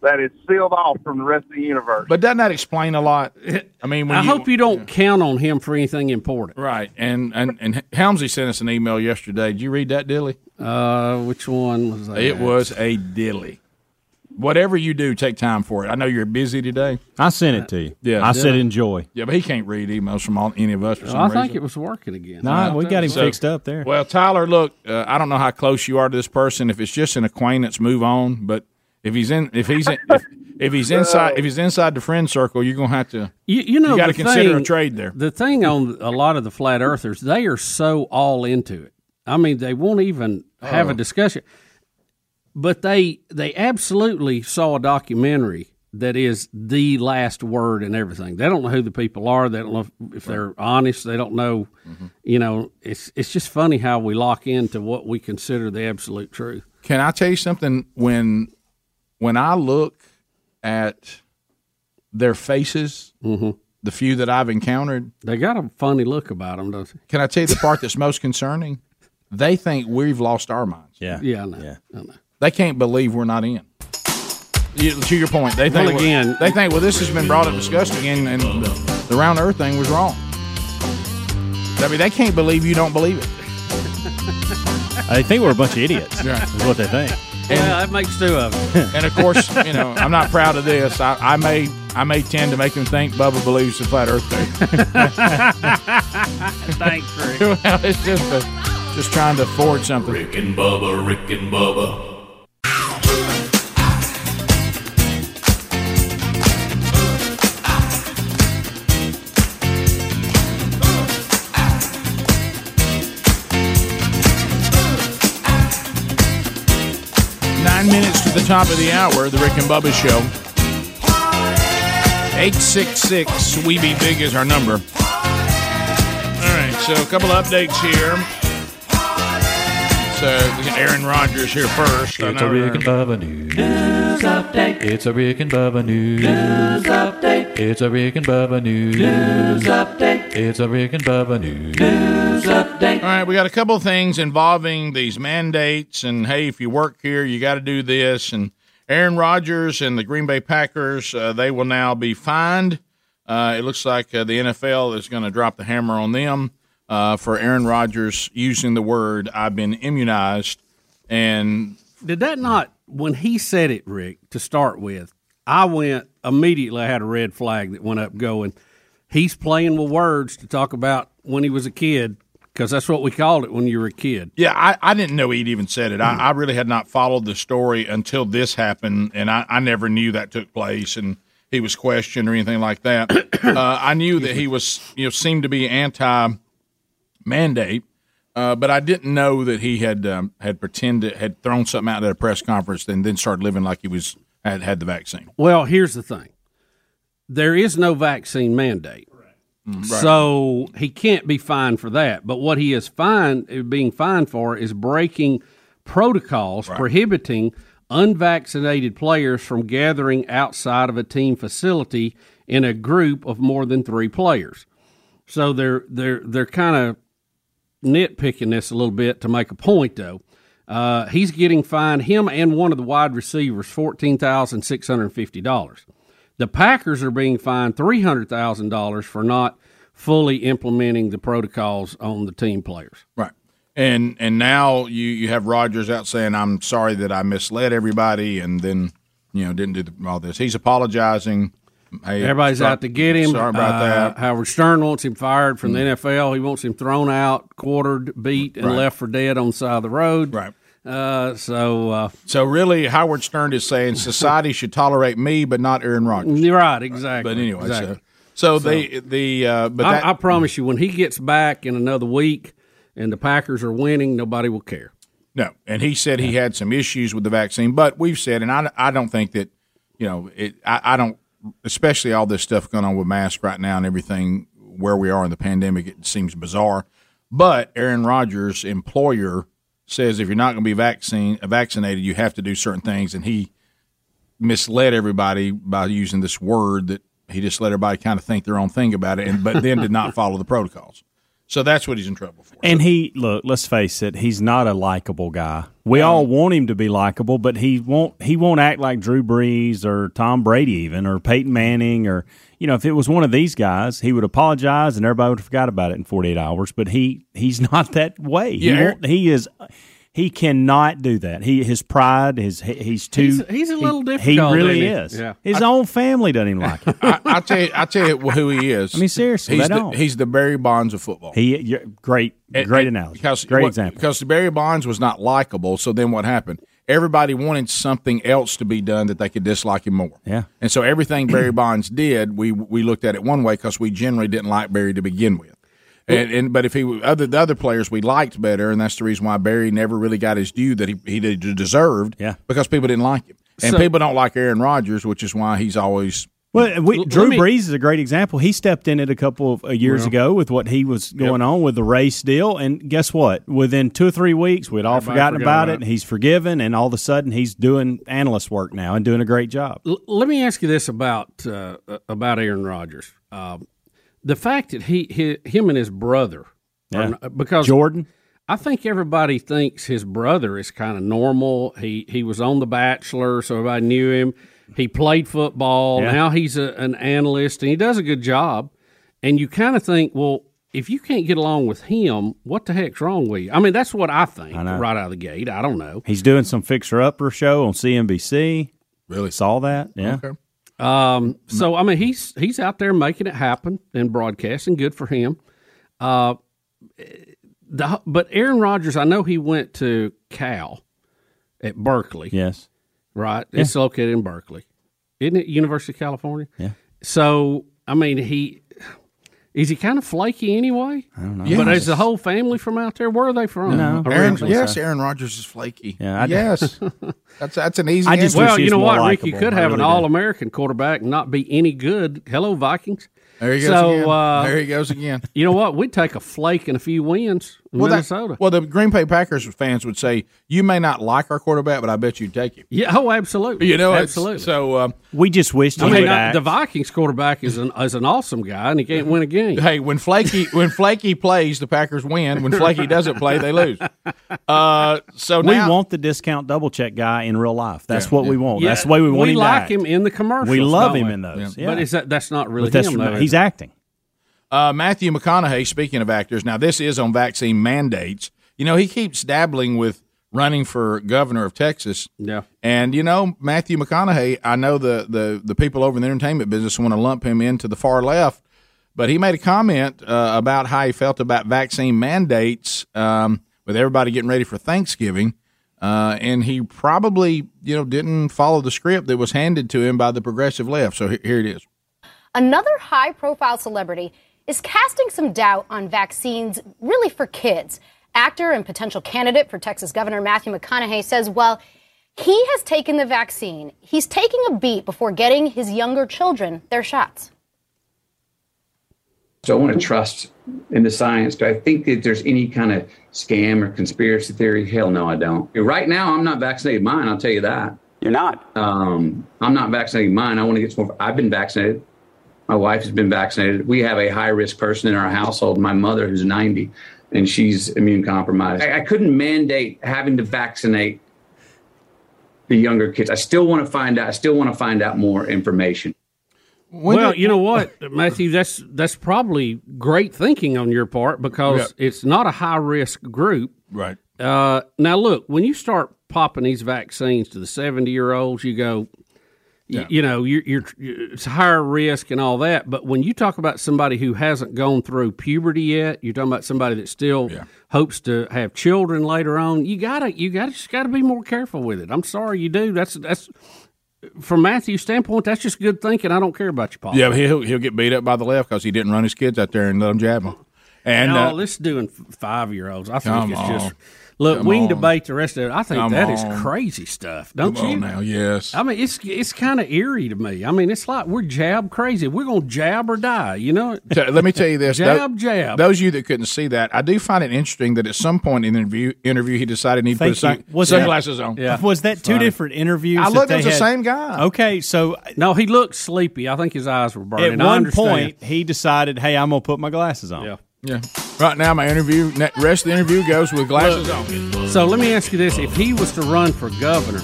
that is sealed off from the rest of the universe.
But doesn't that explain a lot? I mean, when
I
you,
hope you don't count on him for anything important.
Right. And and and Helmsley sent us an email yesterday. Did you read that, Dilly?
Uh, which one was that?
It was a dilly. Whatever you do, take time for it. I know you're busy today.
I sent it to you.
Yeah,
I said enjoy.
Yeah, but he can't read emails from all, any of us for
Well,
some
I
reason.
think it was working again.
No, we got him
So-
fixed up there.
Well, Tyler, look, uh, I don't know how close you are to this person. If it's just an acquaintance, move on. But if he's in, if he's in, if, if he's inside, if he's inside the friend circle, you're gonna have to.
You, you know,
got to
the
consider
thing-
a trade there.
The thing on a lot of the flat earthers, they are so all into it. I mean, they won't even have
Oh.
a discussion. But they they absolutely saw a documentary that is the last word and everything. They don't know who the people are. They don't know if, if they're honest. They don't know.
Mm-hmm.
You know, it's it's just funny how we lock into what we consider the absolute truth.
Can I tell you something? When when I look at their faces, the few that I've encountered,
Mm-hmm. they got a funny look about them, don't they?
Can I tell you the part that's most concerning? They think we've lost our minds.
Yeah,
yeah, I know. I know.
They can't believe we're not in. You- to your point, they
Well,
think
again-
they think well, this has been brought up, discussed again, and the, the round earth thing was wrong. I mean, they can't believe you don't believe it.
They think we're a bunch of idiots.
Yeah.
Is what they think.
yeah, that makes two of them.
And of course, you know, I'm not proud of this. I, I may I may tend to make them think Bubba believes the flat Earth thing.
Thanks, Rick.
well, it's just a, just trying to forward something.
Rick and Bubba, Rick and Bubba.
Nine minutes to the top of the hour, the Rick and Bubba Show. 866 We Be Big is our number. All right, so a couple updates here. So we got Aaron Rodgers here first. I
It's a
know
Rick and Bubba news. update. It's a Rick and Bubba news. News update. It's a Rick and Bubba news. News update. It's a Rick and Bubba news.
All right, we got a couple of things involving these mandates and hey, if you work here, you got to do this. And Aaron Rodgers and the Green Bay Packers, uh, they will now be fined. Uh, it looks like uh, the NFL is going to drop the hammer on them uh, for Aaron Rodgers using the word "I've been immunized." And
Did that not when he said it, Rick, to start with? I went immediately. I had a red flag that went up going. He's playing with words to talk about when he was a kid because that's what we called it when you were a kid.
yeah, I, I didn't know he'd even said it. I, I really had not followed the story until this happened, and I, I never knew that took place. And he was questioned or anything like that. uh, I knew that he was, you know, seemed to be anti-mandate, uh, but I didn't know that he had um, had pretended had thrown something out at a press conference and then started living like he was had had the vaccine.
Well, here's the thing: there is no vaccine mandate, Mm, Mm-hmm. so he can't be fined for that. But what he is fined, being fined for, is breaking protocols prohibiting unvaccinated players from gathering outside of a team facility in a group of more than three players. So they're they're they're kind of nitpicking this a little bit to make a point, though. Uh, he's getting fined him and one of the wide receivers fourteen thousand six hundred fifty dollars. The Packers are being fined three hundred thousand dollars for not fully implementing the protocols on the team players.
Right. And and now you you have Rogers out saying I'm sorry that I misled everybody, and then you know didn't do the, all this. He's apologizing. Hey,
Everybody's
sorry-
out to get him.
Sorry about
Uh,
that. Hmm.
Howard Stern wants him fired from the NFL. He wants him thrown out, quartered, beat, and
Right.
left for dead on the side of the road.
Right.
Uh, so uh,
So really, Howard Stern is saying society should tolerate me, but not Aaron Rodgers.
You're right, exactly.
But anyway,
exactly.
so, so
So-
the the uh, but
I,
that,
I promise you, when he gets back in another week and the Packers are winning, nobody will care.
No, and he said he had some issues with the vaccine, but we've said, and I, I don't think that, you know, it, I, I don't, especially all this stuff going on with masks right now and everything, where we are in the pandemic, it seems bizarre. But Aaron Rodgers' employer says if you're not going to be vaccine, vaccinated, you have to do certain things, and he misled everybody by using this word that he just let everybody kind of think their own thing about it, and but then did not follow the protocols. So that's what he's in trouble for.
And he look, let's face it, he's not a likable guy. We all want him to be likable, but he won't he won't act like Drew Brees or Tom Brady even or Peyton Manning or you know, if it was one of these guys, he would apologize and everybody would have forgot about it in 48 hours, but he he's not that way. He
Yeah.
won't- he is
He cannot do that. He his pride, his he- he's too.
He's- he's a little
he,
difficult,
He really
isn't he?
is.
Yeah.
His own family doesn't even like him.
I, I tell you, I tell you who he is.
I mean, seriously,
he's
they
the,
don't.
he's the Barry Bonds of football.
He you're, great,
And-
great
and-
analogy,
Because
great
what-
example.
Because Barry Bonds was not likable. So then what happened? Everybody wanted something else to be done that they could dislike him more.
Yeah.
And so everything Barry Bonds did, we we looked at it one way because we generally didn't like Barry to begin with. And, and but if he other the other players we liked better, and that's the reason why Barry never really got his due that he he de- deserved.
Yeah.
Because people didn't like him, and
So-
people don't like Aaron Rodgers, which is why he's always
Well, we,
L-
Drew
let me-
Brees is a great example. He stepped in it a couple of uh, years
Well.
ago with what he was going on with the race deal, and guess what? Within two or three weeks, we'd all
Everybody
forgotten
forgot
about
about
it. And he's forgiven, and all of a sudden, he's doing analyst work now and doing a great job.
L- let me ask you this about uh, about Aaron Rodgers. Um, the fact that he, hi him and his brother, are
Yeah.
n- because
Jordan,
I think everybody thinks his brother is kind of normal. He he was on The Bachelor, so everybody knew him. He played football.
Yeah.
Now he's a, an analyst, and he does a good job. And you kind of think, well, if you can't get along with him, what the heck's wrong with you? I mean, that's what I think
know.
right out of the gate. I don't know.
He's doing some fixer upper show on CNBC.
Really
saw that? Yeah.
Um, so I mean, he's he's out there making it happen and broadcasting. Good for him. Uh, the, but Aaron Rodgers, I know he went to Cal at Berkeley.
Yes,
right.
Yeah.
It's located in Berkeley, isn't it? University of California.
Yeah.
So I mean, he is he kind of flaky anyway.
I don't know.
But is the whole family from out there? Where are they from?
No.
I
Aaron,
really think
yes,
so.
Aaron Rodgers is flaky.
Yeah, I-
yes, that's that's an easy.
I just
answer.
wish
well,
he
you
was
know
more
what, Rick? You
likable.
could
I
have
really
an
do.
all-American quarterback and not be any good. Hello, Vikings.
There he goes
So,
again.
uh,
there he goes again.
You know what? We'd take a flake and a few wins in
Well, that-
Minnesota.
well, the Green Bay Packers fans would say you may not like our quarterback, but I bet you'd take him.
yeah. Oh, absolutely.
You know, it's-
absolutely.
So um,
we just wished
I mean, uh, the Vikings quarterback is an is an awesome guy, and he can't win a game.
Hey, when Flaky when Flaky plays, the Packers win. When Flaky doesn't play, they lose. Uh, so
we
now,
want the discount double check guy in real life. That's what we want.
Yeah,
That's the way we want
We
him. to
like
act.
him in the commercials.
We love
don't
him
we?
in those.
But
Yeah.
is that that's not really
But that's
him?
not-
though, is
he's
it?
acting.
Uh, Matthew McConaughey, speaking of actors, now this is on vaccine mandates. You know, he keeps dabbling with running for governor of Texas.
Yeah.
And you know, Matthew McConaughey, I know the the the people over in the entertainment business want to lump him into the far left, but he made a comment uh, about how he felt about vaccine mandates um, with everybody getting ready for Thanksgiving. Uh, and he probably, you know, didn't follow the script that was handed to him by the progressive left. So he- here it is.
Another high profile celebrity is casting some doubt on vaccines, really for kids. Actor and potential candidate for Texas Governor Matthew McConaughey says, well, he has taken the vaccine. He's taking a beat before getting his younger children their shots.
So I want to trust in the science. Do I think that there's any kind of scam or conspiracy theory? Hell no, I don't. Right now, I'm not vaccinated mine. I'll tell you that. You're not. Um, I'm not vaccinated mine. I want to get some more. I've been vaccinated. My wife has been vaccinated. We have a high risk person in our household. My mother, who's 90, and she's immune compromised. I, I couldn't mandate having to vaccinate the younger kids. I still want to find out. I still want to find out more information.
well, you know what, Matthew? That's that's probably great thinking on your part because it's not a high risk group.
Right.
Uh, now, look, when you start popping these vaccines to the seventy year olds, you go, y- you know, you're, you're it's higher risk and all that. But when you talk about somebody who hasn't gone through puberty yet, you're talking about somebody that still hopes to have children later on. You gotta, you gotta, just gotta be more careful with it. I'm sorry, you do. That's that's. From Matthew's standpoint, that's just good thinking. I don't care about your policy.
Yeah, but he'll he'll get beat up by the left because he didn't run his kids out there and let them jab him. And
And
uh,
no, this doing five year olds. I
Come
think it's just
on.
look.
Come
we can
on.
debate the rest of it. I think
Come
that is
on.
crazy stuff. Don't
Come on
you?
now, yes.
I mean, it's it's kind of eerie to me. I mean, it's like we're jab crazy. We're gonna jab or die. You know.
t- uh, let me tell you this: tho-
Jab, jab.
Those of you that couldn't see that, I do find it interesting that at some point in the interview, interview he decided he'd put his sun- sunglasses on.
Was that two
Funny.
different interviews?
I
that
looked, it
they
was the
had?
same guy.
Okay, so
no, he looked sleepy. I think his eyes were burning.
at
I
one
understand.
point he decided, "Hey, I'm gonna put my glasses on." Yeah,
yeah. Right now, my interview, ne- rest of the interview goes with glasses on.
So let me ask you this: If he was to run for governor,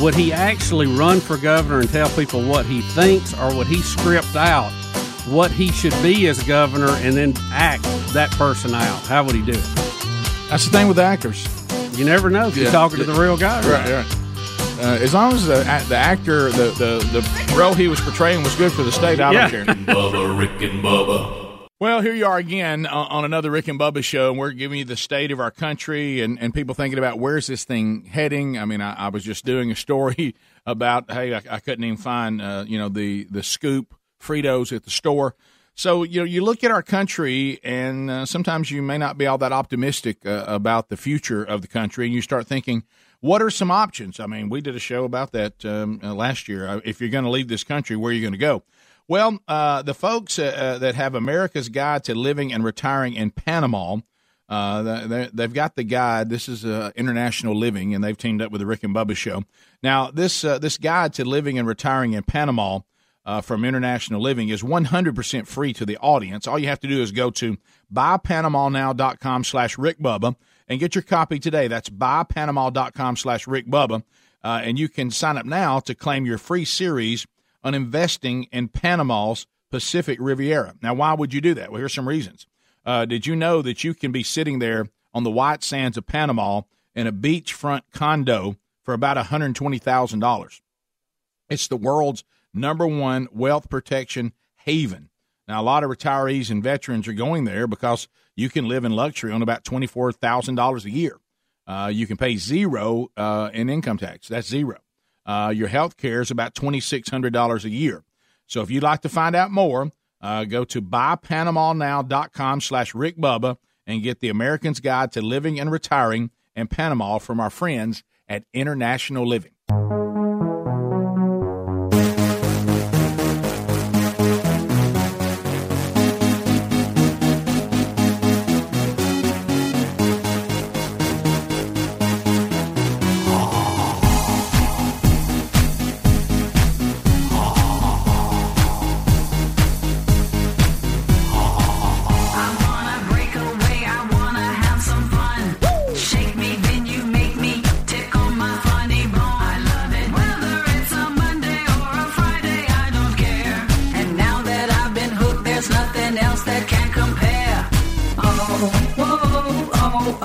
would he actually run for governor and tell people what he thinks, or would he script out what he should be as governor and then act that person out? How would he do it?
That's the thing with actors.
You never know if you're talking to the real guy. or
Right,
not.
right. Uh, as long as the, a- the actor, the, the, the role he was portraying was good for the state, I don't care.
Bubba, Rick and Bubba.
Well, here you are again on on another Rick and Bubba show, and we're giving you the state of our country and, and people thinking about where's this thing heading. I mean, I, I was just doing a story about hey, I, I couldn't even find uh, you know the the scoop Fritos at the store. So you know, you look at our country, and uh, sometimes you may not be all that optimistic uh, about the future of the country, and you start thinking, what are some options? I mean, we did a show about that um, uh, last year. Uh, If you're going to leave this country, where are you going to go? Well, uh, the folks uh, uh, that have America's Guide to Living and Retiring in Panama, uh, they- they, they've got the guide. This is uh, International Living, and they've teamed up with the Rick and Bubba Show. Now, this uh, this guide to living and retiring in Panama uh, from International Living is 100% free to the audience. All you have to do is go to buypanamanow.com slash rickbubba and get your copy today. That's buypanama.com slash rickbubba. Uh, and you can sign up now to claim your free series on investing in Panama's Pacific Riviera. Now, why would you do that? Well, here's some reasons. Uh, did you know that you can be sitting there on the white sands of Panama in a beachfront condo for about $120,000? It's the world's number one wealth protection haven. Now, a lot of retirees and veterans are going there because you can live in luxury on about $24,000 a year. Uh, you can pay zero uh, in income tax. That's zero. Uh, your health care is about $2,600 a year. So if you'd like to find out more, uh, go to buypanamanow.com slash rickbubba and get the American's Guide to Living and Retiring in Panama from our friends at International Living.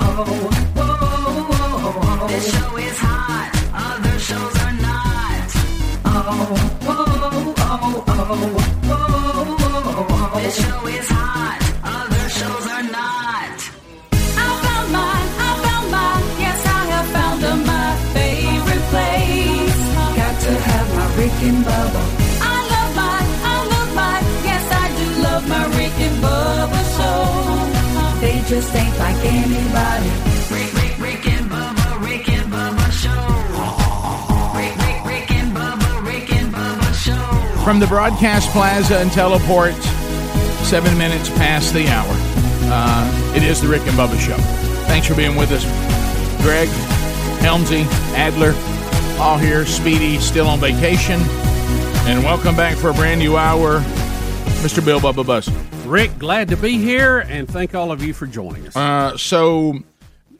Oh, oh. Oh, oh. This show is hot, other shows are not. I found mine, I found mine. Yes, I have found a my favorite place. Got to have my Rick and Bubba. I love mine, I love mine. Yes, I do love my Rick and Bubba show. They just ain't like anybody. Rick, Rick, Rick and Bubba, Rick and Bubba show. Rick, Rick, Rick and Bubba, Rick and Bubba show.
From the broadcast plaza and teleport, seven minutes past the hour. Uh, it is the Rick and Bubba Show. Thanks for being with us, Greg, Helmsy, Adler, all here. Speedy still on vacation, and welcome back for a brand new hour, Mr. Bill Bubba Bus.
Rick, glad to be here, and thank all of you for joining us.
Uh, so,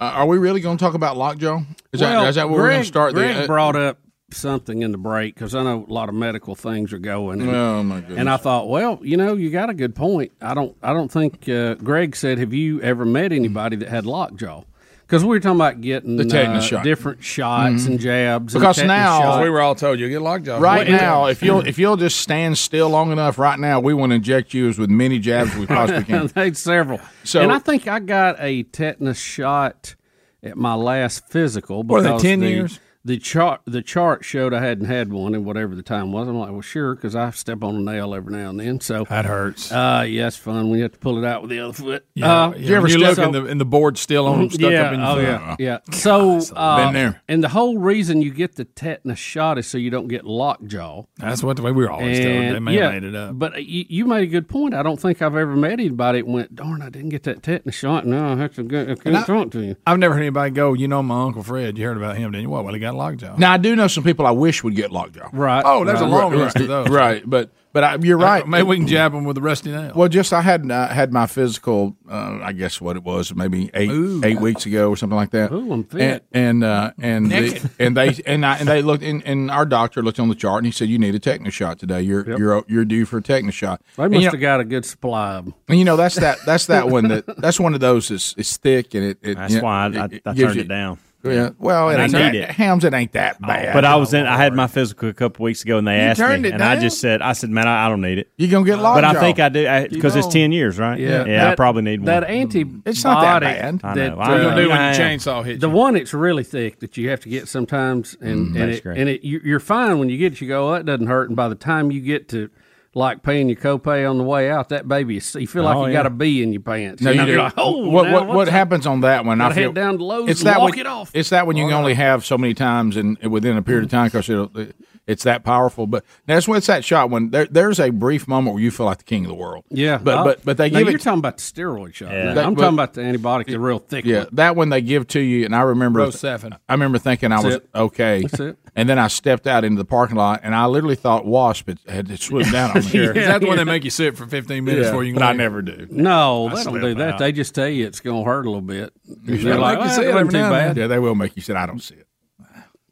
uh, are we really going to talk about Lockjaw? Is
well,
that is that what we're going
Greg-
to start?
Greg
the, uh,
brought up something in the break because I know a lot of medical things are going. And,
Oh, my goodness.
And I thought, well, you know, you got a good point. I don't, I don't think uh, Greg said, have you ever met anybody that had lockjaw? Because we were talking about getting
The tetanus
uh,
shot.
different shots
Mhm.
and jabs. and
Because
tetanus
now-
shot.
Because we were
all told you get lockjaw.
Right now, if you'll if you'll just stand still long enough, right now we want to inject you as with many jabs as we possibly can.
They had several.
So-
and I think I got a tetanus shot at my last physical.
What are they,
because
10
the-
years?
The chart the chart showed I hadn't had one in whatever the time was. I'm like, well, sure, because I step on a nail every now and then. So that
hurts.
Uh, yeah, it's fun when you have to pull it out with the other foot.
Yeah,
uh,
yeah, when you look and the and the board still on stuck
yeah,
up in your
oh,
thumb.
yeah, yeah. So uh,
Been there.
And the whole reason you get the tetanus shot is so you don't get lockjaw.
That's what we were always told.
And,
They may
yeah,
have made it up.
But uh, you, you made a good point. I don't think I've ever met anybody that went, darn, I didn't get that tetanus shot. No, I have to go. I couldn't
I-
talk to you.
I've never heard anybody go. You know my uncle Fred. You heard about him, didn't you? What? Well, he got lockjaw.
Now I do know some people I wish would get lockjaw.
Right.
Oh, there's a long
right,
list of those. Uh,
Right, but but I, you're right.
Maybe we can jab them with a rusty nail.
Well, just I had uh, had my physical. Uh, I guess what it was, maybe eight
Ooh.
eight weeks ago or something like that.
Ooh, I'm
fit.
And and uh, and,
Naked.
the, and they and I and they looked and, and our doctor looked on the chart and he said you need a tetanus shot today. You're you're you're due for a tetanus shot.
They
And,
must
you know-
have got a good supply of 'em.
And you know that's that that's that one that that's one of those that's it's thick and it. it
That's
you know,
why I- I- I
gives
turned
you-
it down.
Yeah. Well, it
And I
ain't
need
that,
it.
Hams, it ain't that bad.
But I was in. I had my physical a couple weeks ago, and they
You
asked
turned
me,
it
and I
down?
just said, "I said, man, I, I don't need it."
You gonna get
But I
lockjaw.
think I do because it's
You
ten years, right?
Yeah.
yeah. I
That-
probably need one.
That antibiotic.
It's not that bad.
I know.
that,
I What you gonna know. do when the chainsaw
hits The one that's really thick that you have to get sometimes, and and,
Mm, that's
it,
great.
and it, you, you're fine when you get it. You go, oh, that doesn't hurt. And by the time you get to like paying your copay on the way out, that baby is. You feel like
Oh,
you
yeah.
got a bee in your pants.
No,
And
you
you're
do.
like, oh,
what
now
what,
what's
what
that?
happens on that one?
Gotta head down to Lowe's
It's
and
that
walk
one,
it off.
It's that one you can only have so many times in within a period of time because it's that powerful. But that's when it's that shot when there, there's a brief moment where you feel like the king of the world.
Yeah,
but
I-
but but they
now
give
you're
it.
talking about the steroid shot.
Yeah.
now.
That-
I'm
but-
talking about the antibiotic, the real thick
yeah,
one.
that one they give to you, and I remember
Rocephin.
I remember thinking I
That's
was
it.
okay,
That's it.
and then I stepped out into the parking lot, and I literally thought wasp had, had swooped down on me.
Is that the one that make you sit for 15 minutes
Yeah,
before you can
but I
leave?
never do.
No,
I
they don't
slip
do that.
out.
They just tell you it's going to hurt a little bit.
Yeah,
They're like,
like you
"Ah,
said,
it wasn't
every
too
now and
bad.
then. Yeah, they will make you sit. I don't see it.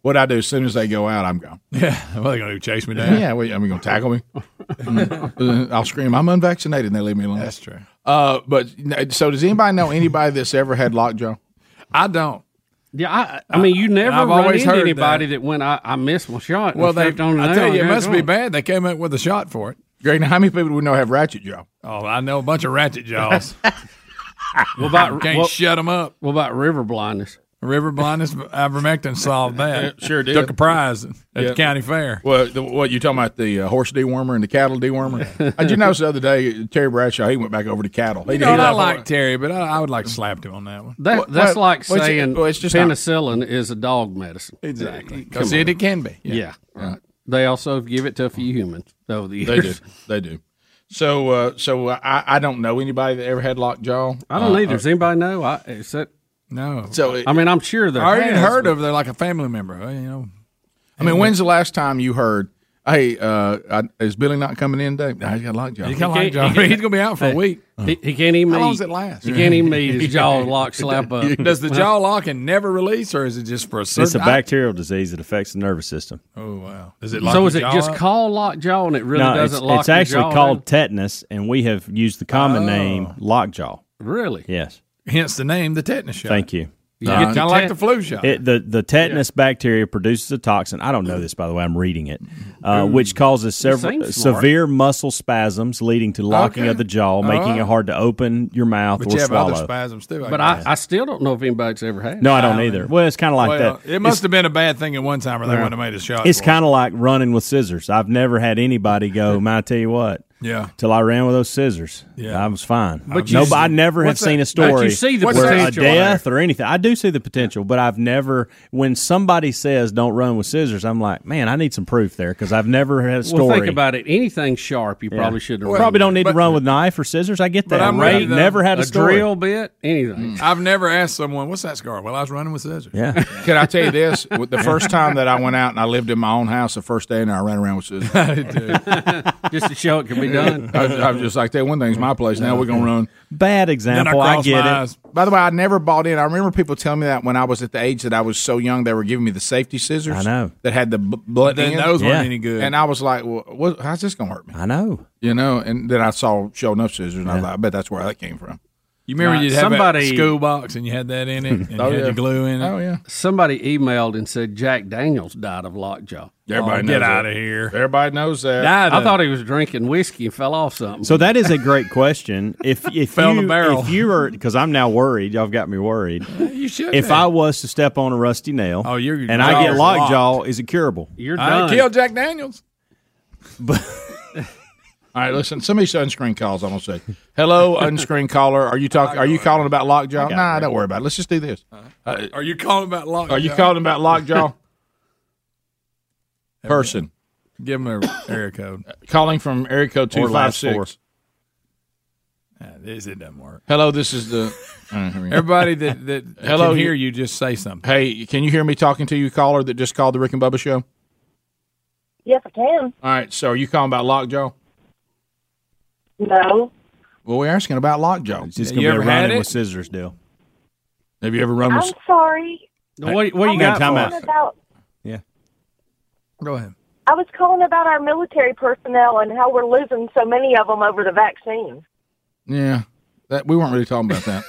What I do as soon as they go out, I'm gone.
Yeah. Well, they're going to chase me down.
Yeah, well, I'm going to tackle me. Mm. I'll scream, I'm unvaccinated, and they leave me alone. That's true. Uh, but so does anybody know anybody that's ever had lockjaw? I don't.
Yeah, I, I mean, you never
I've
run
always
into
heard
anybody that. when I, I missed my shot. and
Well, they, I
stepped on the
tell
nail,
you, it
and
must be
it's
bad. They came up with a shot for it.
Greg, now how many people do we know have ratchet jaw?
Oh, I know a bunch of ratchet jaws.
What about-
can't
what-
shut them up?
What about river blindness?
River blindness, ivermectin solved that.
Sure did.
Took a prize at
Yeah.
the county fair.
Well, the, what you talking about the uh, horse dewormer and the cattle dewormer? I you notice the other day Terry Bradshaw he went back over to cattle.
You
He
know,
did.
I like Terry, but I, I would like slapped him on that one.
That,
Well,
that's
well,
like
well, it's-
saying
well, it's just not-
penicillin is a dog medicine.
Exactly.
Come
'Cause it-
on.
it can be.
Yeah.
Yeah.
right. They also give it to a few humans over the
They do.
years.
They do. So, uh, so I, I don't know anybody that ever had lockjaw.
I don't
Uh,
either.
uh,
Does anybody know? I, is that,
no.
So it-
I mean, I'm sure there.
I already
has,
heard
but-
of. They're like a family member. Well, You know,
I mean, when's the last time you heard? Hey, uh, I, is Billy not coming in today? Nah, he's got lockjaw.
He's got He can't- lockjaw. he can't- He's gonna be out for a
Hey,
week.
He, he can't even.
How long does
eat.
it last?
He can't even eat. His jaw lock slap up.
Does the
Well,
jaw lock and never release, or is it just for a certain?
it's a bacterial disease that affects the nervous system.
oh wow! Is
it
so? Is it just called lockjaw, and it really
no,
doesn't
it's,
lock?
it's
your
actually
jaw Oh.
called tetanus, and we have used the common name lockjaw.
Really?
Yes.
Hence the name, the tetanus shot.
Thank you. Uh,
You get kind of like the flu shot.
It, the the tetanus bacteria produces a toxin. I don't know this, by the way. I'm reading it, uh, which causes several uh,
seem smart.
severe muscle spasms, leading to locking
Okay.
of the jaw, making
Uh-huh.
Alright.
it hard to open your mouth
But
or
you have other
swallow.
spasms too. I
But I,
guess.
I still don't know if anybody's ever had. it.
No, I don't either. Well, it's kind of like
Uh, Well,
that.
It must have been a bad thing at one time, or they
Yeah.
wouldn't have made a shot.
It's
for
kind of like running with scissors. I've never had anybody go, man, I tell you what.
Yeah.
Till I ran with those scissors. Yeah. I was fine.
But
But
you
no,
see-
but I never have
what's that-
seen a
but
story
you see the
where a
potential there.
death or anything. I do see the potential, but I've never, when somebody says don't run with scissors, I'm like, man, I need some proof there because I've never had a story.
Well, think about it. Anything sharp, you
Yeah.
probably shouldn't.
Probably don't need to run with knife or scissors. I get that. Ray
uh,
never had a, story.
drill bit, anything.
Mm. I've never asked someone, "What's that scar?" Well, I was running with scissors.
Yeah.
Can I tell you this? With The first time that I went out and I lived in my own house, the first day, and I ran around with scissors.
just to show it can be done.
I, was- I was just like, that one thing's my place. Now we're gonna run.
Bad example. I, get it.
By the way, I never bought in. I remember people telling me that when I was at the age that I was so young, they were giving me the safety scissors.
I know.
that had the b- blunt.
Then
end.
those weren't Yeah. any good.
And I was like, well, what, how's this gonna hurt me?
I know.
You know. And then I saw show enough scissors, and I was like, I bet that's where that came from.
You remember
Right.
you'd have
Somebody-
a school box and you had that in it, and
Oh,
you had
yeah.
the glue in it.
Oh, yeah.
Somebody emailed and said Jack Daniels died of lockjaw.
Everybody knows that. Everybody knows that.
I thought he was drinking whiskey and fell off something.
So that is a great question. If if
Fell in
you
the barrel.
if you are because I'm now worried, y'all have got me worried.
You should.
If I was to step on a rusty nail,
Oh, you're-
and I get
jaw's
lockjaw, is it curable?
You're
I killed Jack Daniels.
All right, listen. Somebody's unscreen calls. I'm gonna say, "Hello, unscreen caller. Are you talking? Are you calling about lockjaw? Nah, don't worry about it. Let's just do this. Uh,
Are Oh, you calling about lock?
are you calling about lockjaw? Person
Give him a area code.
calling from area code
Or
two five
last four.
six.
Uh, this it doesn't work.
Hello, Oh, this is the All right, here we go.
Everybody that that
Hello,
can
you-
hear you just say something.
Hey, can you hear me talking to you, caller that just called the Rick and Bubba show?
Yes, I can.
All right, so are you calling about lockjaw?
No.
Well, we're asking about lockjaw. It's
just gonna You be a ever had running it? with scissors deal.
Have you ever run
I'm
with?
sorry.
What, what do
I
you got
was
for
calling
us?
about-
Go ahead.
I was calling about our military personnel and how we're losing so many of them over the vaccine.
Yeah, that we weren't really talking about that.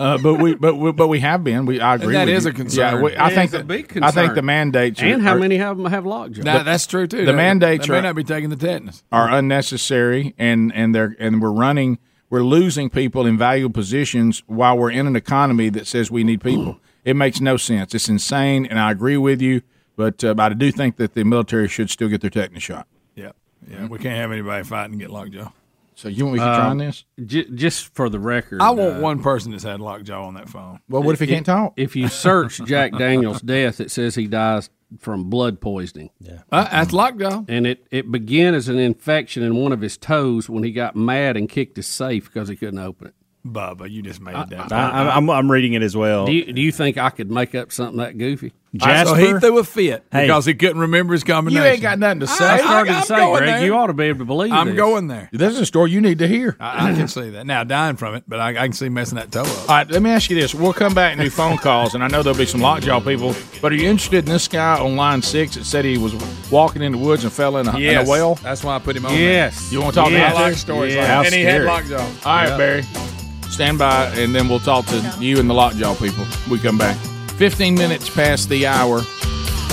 Uh, but we, but we, but we have been. We, I agree.
that
with
is
you.
a concern.
Yeah, we- I
It
think
is a
that-
big
I
concern.
think the mandates
And
are-
how
are-
many of them have logjams?
That- that's true, too. The They- mandates they
may
may are-
not
not
be taking the tetanus.
are unnecessary and and they're and we're running we're losing people in valuable positions while we're in an economy that says we need people. It makes no sense. It's insane, and I agree with you. But uh, but I do think that the military should still get their tetanus shot.
Yeah, yeah. We can't have anybody fighting and get lockjaw.
So you want me to try on this?
Uh, J- just for the record,
I want
Um, uh,
one person that's had lockjaw on that phone.
Well, what if he can't talk?
If you search Jack Daniels' death, it says he dies from blood poisoning. Yeah,
Uh, that's lockjaw.
and it it began as an infection in one of his toes when he got mad and kicked his safe because he couldn't open it.
Bubba, you just made that.
I, am I'm, I'm reading it as well.
Do you, do you think I could make up something that goofy?
So he threw a fit because he couldn't remember his combination.
got nothing to
I, I started to say, Greg, you ought
ought
to be able to believe.
I'm
this.
going there.
This is a story you need to hear.
I, I can see that now. Dying from it, but I, I can see messing that toe up.
All right, let me ask you this. We'll come back and do phone calls, and I know there'll be some lockjaw people. But are you interested in this guy on line six that said he was walking in the woods and fell in a, in
Yes.
a well?
That's why I put him on
Yes. You want to talk
Yes.
about
I
that?
like stories like that. And he had lockjaw.
All right,
Yeah.
Barry. Stand by, and then we'll talk to you and the lockjaw people. We come back. 15 minutes past the hour.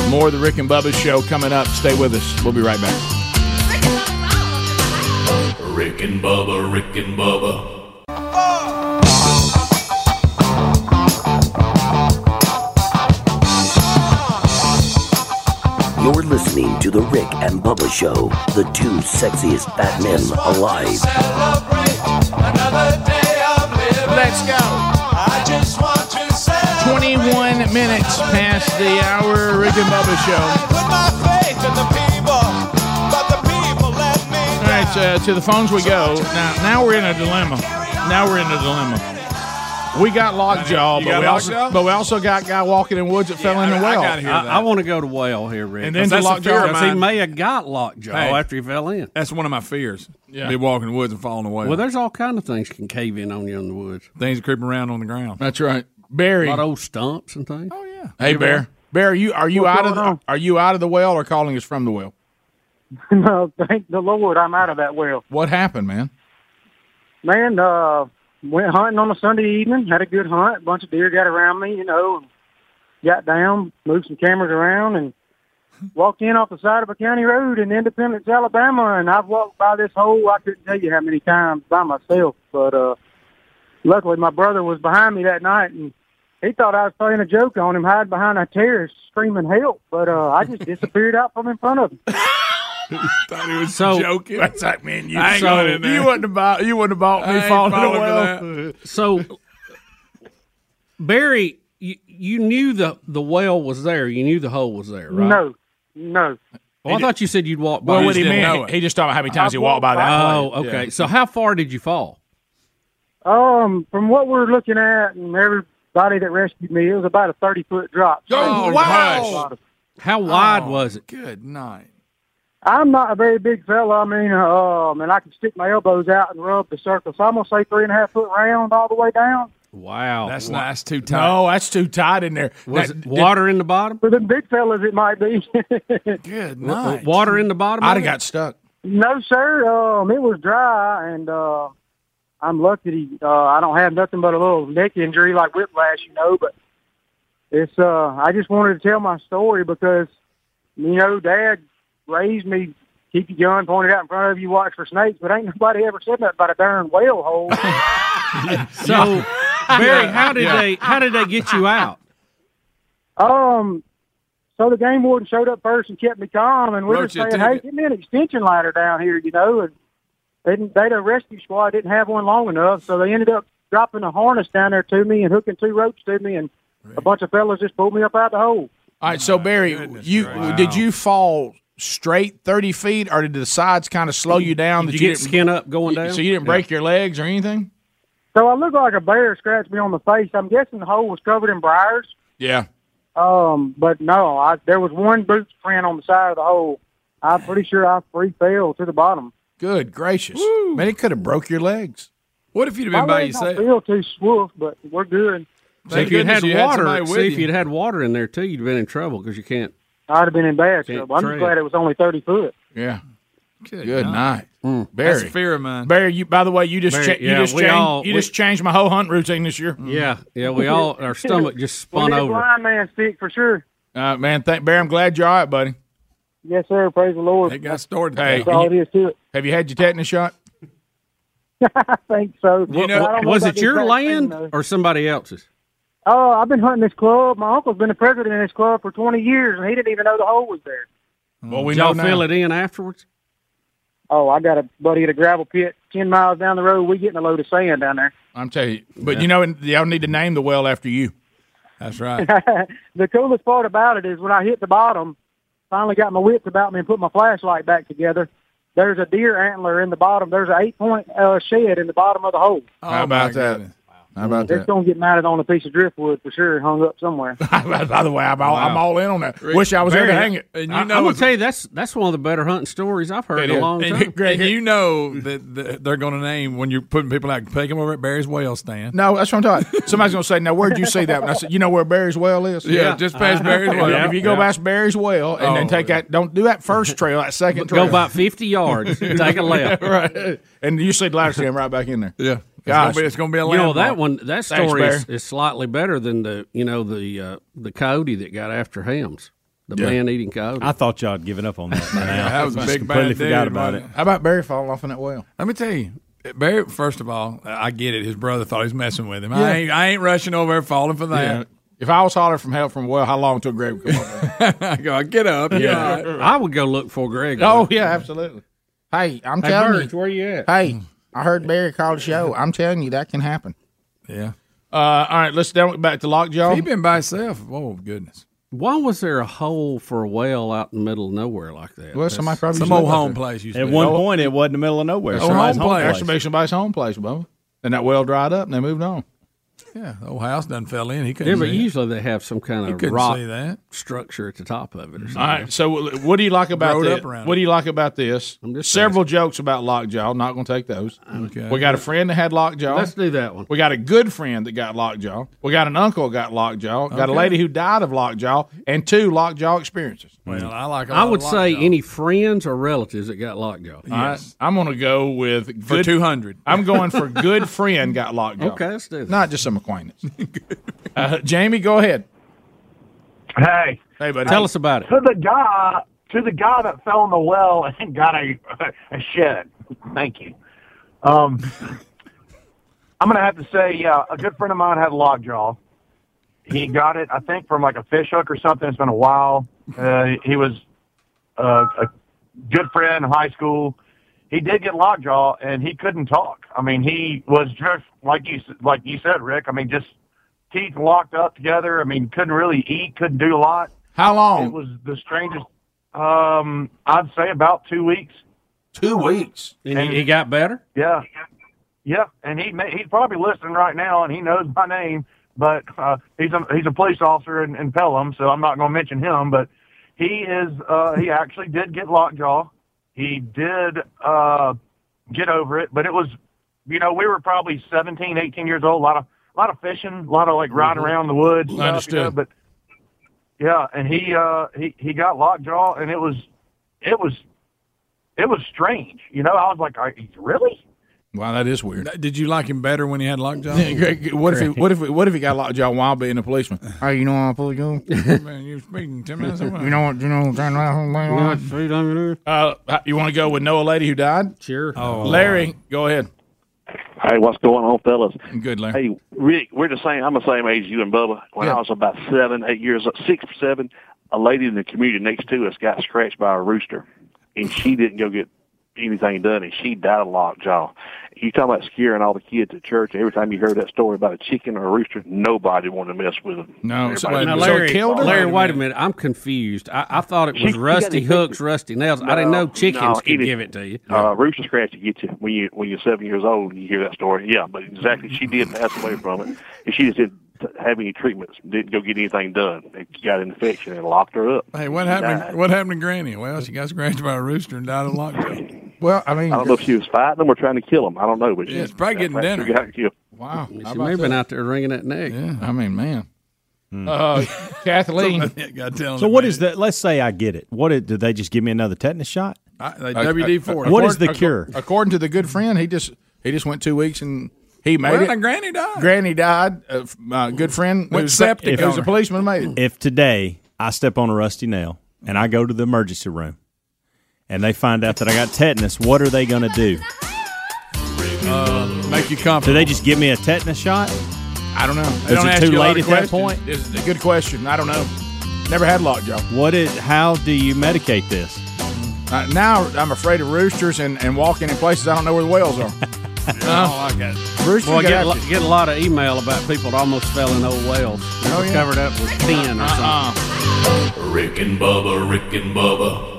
More of the Rick and Bubba show coming up. Stay with us. We'll be right back.
Rick and Bubba, Rick and Bubba,
You're listening to The Rick and Bubba Show, the two sexiest fat men alive.
Let's go. I just want to say 21 minutes past the hour. Rick and Bubba show. All right, uh, to the phones we go. Now, now we're in a dilemma. Now we're in a dilemma. We got lockjaw,
You
but
got
we also
lockjaw?
but we also got guy walking in woods that fell in the well.
I, want to go to whale here, Rick.
And then to lockjaw.
Because he may have got lockjaw
Hey.
after he fell in.
That's one of my fears.
Yeah.
Be walking in the woods and falling away.
Well, there's all kind of things can cave in on you in the woods.
Things creeping around on the ground.
That's right, Barry.
A lot of old stumps and things. Oh
yeah. Hey, Bear. Bear, are you are you
What's
out of
going
the, are you out of the well or calling us from the well?
no, thank the Lord, I'm out of that well.
What happened, man?
Man, uh, went hunting on a Sunday evening. Had a good hunt. bunch of deer got around me, you know. and Got down, moved some cameras around, and walked in off the side of a county road in Independence, Alabama. And I've walked by this hole. I couldn't tell you how many times by myself, but uh, luckily my brother was behind me that night, and he thought I was playing a joke on him, hiding behind a terrace, screaming help. But uh, I just disappeared out from in front of him.
Thought he was
So-
joking. That's like, man, you,
I ain't
so,
going in there.
you wouldn't have bought you wouldn't have bought
I
me
ain't
falling in the
falling for
well.
So, Barry, you, you knew the, the well was there. You knew the hole was there, right?
No, no.
Well, I thought you said you'd walk by.
Well, what he meant, he just talked about how many times he walked by that.
Oh,
place.
okay.
Yeah.
So, how far did you fall?
Um, from what we're looking at, and everybody that rescued me, it was about a thirty foot drop.
Oh, wow.
How wide was it?
Oh, Good night.
I'm not a very big fella. I mean, um, and I can stick my elbows out and rub the circle. So I'm gonna say three and a half foot round all the way down.
Wow,
that's
not- that's too tight.
No, that's too tight in there.
Was
That-
it water in the bottom?
For them big fellas, it might be.
Good
night. water in the bottom
I'd
of
have
it?
got stuck.
No, sir. Um, it was dry, and uh, I'm lucky. Uh, I don't have nothing but a little neck injury, like whiplash, you know. But it's. Uh, I just wanted to tell my story because, you know, Dad raised me. Keep your gun pointed out in front of you. Watch for snakes. But ain't nobody ever said nothing about a darn whale hole.
So, Barry, how did
Yeah.
they how did they get you out?
Um, so the game warden showed up first and kept me calm, and we were
Wrote you a
saying, "Hey,
ticket.
give me an extension ladder down here," you know. And they didn't, they the rescue squad didn't have one long enough, so they ended up dropping a harness down there to me and hooking two ropes to me, and a bunch of fellas just pulled me up out the hole.
All right, so Barry, you
gracious.
did you fall straight thirty feet, or did the sides kind of slow you down?
Did
that
you
you
get
didn't-
skin up going
you-
down?
So you didn't
Yeah.
break your legs or anything?
So I looked like a bear scratched me on the face. I'm guessing the hole was covered in briars.
Yeah.
Um, but no, I, there was one boot print on the side of the hole. I'm pretty sure I free fell to the bottom.
Good gracious, man! It could have broke your legs.
What if you'd
have been by
I
yourself?
feel too swoof, but we're good.
So if you'd had water, see if
you.
you'd had water in there too, you'd been in trouble because you can't.
I'd have been in bad
Can't
trouble. I'm just
trade.
glad it was only thirty foot.
Yeah.
Good,
Good night,
Mm.
Barry.
That's a fear of mine.
Barry, you. By the way, you just
Barry,
cha- you
yeah,
just
we
changed,
all-
you
we-
just changed my whole hunt routine this year.
Yeah, yeah, we all- our stomach just spun
We need a Blind man stick for sure.
All right, man. Thank Barry. I'm glad you're all right, buddy.
Yes, sir. Praise the Lord.
They got stored.
Hey,
That's all
you-
it is to it.
have you had your tetanus shot?
I think so.
What-
I don't know
was
about
it
these
your
vaccines,
land
though.
or somebody else's?
Oh, I've been hunting this club. My uncle's been the president of this club for 20 years, and he didn't even know the hole was there.
Well, we
Mm. Did y'all
know now.
fill it in afterwards.
Oh, I got a buddy at a gravel pit 10 miles down the road. We getting a load of sand down there.
I'm telling you. But you know, and y'all need to name the well after you.
That's right.
the coolest part about it is when I hit the bottom, finally got my wits about me and put my flashlight back together. There's a deer antler in the bottom. There's an eight point uh, shed in the bottom of the hole.
How
Oh,
about that? How about
It's
that?
gonna get mounted on a piece of driftwood for sure, hung up somewhere.
By the way, I'm all, I'm all in on that. Wish I was there to hang it.
I, am gonna tell you that's that's one of the better hunting stories I've heard in
It
a
is.
long
and,
time.
Greg, and you know that that they're going to name when you're putting people out. Take them over at Barry's Well stand.
No, that's what I'm talking. about. Somebody's gonna say, "Now, where'd you see that?" one?" I said, "You know where Barry's Well is."
Yeah, Yeah. just past Barry's
If-
Well.
If you go
Yeah.
past Barry's Well and then
Oh,
take that, don't do that first trail, that second
Go
trail.
about
50 yards, take a left.
right, and you see the light stand right back in there.
Yeah,
Gosh.
You know that one. That
Thanks,
story is,
Barry.
is slightly better than the you know the uh, the coyote that got after hams, the
Yeah.
man eating coyote.
I thought y'all had given up on that. by now. Just completely
bad
forgot
dude,
about
wasn't
it.
How about Barry falling off in that well?
Let me tell you, Barry. First of all, I get it. His brother thought he was messing with him.
Yeah.
I ain't, I ain't rushing over there falling for
Yeah.
that.
If I was hollering from hell from a well, how long until Greg would come up?
I go, get up.
Yeah.
I would go look for Greg.
oh yeah, absolutely. Hey, I'm
Hey,
telling
Bert,
you,
where you at?
Hey, I heard Barry called the show. I'm telling you, that can happen.
Yeah.
Uh, all right, let's down back to Lockjaw.
He been by himself. Oh goodness.
Why was there a hole for a well out in the middle of nowhere like that?
Well, somebody probably
some
used to
old
live out
home
there.
place used
At one point, it was in the middle of nowhere.
That's right.
Somebody's home place.
Actually, maybe somebody's home place, Bubba. And that well dried up, and they moved on.
Yeah, the old house done fell in. He couldn't.
Yeah, but
see it.
usually they have some kind
He
of
couldn't
rock
see that.
structure at the top of it or something.
All right. So, what do you like about
Growed
this?
up around it.
What do you like about this? Several jokes about lockjaw. Not going to take those.
Okay.
We got a friend that had lockjaw.
Let's do that one.
We got a good friend that got lockjaw. We got an uncle that got lockjaw. Got a
Okay.
lady who died of lockjaw, and two lockjaw experiences.
Well, I like.
I would say any friends or relatives that got lockjaw.
All right, I'm going to go with
For 200.
I'm going for good friend got lockjaw.
Okay, let's do that.
Not just some acquaintance. uh, Jamie, go ahead.
Hey,
hey, buddy.
Tell us about it.
to the guy to the guy that fell in the well and got a a shed. Thank you. Um, I'm gonna have to say, yeah, a good friend of mine had a lockjaw. He got it, I think, from like a fish hook or something. It's been a while. Uh, he was uh, a good friend in high school. He did get lockjaw, and he couldn't talk. I mean, he was just like you s- like you said, Rick. I mean, just teeth locked up together. I mean, couldn't really eat, couldn't do a lot.
How long?
It was the strangest. Um, I'd say about two weeks.
Two weeks.
And he, he got better.
Yeah, yeah. And he may, he's probably listening right now, and he knows my name. But uh, he's a he's a police officer in, in Pelham, so I'm not going to mention him. But he is uh, he actually did get lockjaw. He did uh, get over it, but it was you know we were probably 17, 18 years old. A lot of a lot of fishing, a lot of like riding
Mhm.
around the woods. and stuff, you know,
Understood.
but yeah, and he uh, he he got lockjaw, and it was it was it was strange. You know, I was like, Are, really?
Wow, that is weird.
Did you like him better when he had lockjaw?
Yeah, Greg, what if he, what if what if he got lockjaw while being a policeman? Hey, you know I'm a policeman.
Man, you're speaking ten minutes away.
You know what? You know what? Uh, you want to go with Noah Lady who died?
Sure.
Oh, Larry, go ahead.
Hey, what's going on, fellas?
Good,
Hey, Rick, we're the same. I'm the same age as you and Bubba. When I was about seven, eight years, six, seven, a lady in the community next to us got scratched by a rooster, and she didn't go get anything done, and she died of lockjaw. You talking about scaring all the kids at church? Every time you heard that story about a chicken or a rooster, nobody wanted to mess with them.
Oh,
Everybody-
uh,
now, Larry, Larry, wait a minute. I'm confused. I, I thought it
She-
was
she
rusty
got a-
hooks, rusty nails. I didn't know
No,
chickens
no,
could
is-
give it to you.
Uh, rooster scratch to get you when you when you're seven years old. and You hear that story, yeah. But exactly, she did pass away from it, and she just didn't t- have any treatments. Didn't go get anything done. It got an infection and locked her up.
Hey, what
She
happened?
died.
What happened to Granny? Well, she got scratched by a rooster and died of lockjaw.
Well, I mean,
I don't know if she was fighting them or trying to kill them. I don't know, but she,
Yeah, it's probably getting
that's-
dinner.
she got killed.
Wow,
She may
How
have
about
been
that?
out there wringing that neck. Hmm.
Yeah, I mean, man.
Hmm.
Oh,
Uh, Kathleen.
Something that got telling
So what is that? Let's say I get it. What did, did they just give me another tetanus shot?
I,
Uh,
WD
uh,
forty.
uh, according- acco- According to the good friend, he just he just went two weeks and he made
Well,
it.
and
granny died. Granny died. Uh, f- my good friend
Went
who's a-
septic
who's
on
a
her.
policeman made it.
If today I step on a rusty nail and I go to the emergency room and they find out that I got tetanus, what are they going to do?
Uh, make you
Do
comfortable.
they just give me a tetanus shot?
I don't know. They
Is
don't
it
ask
too
you a lot
late at
of
that point?
questions. It's a good question. I don't know. Never had lockjaw.
What is? How do you medicate this?
Uh, now I'm afraid of roosters and, and walking in places I don't know where the whales are.
I don't like
that. Roosters
Well, I
got
get, a
after
lot- get a lot of email about people that almost fell in old wells. They
Oh,
were
yeah.
covered up with tin or something.
Rick and Bubba, Rick and Bubba,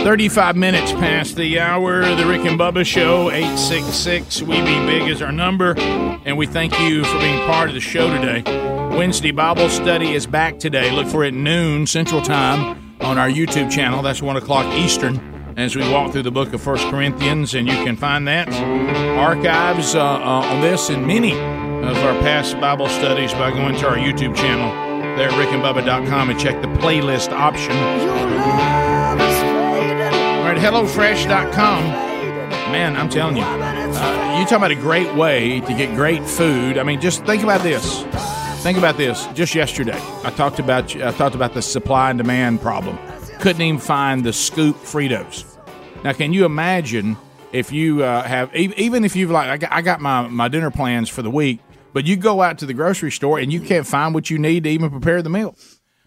Thirty-five minutes past the hour. The Rick and Bubba Show. Eight six six. We be big is our number, and we thank you for being part of the show today. Wednesday Bible study is back today. Look for it noon Central Time on our YouTube channel. That's one o'clock Eastern. As we walk through the book of First Corinthians, and you can find that archives uh, uh, on this and many of our past Bible studies by going to our YouTube channel there at rickandbubba.com and check the playlist option. All right, HelloFresh.com. Man, I'm telling you, uh, you talking about a great way to get great food. I mean, just think about this. Think about this. Just yesterday, I talked about I talked about the supply and demand problem. Couldn't even find the scoop Fritos. Now, can you imagine if you uh, have e- even if you've like I got, I got my my dinner plans for the week, but you go out to the grocery store and you can't find what you need to even prepare the meal.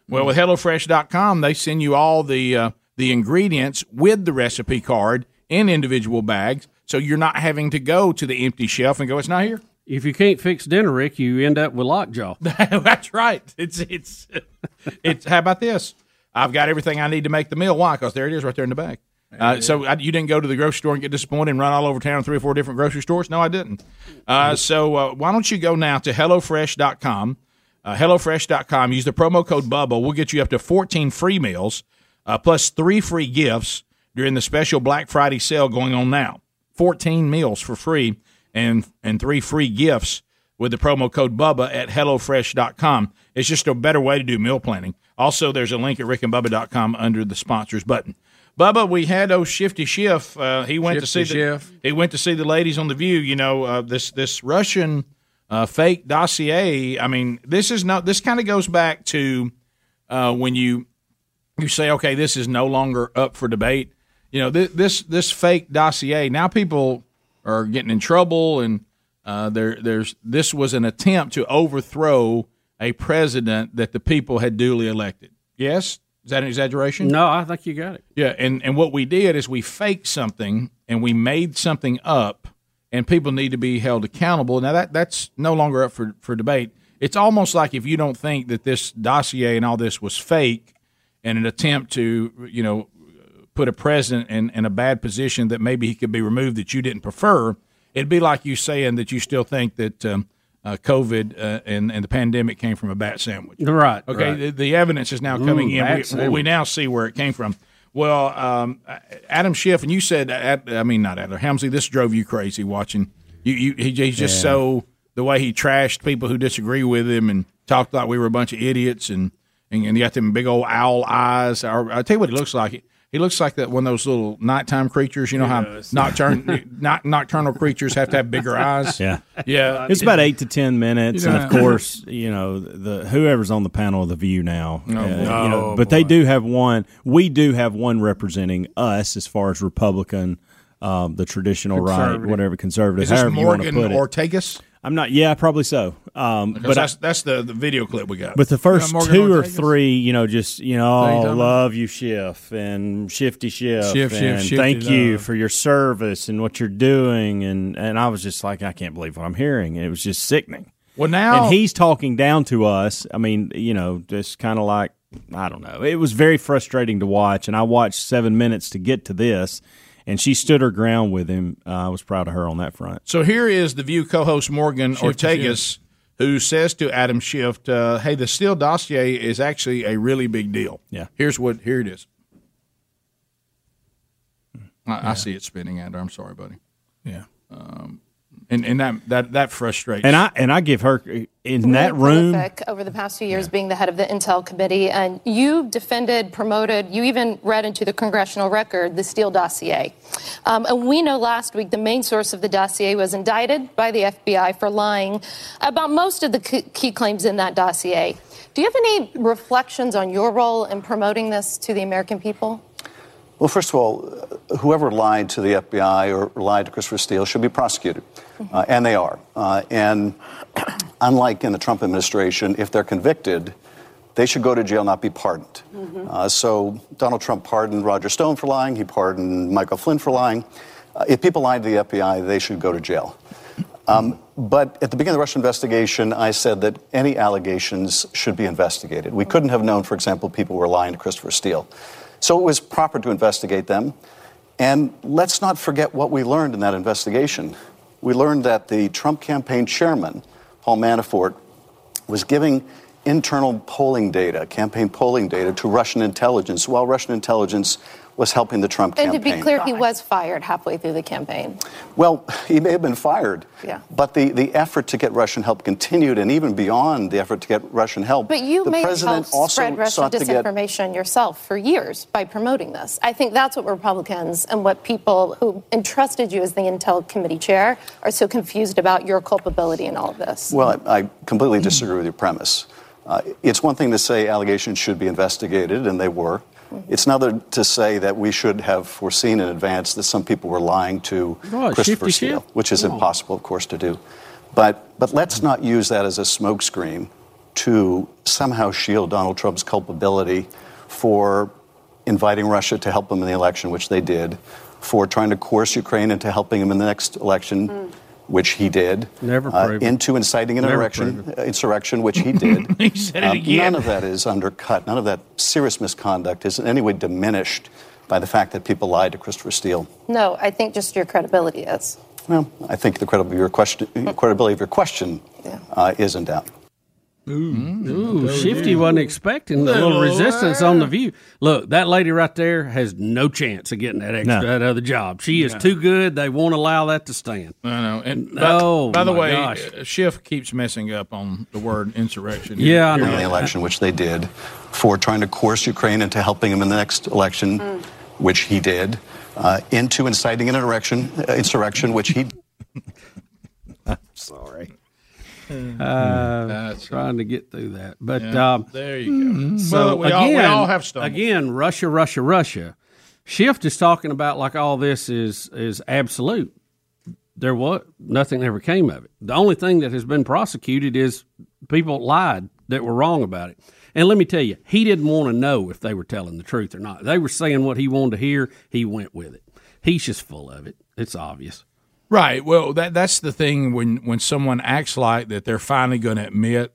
Well, with HelloFresh.com, they send you all the uh, the ingredients with the recipe card in individual bags, so you're not having to go to the empty shelf and go, "It's not here."
If you can't fix dinner, Rick, you end up with lockjaw.
That's right. It's it's it's. How about this? I've got everything I need to make the meal. Why? Because there it is, right there in the bag. Uh, so I, you didn't go to the grocery store and get disappointed and run all over town to three or four different grocery stores? No, I didn't. Uh, so uh, why don't you go now to HelloFresh.com? Uh, HelloFresh.com. Use the promo code Bubba. We'll get you up to 14 free meals uh, plus three free gifts during the special Black Friday sale going on now. 14 meals for free and and three free gifts with the promo code Bubba at HelloFresh.com. It's just a better way to do meal planning. Also, there's a link at RickandBubba.com under the sponsors button. Bubba, we had oh Shifty Schiff. Uh, he went
Shifty
to see the, he went to see the ladies on the View. You know uh, this this Russian uh, fake dossier. I mean, this is not this kind of goes back to uh, when you you say, okay, this is no longer up for debate. You know, this this, this fake dossier. Now people are getting in trouble, and uh, there there's this was an attempt to overthrow a president that the people had duly elected. Yes, is that an exaggeration?
No, I think you got it.
Yeah, and and what we did is we faked something and we made something up, and people need to be held accountable. Now that that's no longer up for for debate. It's almost like if you don't think that this dossier and all this was fake, and an attempt to you know put a president in, in a bad position that maybe he could be removed that you didn't prefer, it'd be like you saying that you still think that um, uh, COVID uh, and and the pandemic came from a bat sandwich.
Right.
Okay,
right.
The, the evidence is now coming
Ooh, bat
in. We, we
sandwich.
now see where it came from. Well, um, Adam Schiff, and you said, Ad- I mean, not Adam Helmsley. This drove you crazy watching. You, you he, he's just
Yeah.
so the way he trashed people who disagree with him and talked like we were a bunch of idiots and and, and he got them big old owl eyes. Or, I tell you what, he looks like. He looks like that one of those little nighttime creatures. You know how nocturnal not, nocturnal creatures have to have bigger eyes.
Yeah,
yeah.
It's about eight to ten minutes,
You
and of
know.
course, you know the whoever's on the panel of the View now. uh,
Oh, boy.
you know,
Oh,
but they do have one. We do have one representing us as far as Republican, um, the traditional right,
Conservative.
whatever conservative.
Is this
however you
Morgan
want to put it.
Ortegas?
I'm not. Yeah, probably so. Um,
Because
but I-
that's, that's the, the video clip we got.
But the first
Yeah, Morgan
two or
Ortegas.
three, you know, just you
Is that you
know,
talking
love you, Schiff and Shifty Schiff,
Schiff, Schiff,
and
Shifty
thank you
love.
for your service and what you're doing, and and I was just like, I can't believe what I'm hearing. It was just sickening.
Well, now-
and he's talking down to us. I mean, you know, just kind of like I don't know. It was very frustrating to watch, and I watched seven minutes to get to this, and she stood her ground with him. Uh, I was proud of her on that front.
So here is the View co-host Morgan
Schiff to
Ortegas, who says to Adam Schiff, uh, "Hey, the Steele dossier is actually a really big deal.
Yeah.
here's what here it is. I, I see it spinning out there. I'm sorry, buddy.
Yeah.
Um, and and that that that frustrates.
And I and I give her in
that
prolific over the past few years being the head of the Intel Committee, and you defended, promoted, you even read into the congressional record the Steele dossier. Um, and we know last week the main source of the dossier was indicted by the FBI for lying about most of the c- key claims in that dossier. Do you have any reflections on your role in promoting this to the American people?
Well, first of all, uh, whoever lied to the FBI or lied to Christopher Steele should be prosecuted, uh, and they are. Uh, and unlike in the Trump administration, if they're convicted, they should go to jail, not be pardoned. Uh, so Donald Trump pardoned Roger Stone for lying. He pardoned Michael Flynn for lying. Uh, if people lied to the FBI, they should go to jail. Um, but at the beginning of the Russian investigation, I said that any allegations should be investigated. We couldn't have known, for example, people were lying to Christopher Steele. So it was proper to investigate them. And let's not forget what we learned in that investigation. We learned that the Trump campaign chairman, Paul Manafort, was giving internal polling data, campaign polling data, to Russian intelligence while Russian intelligence was helping the Trump
And to
campaign.
be clear, he was fired halfway through the campaign.
Well, he may have been fired,
Yeah.
but the, the effort to get Russian help continued, and even beyond the effort to get Russian help.
But you
the
may have
president
helped
also
spread Russian
sought to get
disinformation yourself for years by promoting this. I think that's what Republicans and what people who entrusted you as the Intel Committee chair are so confused about your culpability in all of this.
Well, I, I completely disagree with your premise. Uh, it's one thing to say allegations should be investigated, and they were. It's another to say that we should have foreseen in advance that some people were lying to Right, Christopher shifty Steele, shit. which is Come on. impossible, of course, to do. But but let's not use that as a smokescreen to somehow shield Donald Trump's culpability for inviting Russia to help him in the election, which they did, for trying to coerce Ukraine into helping him in the next election, which he did,
Never
uh,
prove it.
into inciting an
Never
erection, uh, insurrection, which he did. Um,
He said it again.
None of that is undercut. None of that serious misconduct is in any way diminished by the fact that people lied to Christopher Steele.
No, I think just your credibility is.
Well, I think the credibility of your question, credibility of your question uh, is in doubt.
Ooh, Shifty wasn't expecting the little resistance on the view. Look, that lady right there has no chance of getting that extra
No.
that other job. She is
No.
too good. They won't allow that to stand.
I know. And by-
oh,
by, the
my
way,
gosh.
uh, Schiff keep keeps messing up on the word insurrection.
In the election, which they did, for trying to coerce Ukraine into helping him in the next election, which he did, uh, into inciting an erection, uh, insurrection, which he. I'm sorry.
Uh, trying to get through that, but
Mm-hmm. Yeah,
um,
there you go. Mm.
So
Well, we
again,
all- we all have stumbled.
again, Russia, Russia, Russia. Shift is talking about like all this is is absolute. There was nothing ever came of it. The only thing that has been prosecuted is people lied that were wrong about it. And let me tell you, he didn't want to know if they were telling the truth or not. They were saying what he wanted to hear. He went with it. He's just full of it. It's obvious.
Right. Well, that that's the thing when when someone acts like that, they're finally going to admit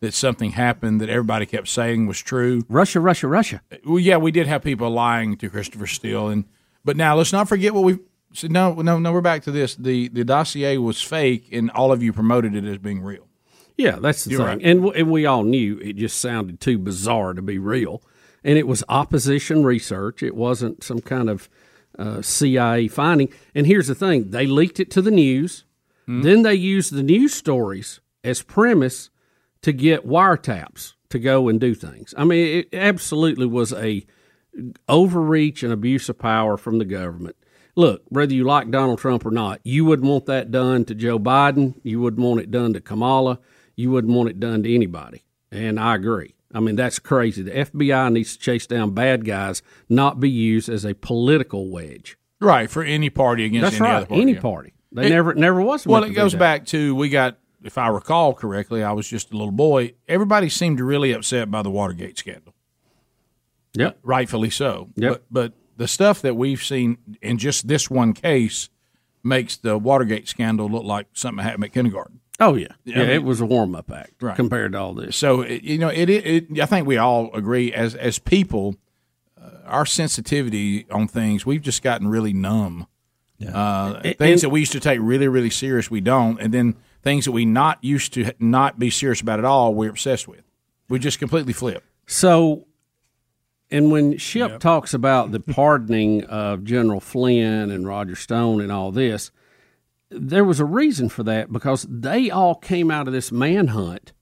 that something happened that everybody kept saying was true.
Russia, Russia, Russia.
Well, yeah, we did have people lying to Christopher Steele, and but now let's not forget what we said. No, no, no. We're back to this. The the dossier was fake, and all of you promoted it as being real.
Yeah, that's the
You're
thing.
right.
And, w- and we all knew it just sounded too bizarre to be real. And it was opposition research, it wasn't some kind of uh, CIA finding. And here's the thing they leaked it to the news,
Mm-hmm.
then they used the news stories as premise to get wiretaps to go and do things. I mean, it absolutely was a overreach and abuse of power from the government. Look, whether you like Donald Trump or not, you wouldn't want that done to Joe Biden. You wouldn't want it done to Kamala. You wouldn't want it done to anybody. And I agree. I mean, that's crazy. The FBI needs to chase down bad guys, not be used as a political wedge.
Right for any party against
That's
any
right,
other party.
any
yeah.
party. They never- it never was
Well,
meant to
it
be
goes
that.
back to we got. If I recall correctly, I was just a little boy. Everybody seemed really upset by the Watergate scandal.
Yep.
rightfully so. But, but the stuff that we've seen in just this one case makes the Watergate scandal look like something happened at kindergarten.
Oh yeah, yeah.
I mean-
it was a warm up act
Right.
compared to all this.
So it, you know, it, it, it. I think we all agree as as people, uh, our sensitivity on things we've just gotten really numb. Uh,
And-
things
and-
that we used to take really really serious, we don't, and then things that we not used to not be serious about at all, we're obsessed with. We just completely flip.
So, and when Ship talks about the pardoning of General Flynn and Roger Stone and all this, there was a reason for that because they all came out of this manhunt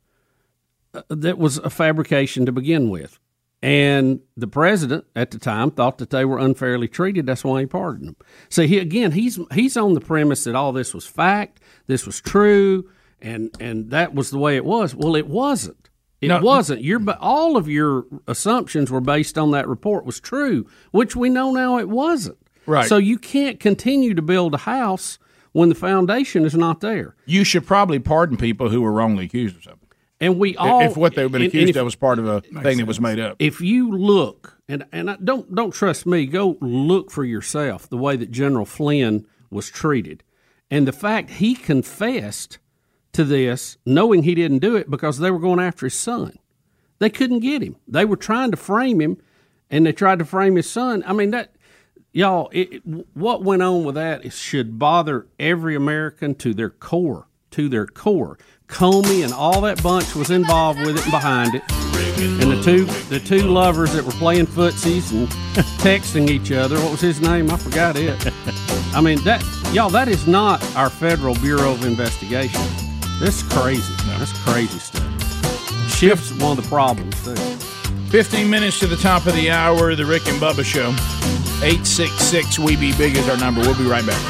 uh, that was a fabrication to begin with. And the president at the time thought that they were unfairly treated. That's why he pardoned them. So he again, he's he's on the premise that all this was fact, this was true, and and that was the way it was. Well, it wasn't. It
No.
wasn't. Your but all of your assumptions were based on that report was true, which we know now it wasn't.
Right.
So you can't continue to build a house when the foundation is not there.
You should probably pardon people who were wrongly accused of something.
And we
If-
all
if what they've been
and- and
accused
if-
of was part of a thing that was made up.
If you look and and I, don't don't trust me, go look for yourself the way that General Flynn was treated, and the fact he confessed to this, knowing he didn't do it because they were going after his son. They couldn't get him. They were trying to frame him, and they tried to frame his son. I mean that. Y'all, it, it- what went on with that is, should bother every American to their core, to their core. Comey and all that bunch was involved with it and behind it, and the two the two lovers that were playing footsies and texting each other. What was his name? I forgot it. I mean that y'all, that is not our Federal Bureau of Investigation. That's crazy. That's crazy stuff. Shifts one of the problems too.
15 minutes to the top of the hour, the Rick and Bubba Show. 866 We Be Big is our number. We'll be right back.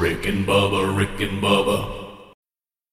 Rick and Bubba, Rick and Bubba,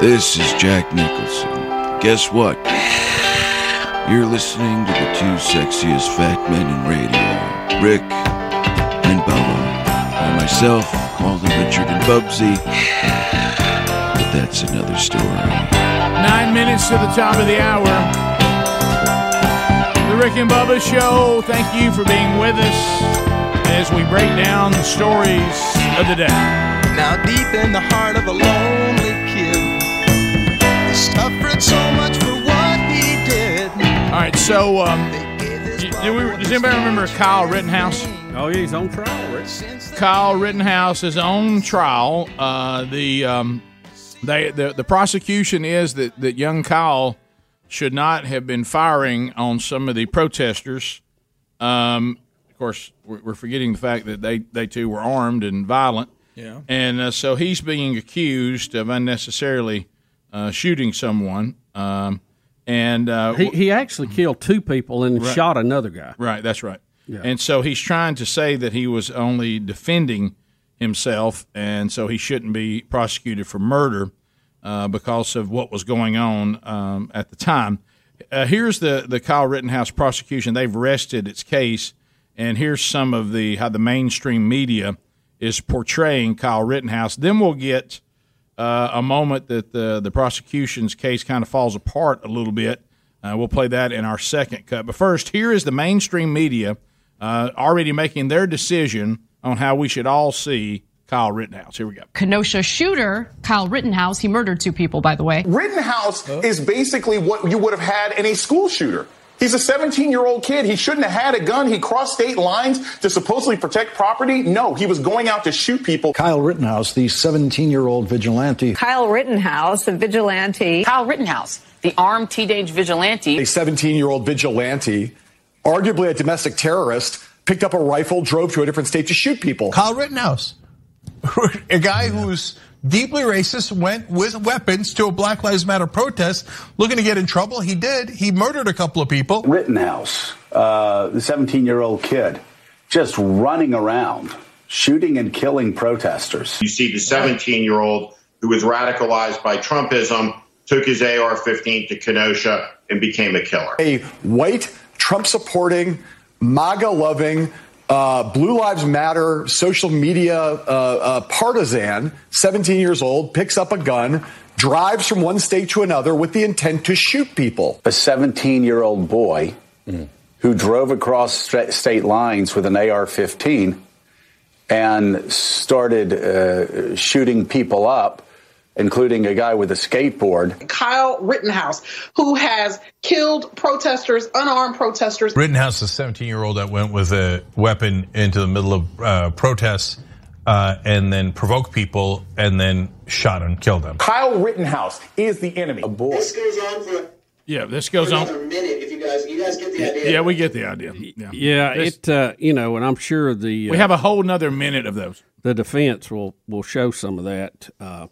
This is Jack Nicholson. Guess what? You're listening to the two sexiest fat men in radio, Rick and Bubba, and myself, Colin Richard and Bubsy. But that's another story.
Nine minutes to the top of the hour. The Rick and Bubba Show. Thank you for being with us as we break down the stories of the day.
Now deep in the heart of a lonely kid, he suffered so much for what he did.
All right, so um, do, do we, does anybody remember Kyle Rittenhouse?
Oh, yeah, he's on trial, Rick.
Kyle Rittenhouse is on trial. Uh, the um, they the, the prosecution is that that young Kyle should not have been firing on some of the protesters. Um, of course, we're, we're forgetting the fact that they they too were armed and violent.
Yeah.
And uh, so he's being accused of unnecessarily uh, shooting someone. Um, and uh,
He, he actually killed two people and
Right.
shot another guy.
Right, that's right.
Yeah.
And so he's trying to say that he was only defending himself, and so he shouldn't be prosecuted for murder uh, because of what was going on um, at the time. Uh, here's the the Kyle Rittenhouse prosecution. They've rested its case, and here's some of the how the mainstream media is portraying Kyle Rittenhouse. Then we'll get uh, a moment that the the prosecution's case kind of falls apart a little bit. Uh, we'll play that in our second cut. But first, here is the mainstream media uh, already making their decision on how we should all see Kyle Rittenhouse. Here we go.
Kenosha shooter, Kyle Rittenhouse. He murdered two people, by the way.
Rittenhouse is basically what you would have had in a school shooter. He's a 17 year old kid. He shouldn't have had a gun. He crossed state lines to supposedly protect property. No, he was going out to shoot people.
Kyle Rittenhouse, the 17 year old vigilante.
Kyle Rittenhouse, a vigilante. Kyle Rittenhouse, the armed teenage vigilante.
A 17 year old vigilante, arguably a domestic terrorist, picked up a rifle, drove to a different state to shoot people.
Kyle Rittenhouse, a guy who's deeply racist, went with weapons to a Black Lives Matter protest, looking to get in trouble. He did. He murdered a couple of people.
Rittenhouse, uh, the 17 year old kid, just running around, shooting and killing protesters.
You see the 17 year old who was radicalized by Trumpism took his AR 15 to Kenosha and became a killer.
A white, Trump supporting, MAGA loving, uh, Blue Lives Matter social media uh, uh, partisan, 17 years old, picks up a gun, drives from one state to another with the intent to shoot people.
A 17 year old boy
who drove across st- state lines with an AR 15 and started uh, shooting people up, including a guy with a skateboard.
Kyle Rittenhouse, who has killed protesters, unarmed protesters.
Rittenhouse, the 17 year old that went with a weapon into the middle of uh, protests uh, and then provoked people and then shot and killed them.
Kyle Rittenhouse is the enemy. A boy.
This goes on for
Yeah, this goes on.
another minute. If you guys, you guys get the idea.
yeah, we get the idea. Yeah,
Yeah,
This-
it uh, you know, and I'm sure the uh,
We have a whole nother minute of those.
The defense will will show some of that, uh,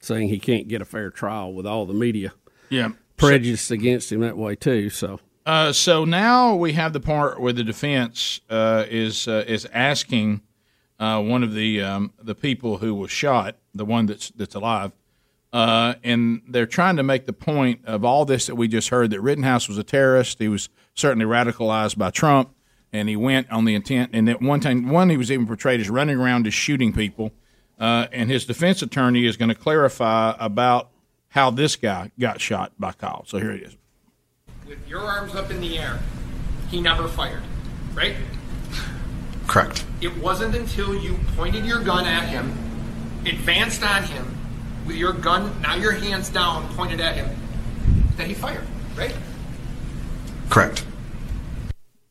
saying he can't get a fair trial with all the media.
Yeah.
prejudiced against him that way too. So
Uh, so now we have the part where the defense uh, is uh, is asking uh, one of the um, the people who was shot, the one that's that's alive, uh, and they're trying to make the point of all this that we just heard that Rittenhouse was a terrorist. He was certainly radicalized by Trump, and he went on the intent. And at one time, one he was even portrayed as running around just shooting people. Uh, and his defense attorney is going to clarify about how this guy got shot by Kyle. So here it is.
with your arms up in the air, he never fired, right?
Correct.
It wasn't until you pointed your gun at him, advanced on him with your gun, now your hands down, pointed at him, that he fired, right?
Correct.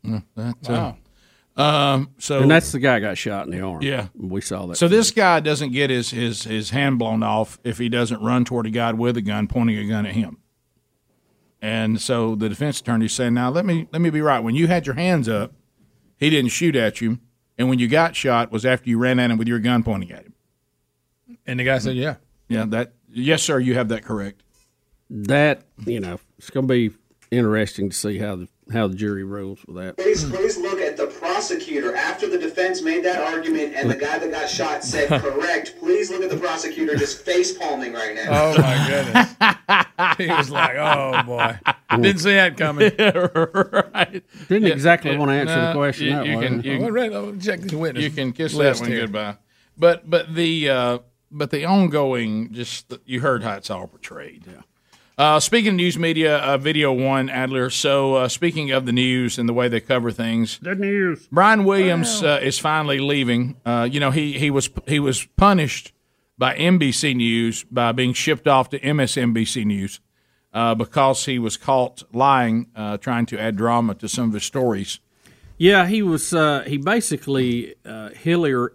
Mm, uh,
wow. um, so
and that's the guy got shot in the arm.
Yeah.
we saw that.
So this guy doesn't get his, his his hand blown off if he doesn't run toward a guy with a gun pointing a gun at him. And so the defense attorney said, "Now let me let me be right. When you had your hands up, he didn't shoot at you, and when you got shot was after you ran at him with your gun pointing at him." And the guy said, "Yeah, yeah, that yes, sir, you have that correct."
that you know it's going to be interesting to see how the how the jury rules with that.
Please, please look at the prosecutor after the defense made that argument and the guy that got shot said correct. Please look at the prosecutor just face palming right now.
Oh, my
goodness!
he was like, "Oh boy, Didn't see that coming." right.
Didn't exactly
yeah,
want to answer
no,
the question.
you-
that
you
way.
can- you-
Well,
Oh, right, I'll check the witness. You can kiss that
list
one
here.
goodbye. But but the uh, but the ongoing just you heard how it's all portrayed. Yeah. Uh, speaking of news media, uh, video one Adler. So uh, speaking of the news and the way they cover things,
the news.
Brian Williams uh, is finally leaving. Uh, you know he he was he was punished by NBC News by being shipped off to MSNBC News uh, because he was caught lying, uh, trying to add drama to some of his stories.
Yeah, he was. Uh, he basically uh, Hillary.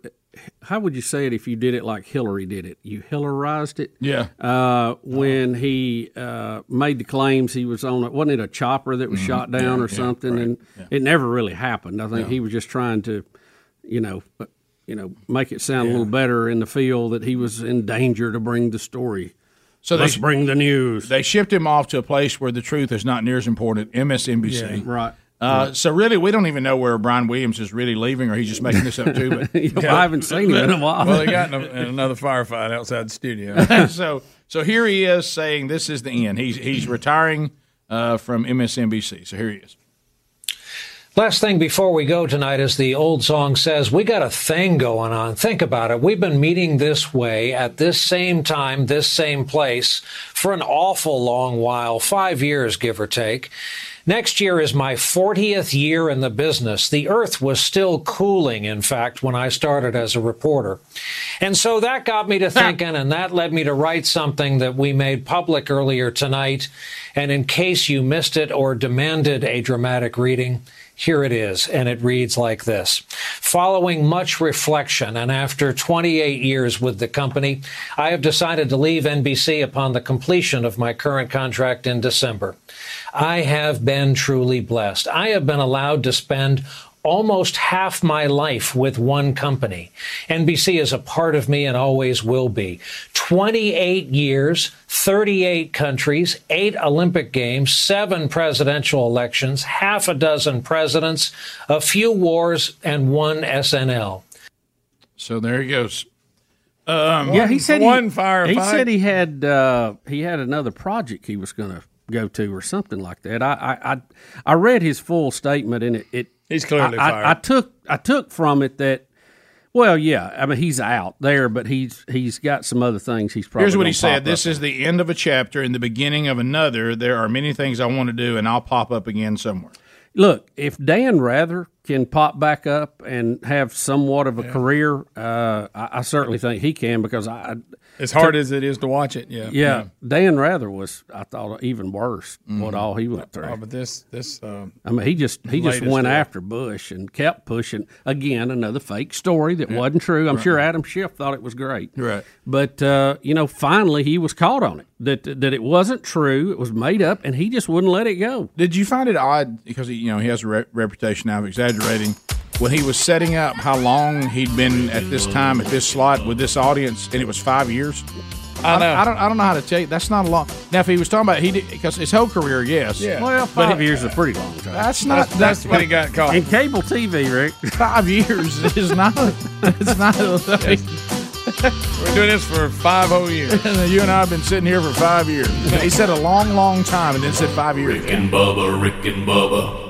How would you say it if you did it like Hillary did it? You Hillarized it.
Yeah.
Uh, when he uh, made the claims he was on, it wasn't it a chopper that was
Mhm.
shot down
Yeah,
or
yeah,
something?
right,
and it never really happened. I think
No.
he was just trying to, you know, uh, you know, make it sound a little better in the field that he was in danger to bring the story.
So
let's
they-
bring the news.
They shipped him off to a place where the truth is not near as important, MSNBC.
Yeah, right.
Uh, so really, we don't even know where Brian Williams is really leaving, or he's just making this up too. But
Yeah, well, I haven't seen him in a while.
Well,
Well,
they
he
got
got
in, another firefight outside the studio. so, so here he is saying this is the end. He's he's retiring uh, from MSNBC. So here he is.
Last thing before we go tonight, as the old song says, we got a thing going on. Think about it. We've been meeting this way at this same time, this same place for an awful long while, five years, give or take. Next year is my 40th year in the business. The earth was still cooling, in fact, when I started as a reporter. And so that got me to thinking, and that led me to write something that we made public earlier tonight. And in case you missed it or demanded a dramatic reading, here it is, and it reads like this. Following much reflection and after 28 years with the company, I have decided to leave NBC upon the completion of my current contract in December. I have been truly blessed. I have been allowed to spend almost half my life with one company. NBC is a part of me and always will be. 28 years, 38 countries, eight Olympic Games, seven presidential elections, half a dozen presidents, a few wars, and one SNL.
So there he goes.
Um, yeah, he said
one
he,
firefight.
He said he had uh, he had another project he was going to go to or something like that. I I, I, I read his full statement and it, it
he's clearly
I,
fired.
I, I took I took from it that well yeah I mean he's out there but he's he's got some other things he's probably
Here's what
gonna
he said.
pop
This
up.
is the end of a chapter and the beginning of another. There are many things I want to do, and I'll pop up again somewhere.
Look, if Dan Rather can pop back up and have somewhat of a career, uh, I, I certainly think he can because I.
As hard as it is to watch it, yeah,
yeah, Dan Rather was I thought even worse
Mm-hmm.
what all he went through.
Oh, but this this. Um,
I mean, he just he just
latest uh,
went
one.
after Bush and kept pushing. Again, another fake story that wasn't true. I'm
Right.
sure Adam Schiff thought it was great,
Right.
but uh, you know, finally he was caught on it that that it wasn't true. It was made up, and he just wouldn't let it go.
Did you find it odd because he, you know he has a re- reputation now of exaggerating? When he was setting up how long he'd been at this time at this slot with this audience, and it was five years. I know. I, don't. I don't know how to tell you. That's not a long. Now, if he was talking about he did because his whole career, yes.
Yeah. Well,
But
five
he-
years is a pretty long time.
That's not.
That's- that's when he got caught. In cable TV, Rick.
Five years is not. It's not. We're doing this for five whole years. you and I have been sitting here for five years. He said a long, long time, and then said five years.
Rick and Bubba, Rick and Bubba,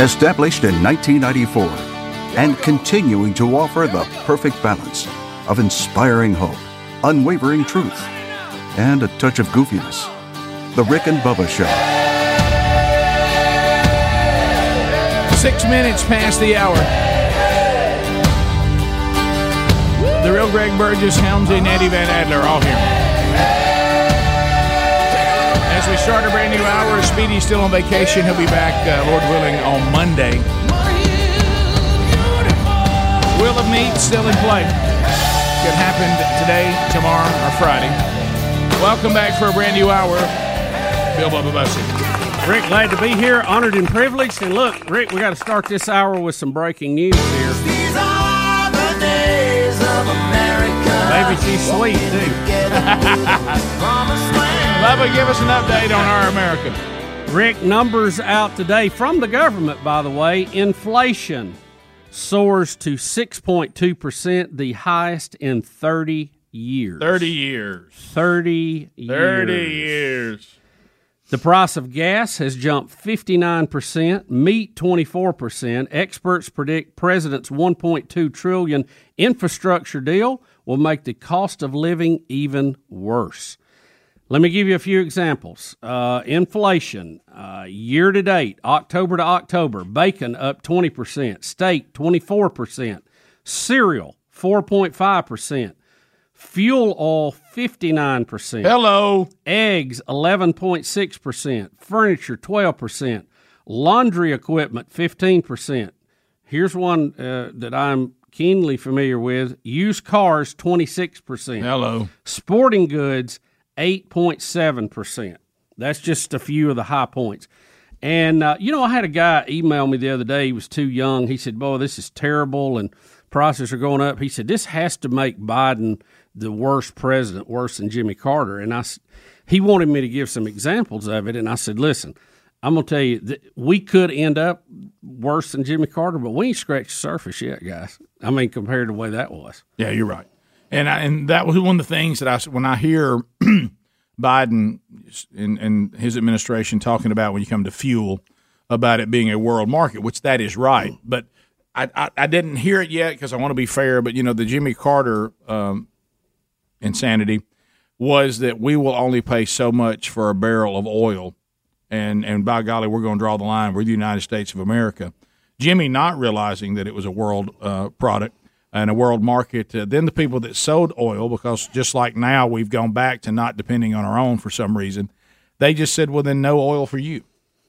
Established in 1994 and continuing to offer the perfect balance of inspiring hope, unwavering truth, and a touch of goofiness. The Rick and Bubba Show.
Six minutes past the hour. The real Greg Burgess, Helmsley, and Eddie Van Adler all here. As we start a brand new hour, Speedy's still on vacation. He'll be back, uh, Lord willing, on Monday. Will of Meat still in play. Could happen today, tomorrow, or Friday. Welcome back for a brand new hour. Bill Bubba Bussy.
Rick, glad to be here, honored and privileged. And look, Rick, we got to start this hour with some breaking news here. Maybe she's sweet too.
Bubba, give us an update on our America.
Rick, numbers out today from the government, by the way. Inflation soars to 6.2%, the highest in 30 years.
30 years.
30 years.
30 years.
The price of gas has jumped 59%, meat 24%. Experts predict president's 1.2 trillion infrastructure deal will make the cost of living even worse. Let me give you a few examples. Uh, inflation, uh, year to date, October to October, bacon up 20%, steak 24%, cereal 4.5%, fuel oil 59%.
Hello.
Eggs 11.6%, furniture 12%, laundry equipment 15%. Here's one uh, that I'm keenly familiar with used cars 26%.
Hello.
Sporting goods 8.7%. That's just a few of the high points. And, uh, you know, I had a guy email me the other day. He was too young. He said, Boy, this is terrible and prices are going up. He said, This has to make Biden the worst president, worse than Jimmy Carter. And I, s- he wanted me to give some examples of it. And I said, Listen, I'm going to tell you that we could end up worse than Jimmy Carter, but we ain't scratched the surface yet, guys. I mean, compared to the way that was.
Yeah, you're right. And I, and that was one of the things that I when I hear Biden and, and his administration talking about when you come to fuel about it being a world market, which that is right. But I I, I didn't hear it yet because I want to be fair. But you know the Jimmy Carter um, insanity was that we will only pay so much for a barrel of oil, and and by golly, we're going to draw the line. We're the United States of America. Jimmy not realizing that it was a world uh, product and a world market. Uh, then the people that sold oil, because just like now, we've gone back to not depending on our own for some reason. They just said, "Well, then no oil for you,"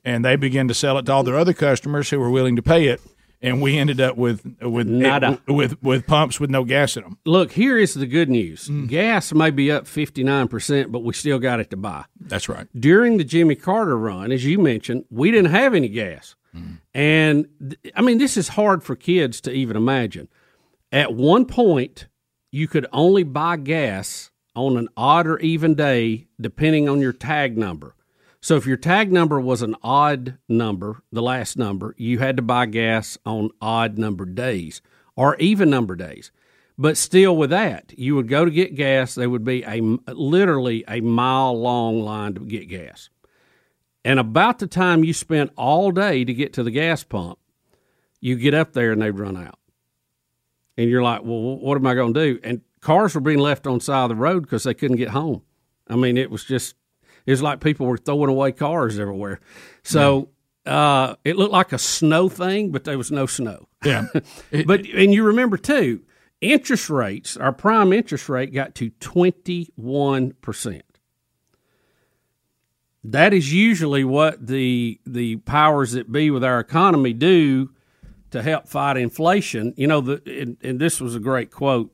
and they began to sell it to all their other customers who were willing to pay it. And we ended up with with
Nada.
with with pumps with no gas in Mm. them.
Look, here is the good news. Gas may be up 59%, but we still got it to buy.
That's right.
During the Jimmy Carter run, as you mentioned, we didn't have any gas.
Mm.
And th- I mean, this is hard for kids to even imagine. At one point, you could only buy gas on an odd or even day, depending on your tag number. So if your tag number was an odd number, the last number, you had to buy gas on odd number days or even number days. But still, with that, you would go to get gas. There would be a literally a mile long line to get gas. And about the time you spent all day to get to the gas pump, you get up there and they'd run out. And you're like, well, wh- what am I going to do? And cars were being left on the side of the road because they couldn't get home. I mean, it was just it was like people were throwing away cars everywhere. So uh, it looked like a snow thing, but there was no snow.
Yeah.
but and you remember too, interest rates, our prime interest rate got to twenty one percent. That is usually what the the powers that be with our economy do to help fight inflation. You know, the and, and this was a great quote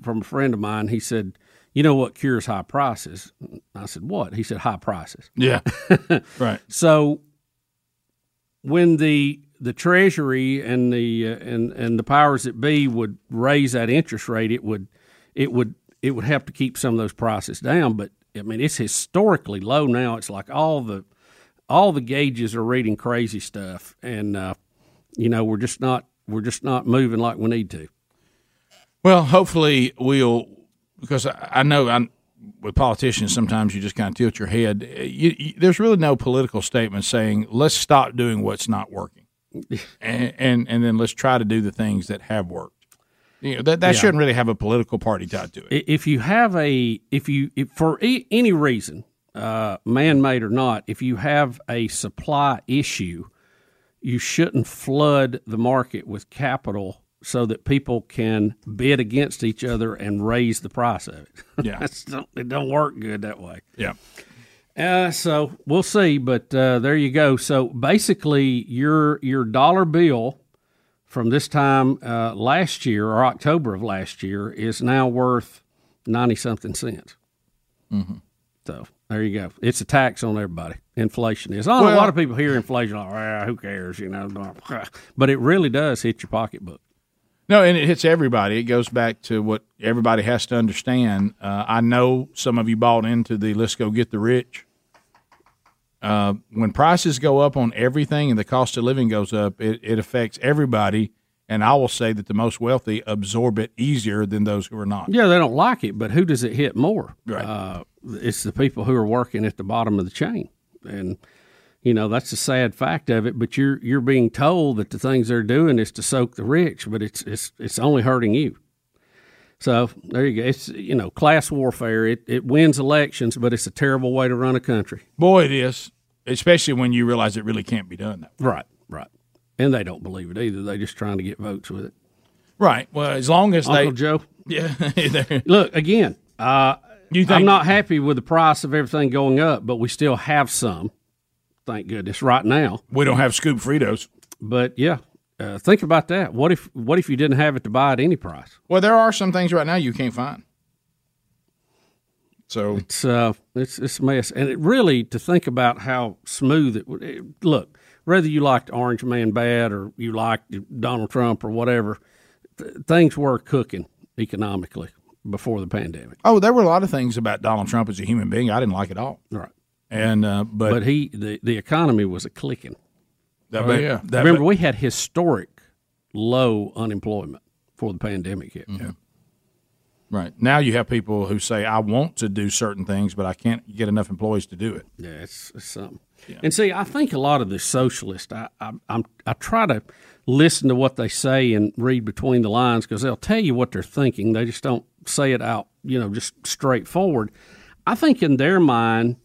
from a friend of mine. He said, "You know what cures high prices?" I said, "What?" He said, "High prices."
Yeah. right.
So when the the Treasury and the uh, and and the powers that be would raise that interest rate, it would it would it would have to keep some of those prices down. But I mean, it's historically low now. It's like all the all the gauges are reading crazy stuff, and uh, you know we're just not we're just not moving like we need to.
Well, hopefully we'll because I, I know I'm, with politicians sometimes you just kind of tilt your head. You, you, there's really no political statement saying let's stop doing what's not working, and, and and then let's try to do the things that have worked. You know that that
Yeah.
shouldn't really have a political party tied to it.
I- If you have a, if you, if for e- any reason, uh, man made or not, if you have a supply issue, you shouldn't flood the market with capital so that people can bid against each other and raise the price of it.
Yeah.
That's don't, it don't work good that way.
Yeah.
Uh, so we'll see, but uh, there you go. So basically, your your dollar bill from this time uh, last year or October of last year is now worth ninety something cents.
Mhm.
So there you go. It's a tax on everybody. Inflation is. I know a
Well-
lot of people hear inflation, like, "Ah, who cares? You know, blah, blah." but it really does hit your pocketbook.
No, and it hits everybody. It goes back to what everybody has to understand. Uh, I know some of you bought into the let's go get the rich. Uh, when prices go up on everything and the cost of living goes up, it, it affects everybody. And I will say that the most wealthy absorb it easier than those who are not.
Yeah, they don't like it, but who does it hit more? Right. Uh, it's the people who are working at the bottom of the chain, and you know that's the sad fact of it. But you're you're being told that the things they're doing is to soak the rich, but it's it's it's only hurting you. So there you go. It's you know class warfare. It it wins elections, but it's a terrible way to run a country.
Boy, it is, especially when you realize it really can't be done. That way.
Right, right. And they don't believe it either. They're just trying to get votes with it.
Right. Well, as long as
Uncle
they
Joe.
Yeah.
Look again. Uh,
think-
I'm not happy with the price of everything going up, but we still have some. Thank goodness, right now
we don't have scoop Fritos.
But yeah, uh, think about that. What if what if you didn't have it to buy at any price?
Well, there are some things right now you can't find. So
it's uh, it's it's a mess, and it really to think about how smooth it would. It, look, whether you liked Orange Man bad or you liked Donald Trump or whatever, th- things were cooking economically before the pandemic.
Oh, there were a lot of things about Donald Trump as a human being I didn't like at all.
Right.
And uh, but
But he the, the economy was a clicking.
That may- yeah. that
Remember,
may-
we had historic low unemployment before the pandemic hit.
right now you have people who say I want to do certain things, but I can't get enough employees to do it.
Yeah, it's, it's something. And see, I think a lot of the socialists, I, I, I'm, I try to listen to what they say and read between the lines because they'll tell you what they're thinking. They just don't say it out, you know, just straightforward. I think in their mind,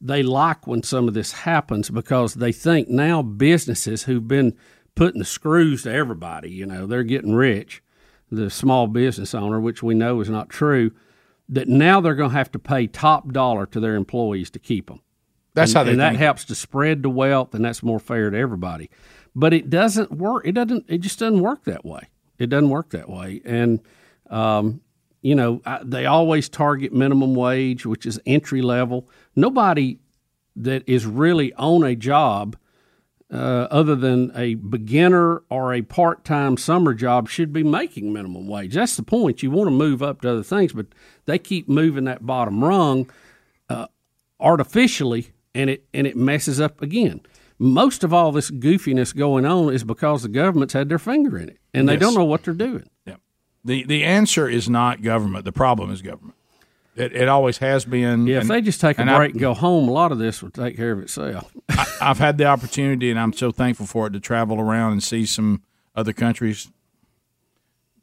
they like when some of this happens because they think now businesses who've been putting the screws to everybody, you know, they're getting rich, the small business owner, which we know is not true, that now they're going to have to pay top dollar to their employees to keep them.
That's
And-
how they
and that
think.
helps to spread the wealth, and that's more fair to everybody. But it doesn't work. It doesn't. It just doesn't work that way. It doesn't work that way. And um, you know, I, they always target minimum wage, which is entry level. Nobody that is really on a job, uh, other than a beginner or a part time summer job, should be making minimum wage. That's the point. You want to move up to other things, but they keep moving that bottom rung uh, artificially, and it and it messes up again. Most of all this goofiness going on is because the government's had their finger in it, and they
Yes.
don't know what they're doing.
the The answer is not government. The problem is government. It, it always has been. Yeah,
If they just take a break and go home, a lot of this would take care of itself.
I, I've had the opportunity, and I'm so thankful for it to travel around and see some other countries.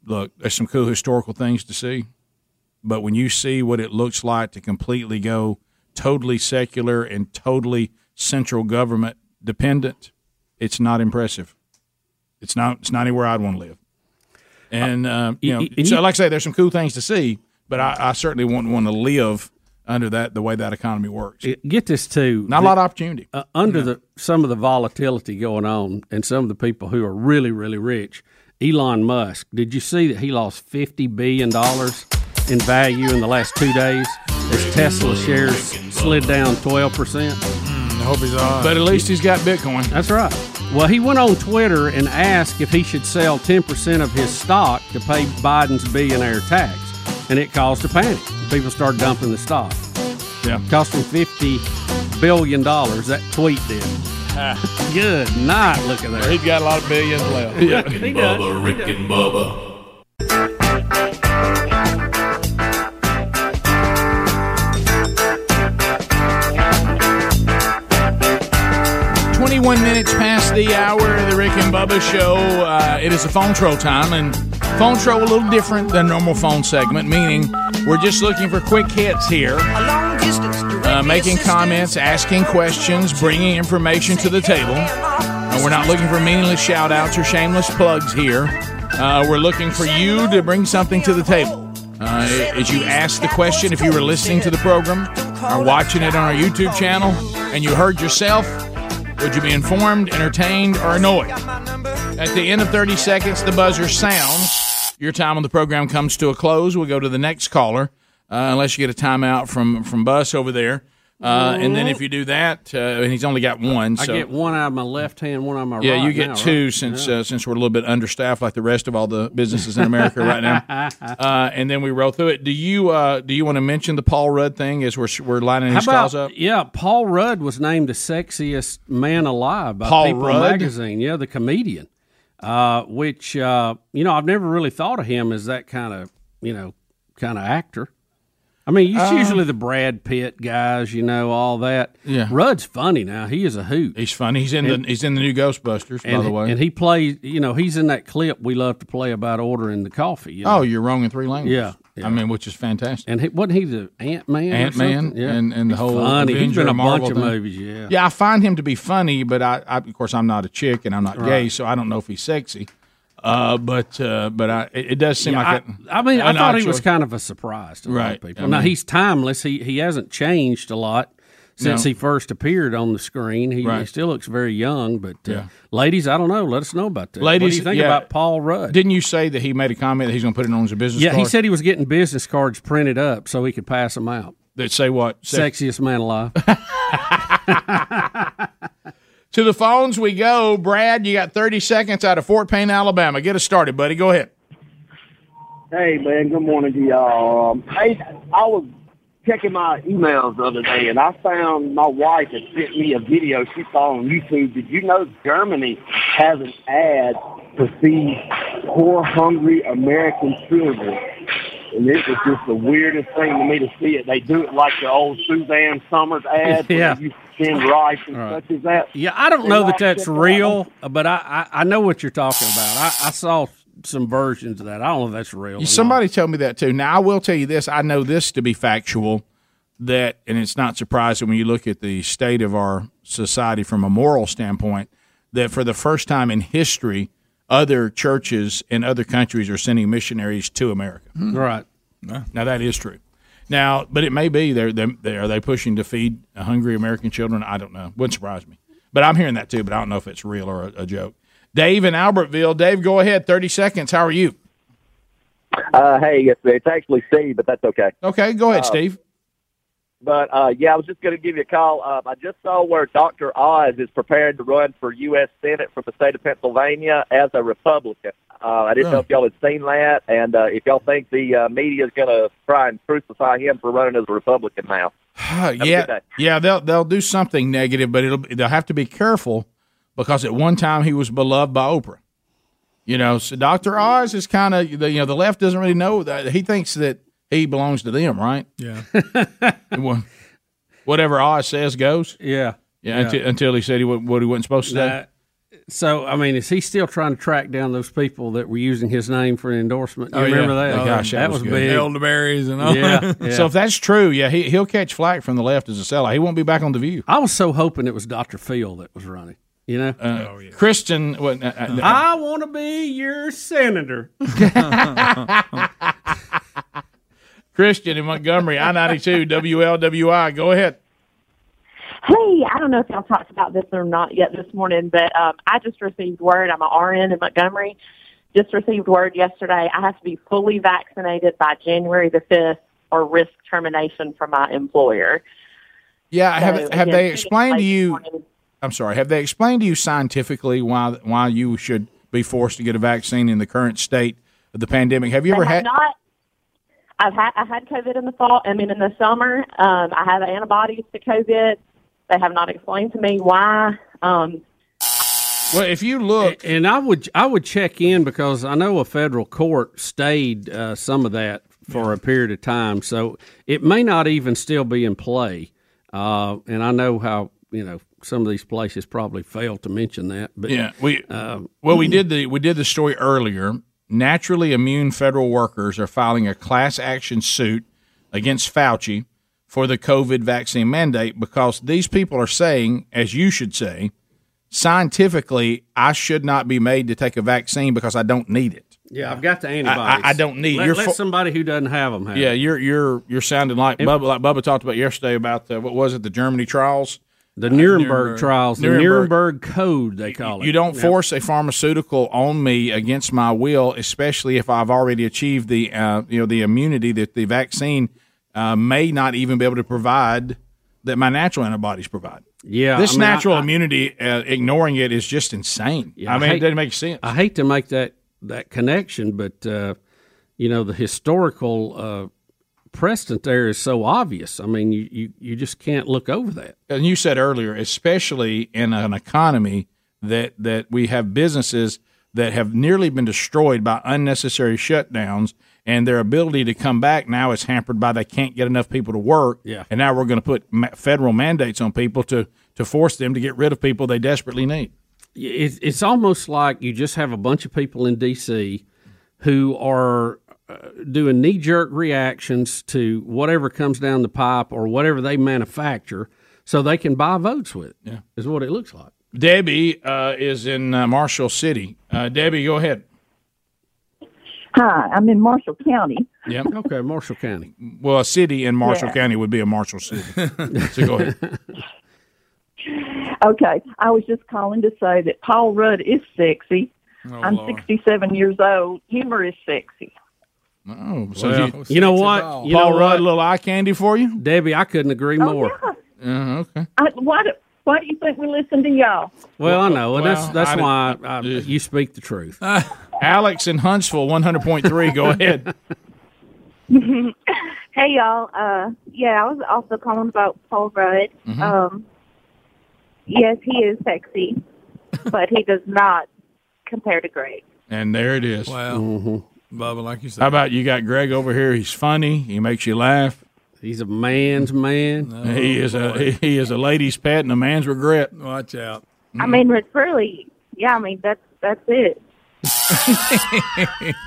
Look, there's some cool historical things to see. But when you see what it looks like to completely go totally secular and totally central government dependent, it's not impressive. It's not. It's not anywhere I'd want to live. And uh, you know,
y- y-
so like I say, there's some cool things to see, but I, I certainly wouldn't want to live under that the way that economy works.
It- get this too.
Not a lot of opportunity.
Uh, under the some of the volatility going on, and some of the people who are really really rich. Elon Musk. Did you see that he lost fifty billion dollars in value in the last two days as Tesla shares slid down twelve percent?
Hmm, I hope he's all right. But at least he's got Bitcoin.
That's right. Well, he went on Twitter and asked if he should sell 10% of his stock to pay Biden's billionaire tax. And it caused a panic. People started dumping the stock.
Yeah.
Cost him $50 billion, that tweet did. Good night. Look at that.
Ah. He's got a lot of billions left.
Rick and Bubba, Rick and Bubba.
Twenty-one minutes past the hour of the Rick and Bubba show. Uh, it is a phone troll time, and phone troll a little different than normal phone segment, meaning we're just looking for quick hits here. uh, making comments, asking questions, bringing information to the table. Uh, we're not looking for meaningless shout outs or shameless plugs here. Uh, we're looking for you to bring something to the table. Uh, as you ask the question, if you were listening to the program or watching it on our YouTube channel and you heard yourself, would you be informed, entertained, or annoyed? At the end of 30 seconds, the buzzer sounds. Your time on the program comes to a close. We'll go to the next caller, uh, unless you get a timeout from from Bus over there. Uh, and then if you do that, uh, and he's only got one, so
I get one out of my left hand, one out of my
yeah,
right.
you get
now,
two
right?
since uh, since we're a little bit understaffed, like the rest of all the businesses in America right now. Uh, and then we roll through it. Do you uh, do you want to mention the Paul Rudd thing as we're we're lining
How
these
about
calls up?
yeah? Paul Rudd was named the sexiest man alive by
Paul
People
Rudd?
magazine. Yeah, the comedian. Uh, which uh, you know, I've never really thought of him as that kind of you know kind of actor. I mean, it's
Uh,
usually the Brad Pitt guys, you know, all that.
Yeah.
Rudd's funny now. He is a hoot.
He's funny. He's in the he's in the new Ghostbusters, by
and,
the way.
and he plays. You know, he's in that clip we love to play about ordering the coffee. You know?
Oh, you're wrong in three languages.
Yeah, yeah.
I mean, which is fantastic.
and he, wasn't he the Ant Man? or
Ant Man
something? yeah.
and, and the
He's
whole
funny. He's
Avenger
been a
Marvel
bunch of
thing.
movies. Yeah,
Yeah, I find him to be funny, but I, I of course I'm not a chick and I'm not gay,
Right.
so I don't know if he's sexy. Uh, but uh, but I, it, it does seem
Yeah,
like
I, I mean, I
an
thought
odd
he was
choice.
kind of a surprise to a lot
Right.
of people.
I
now
mean-
he's timeless. He he hasn't changed a lot since
No.
he first appeared on the screen. He, he
Right.
still looks very young. But uh,
Yeah.
ladies, I don't know. Let us know about that.
Ladies,
what do you think
yeah.
about Paul Rudd?
Didn't you say that he made a comment that he's going to put it on his business?
yeah, he
card?
said he was getting business cards printed up so he could pass them out.
that. Say what? Sex.
Sexiest man alive.
To the phones we go. Brad, you got 30 seconds out of Fort Payne, Alabama. Get us started, buddy. Go ahead.
Hey man, good morning to y'all. Um, hey, I was checking my emails the other day, and I found my wife had sent me a video she saw on YouTube. Did you know Germany has an ad to feed poor, hungry American children? And it was just the weirdest thing to me to see it. They do it like the old Suzanne Summers ad,
Yeah.
where you send rice and
Right.
such as that.
Yeah, I don't know that that's real, but I, I, I know what you're talking about. I, I saw some versions of that. I don't know if that's real. or not.
Somebody told me that too. Now I will tell you this. I know this to be factual. That and it's not surprising when you look at the state of our society from a moral standpoint. That for the first time in history, other churches in other countries are sending missionaries to America.
Right.
Now that is true. Now, but it may be they're, they're, they are they pushing to feed hungry American children. I don't know. Wouldn't surprise me. But I'm hearing that too. But I don't know if it's real or a, a joke. Dave in Albertville. Dave, go ahead. Thirty seconds. How are you?
Uh, hey, yes, it's actually Steve, but that's okay.
Okay, go ahead,
Uh,
Steve.
But uh, yeah, I was just going to give you a call. Um, I just saw where Dr. Oz is preparing to run for U.S. Senate from the state of Pennsylvania as a Republican. Uh, I didn't know if y'all had seen that, and uh, if y'all think the uh, media is going to try and crucify him for running as a Republican now. a good
Uh, yeah,
day.
yeah, they'll they'll do something negative, but it'll they'll have to be careful because at one time he was beloved by Oprah. You know, so Doctor Oz is kind of you know the left doesn't really know that he thinks that he belongs to them, right?
Yeah.
Well, Whatever Oz says goes.
Yeah,
yeah. Until, until he said he wa- what he wasn't supposed to
Nah,
say.
So I mean, is he still trying to track down those people that were using his name for an endorsement? You
Oh, yeah.
remember that?
Oh, gosh, that was
was
good.
big.
Elderberries and all.
Yeah, yeah.
So if that's true, yeah, he, he'll catch flack from the left as a sellout. He won't be back on the View.
I was so hoping it was Doctor Phil that was running. You know, Oh,
uh, Christian. What, uh, uh,
I want to be your senator.
Christian in Montgomery, I ninety two, WLWI. Go ahead.
Hey, I don't know if y'all talked about this or not yet this morning, but um, I just received word. I'm a RN in Montgomery. Just received word yesterday. I have to be fully vaccinated by January the fifth, or risk termination from my employer.
Yeah, have
So,
have
again,
they
it's
explained to
like
you?
morning.
I'm sorry. Have they explained to you scientifically why why you should be forced to get a vaccine in the current state of the pandemic? Have you ever
I have
had?
not. I've had I had COVID in the fall. I mean, in the summer, um, I have antibodies to COVID. They have not explained to me why. Um,
Well, if you look,
and I would, I would check in because I know a federal court stayed uh, some of that for a period of time, so it may not even still be in play. Uh, and I know how you know some of these places probably fail to mention that. But um,
yeah, we well we did the we did the story earlier. Naturally immune federal workers are filing a class action suit against Fauci for the COVID vaccine mandate because these people are saying, as you should say, scientifically, I should not be made to take a vaccine because I don't need it.
yeah, I've got the
antibodies.
antibodies.
Let-
Let,
let
somebody who doesn't have them have.
Yeah, you're you're you're sounding like
And-
Bubba, like Bubba talked about yesterday about the what was it the Germany trials,
the Nuremberg, trials, the Nuremberg Code they call it.
You don't
Now,
force a pharmaceutical on me against my will, especially if I've already achieved the uh, you know the immunity that the vaccine uh, may not even be able to provide that my natural antibodies provide.
Yeah,
this
I mean, I-
natural immunity, uh, ignoring it is just insane. I mean, it doesn't make sense.
I hate to make that that connection, but uh, you know the historical uh, precedent there is so obvious. I mean, you, you you just can't look over that.
and you said earlier, especially in an economy that that we have businesses that have nearly been destroyed by unnecessary shutdowns, and their ability to come back now is hampered by they can't get enough people to work.
Yeah.
and now we're going to put ma- federal mandates on people to to force them to get rid of people they desperately need.
It's it's almost like you just have a bunch of people in D.C. who are uh, doing knee jerk reactions to whatever comes down the pipe or whatever they manufacture, so they can buy votes with. It, yeah, is what it looks like.
Debbie uh, is in uh, Marshall City. Uh, Debbie, go ahead.
Hi, I'm in Marshall County.
Yeah.
Okay, Marshall County.
Well, a city in Marshall
Yeah.
County would be a Marshall City. so go ahead.
Okay, I was just calling to say that Paul Rudd is sexy. I'm 67 years old. Humor is sexy.
Oh,
so you, you know what? You
Paul
know
Rudd,
what?
little eye candy for you,
Debbie. I couldn't agree more.
Uh, okay.
I, why, do, why do you think we listen to y'all?
Well, I know, and that's
Well,
that's
I didn't-
why I, you speak the truth.
Alex in Huntsville, one hundred point three. Go ahead.
hey y'all. Uh yeah, I was also calling about Paul Rudd.
Mhm.
Mm-hmm.
Um yes, he is sexy, but he does not compare to Greg.
And there it is.
Wow.
Mm-hmm.
Bubba, like you said.
How about you got Greg over here? He's funny. He makes you laugh.
He's a man's man.
he is a he, he is a lady's pet and a man's regret.
Watch out.
Mm-hmm.
I mean but really, yeah, I mean that's that's it.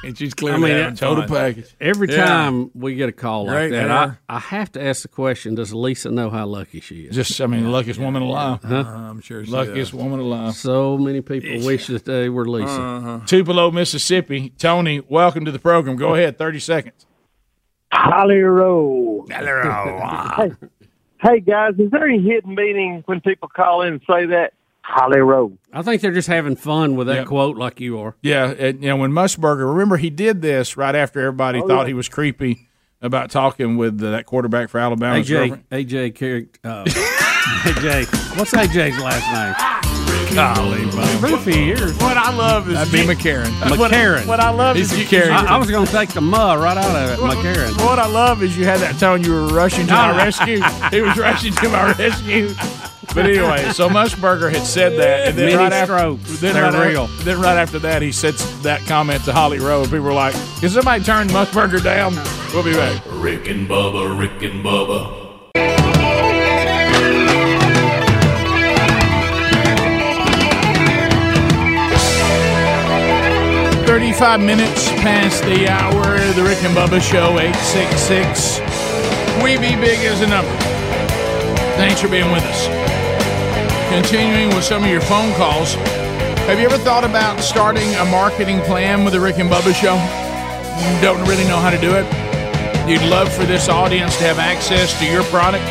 and she's
I
clearly
mean,
having
it-
fun.
Every
Yeah.
time we get a call like
Great
that,
hair.
I, I have to ask the question: Does Lisa know how lucky she is?
Just, I mean, luckiest woman alive.
Huh?
Uh, Uh-huh, I'm sure she
Luckiest woman alive.
So many people wish that they were Lisa.
Uh-huh.
Tupelo, Mississippi. Tony, welcome to the program. Go ahead. Thirty seconds.
Holly Roll.
Hello.
hey, hey, guys, is there any hidden meaning when people call in and say that? Holly Roll.
I think they're just having fun with that quote, like you are.
Yeah, and, you know when Musburger. Remember, he did this right after everybody
Oh,
thought
yeah.
he was creepy about talking with uh, that quarterback for Alabama.
AJ, AJ, Carrick- uh, AJ, what's AJ's last name?
Golly,
been a few years.
What I love is
That'd be
McCarran.
McCarran.
What I love is you-
I, I was going to take the ma right out of it. McCarran.
What I love is you had that tone. You were rushing to my
No.
rescue. He was rushing to my rescue. But anyway, so Musburger had said that, and then
Mini
right after,
strokes.
then
They're
right af-
real.
then right after that, he said s- that comment to Holly Rowe. People were like, "Can somebody turn Musburger down?" We'll be back.
Rick and Bubba, Rick and Bubba.
35 minutes past the hour. The Rick and Bubba Show, 866. We be big as a number. Thanks for being with us. Continuing with some of your phone calls. Have you ever thought about starting a marketing plan with the Rick and Bubba Show? Don't really know how to do it? You'd love for this audience to have access to your product?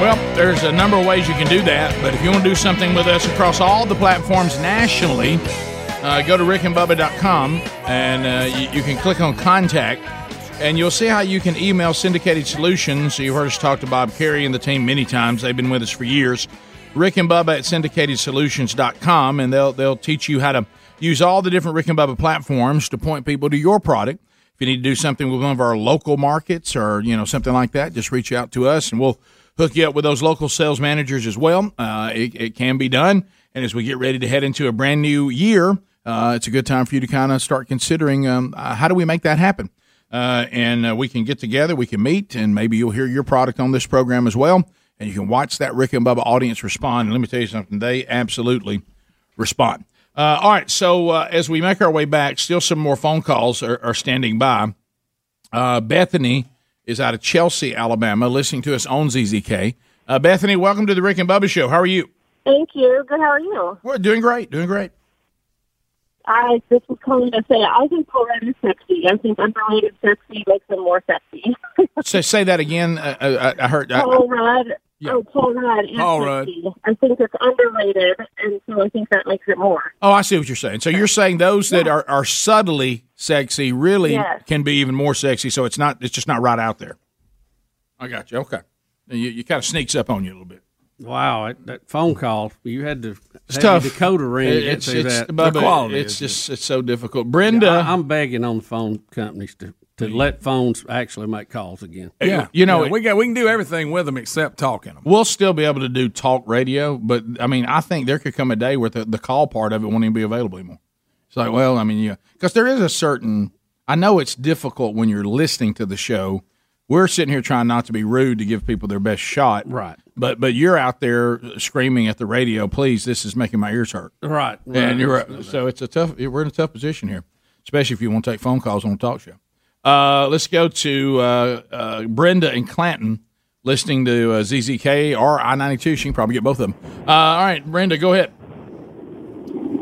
Well, there's a number of ways you can do that, but if you want to do something with us across all the platforms nationally, uh, go to rickandbubba.com and uh, you, you can click on contact and you'll see how you can email syndicated solutions. You've heard us talk to Bob Carey and the team many times, they've been with us for years. Rick and Bubba at syndicatedsolutions.com, and they'll, they'll teach you how to use all the different Rick and Bubba platforms to point people to your product. If you need to do something with one of our local markets or you know something like that, just reach out to us and we'll hook you up with those local sales managers as well. Uh, it, it can be done, and as we get ready to head into a brand new year, uh, it's a good time for you to kind of start considering um, uh, how do we make that happen. Uh, and uh, we can get together, we can meet, and maybe you'll hear your product on this program as well. And you can watch that Rick and Bubba audience respond. And let me tell you something, they absolutely respond. Uh, all right, so uh, as we make our way back, still some more phone calls are, are standing by. Uh, Bethany is out of Chelsea, Alabama, listening to us on ZZK. Uh, Bethany, welcome to the Rick and Bubba Show. How are you?
Thank you. Good. How are you?
We're doing great. Doing great.
I just was calling to say I think Colorado is sexy. I think underrated sexy makes them more sexy.
So say that again. Uh, uh, I, I heard. I,
Paul Rudd. Oh, Paul Rudd is
Paul Rudd.
sexy. I think it's underrated, and so I think that makes it more.
oh, I see what you're saying. So you're saying those that are, are subtly sexy really
Yes.
can be even more sexy. So it's not. It's just not right out there. I got you. Okay. You, you kind of sneaks up on you a little bit.
Wow, that, that phone call you had to
It's
have
tough.
your Dakota ring to
It-
get
it's-
through
it's-
that. The
Bubba,
quality
it's
is
just it's so difficult. Brenda,
I, am begging on the phone companies to, to let phones actually make calls again.
Yeah. You know,
we
got we can do everything with them except talking them. We'll still be able to do talk radio, but I mean, I think there could come a day where the, the call part of it won't even be available anymore. It's like, well, I mean, yeah, because there is a certain. I know it's difficult when you're listening to the show. We're sitting here trying not to be rude to give people their best shot, right? But but you're out there screaming at the radio, please. This is making my ears hurt,
Right, right.
And you're so it's a tough. We're in a tough position here, especially if you want to take phone calls on a talk show. Uh, let's go to uh, uh, Brenda and Clanton Hmm? listening to uh, ZZK or I 92. She can probably get both of them. Uh, all right, Brenda, go ahead.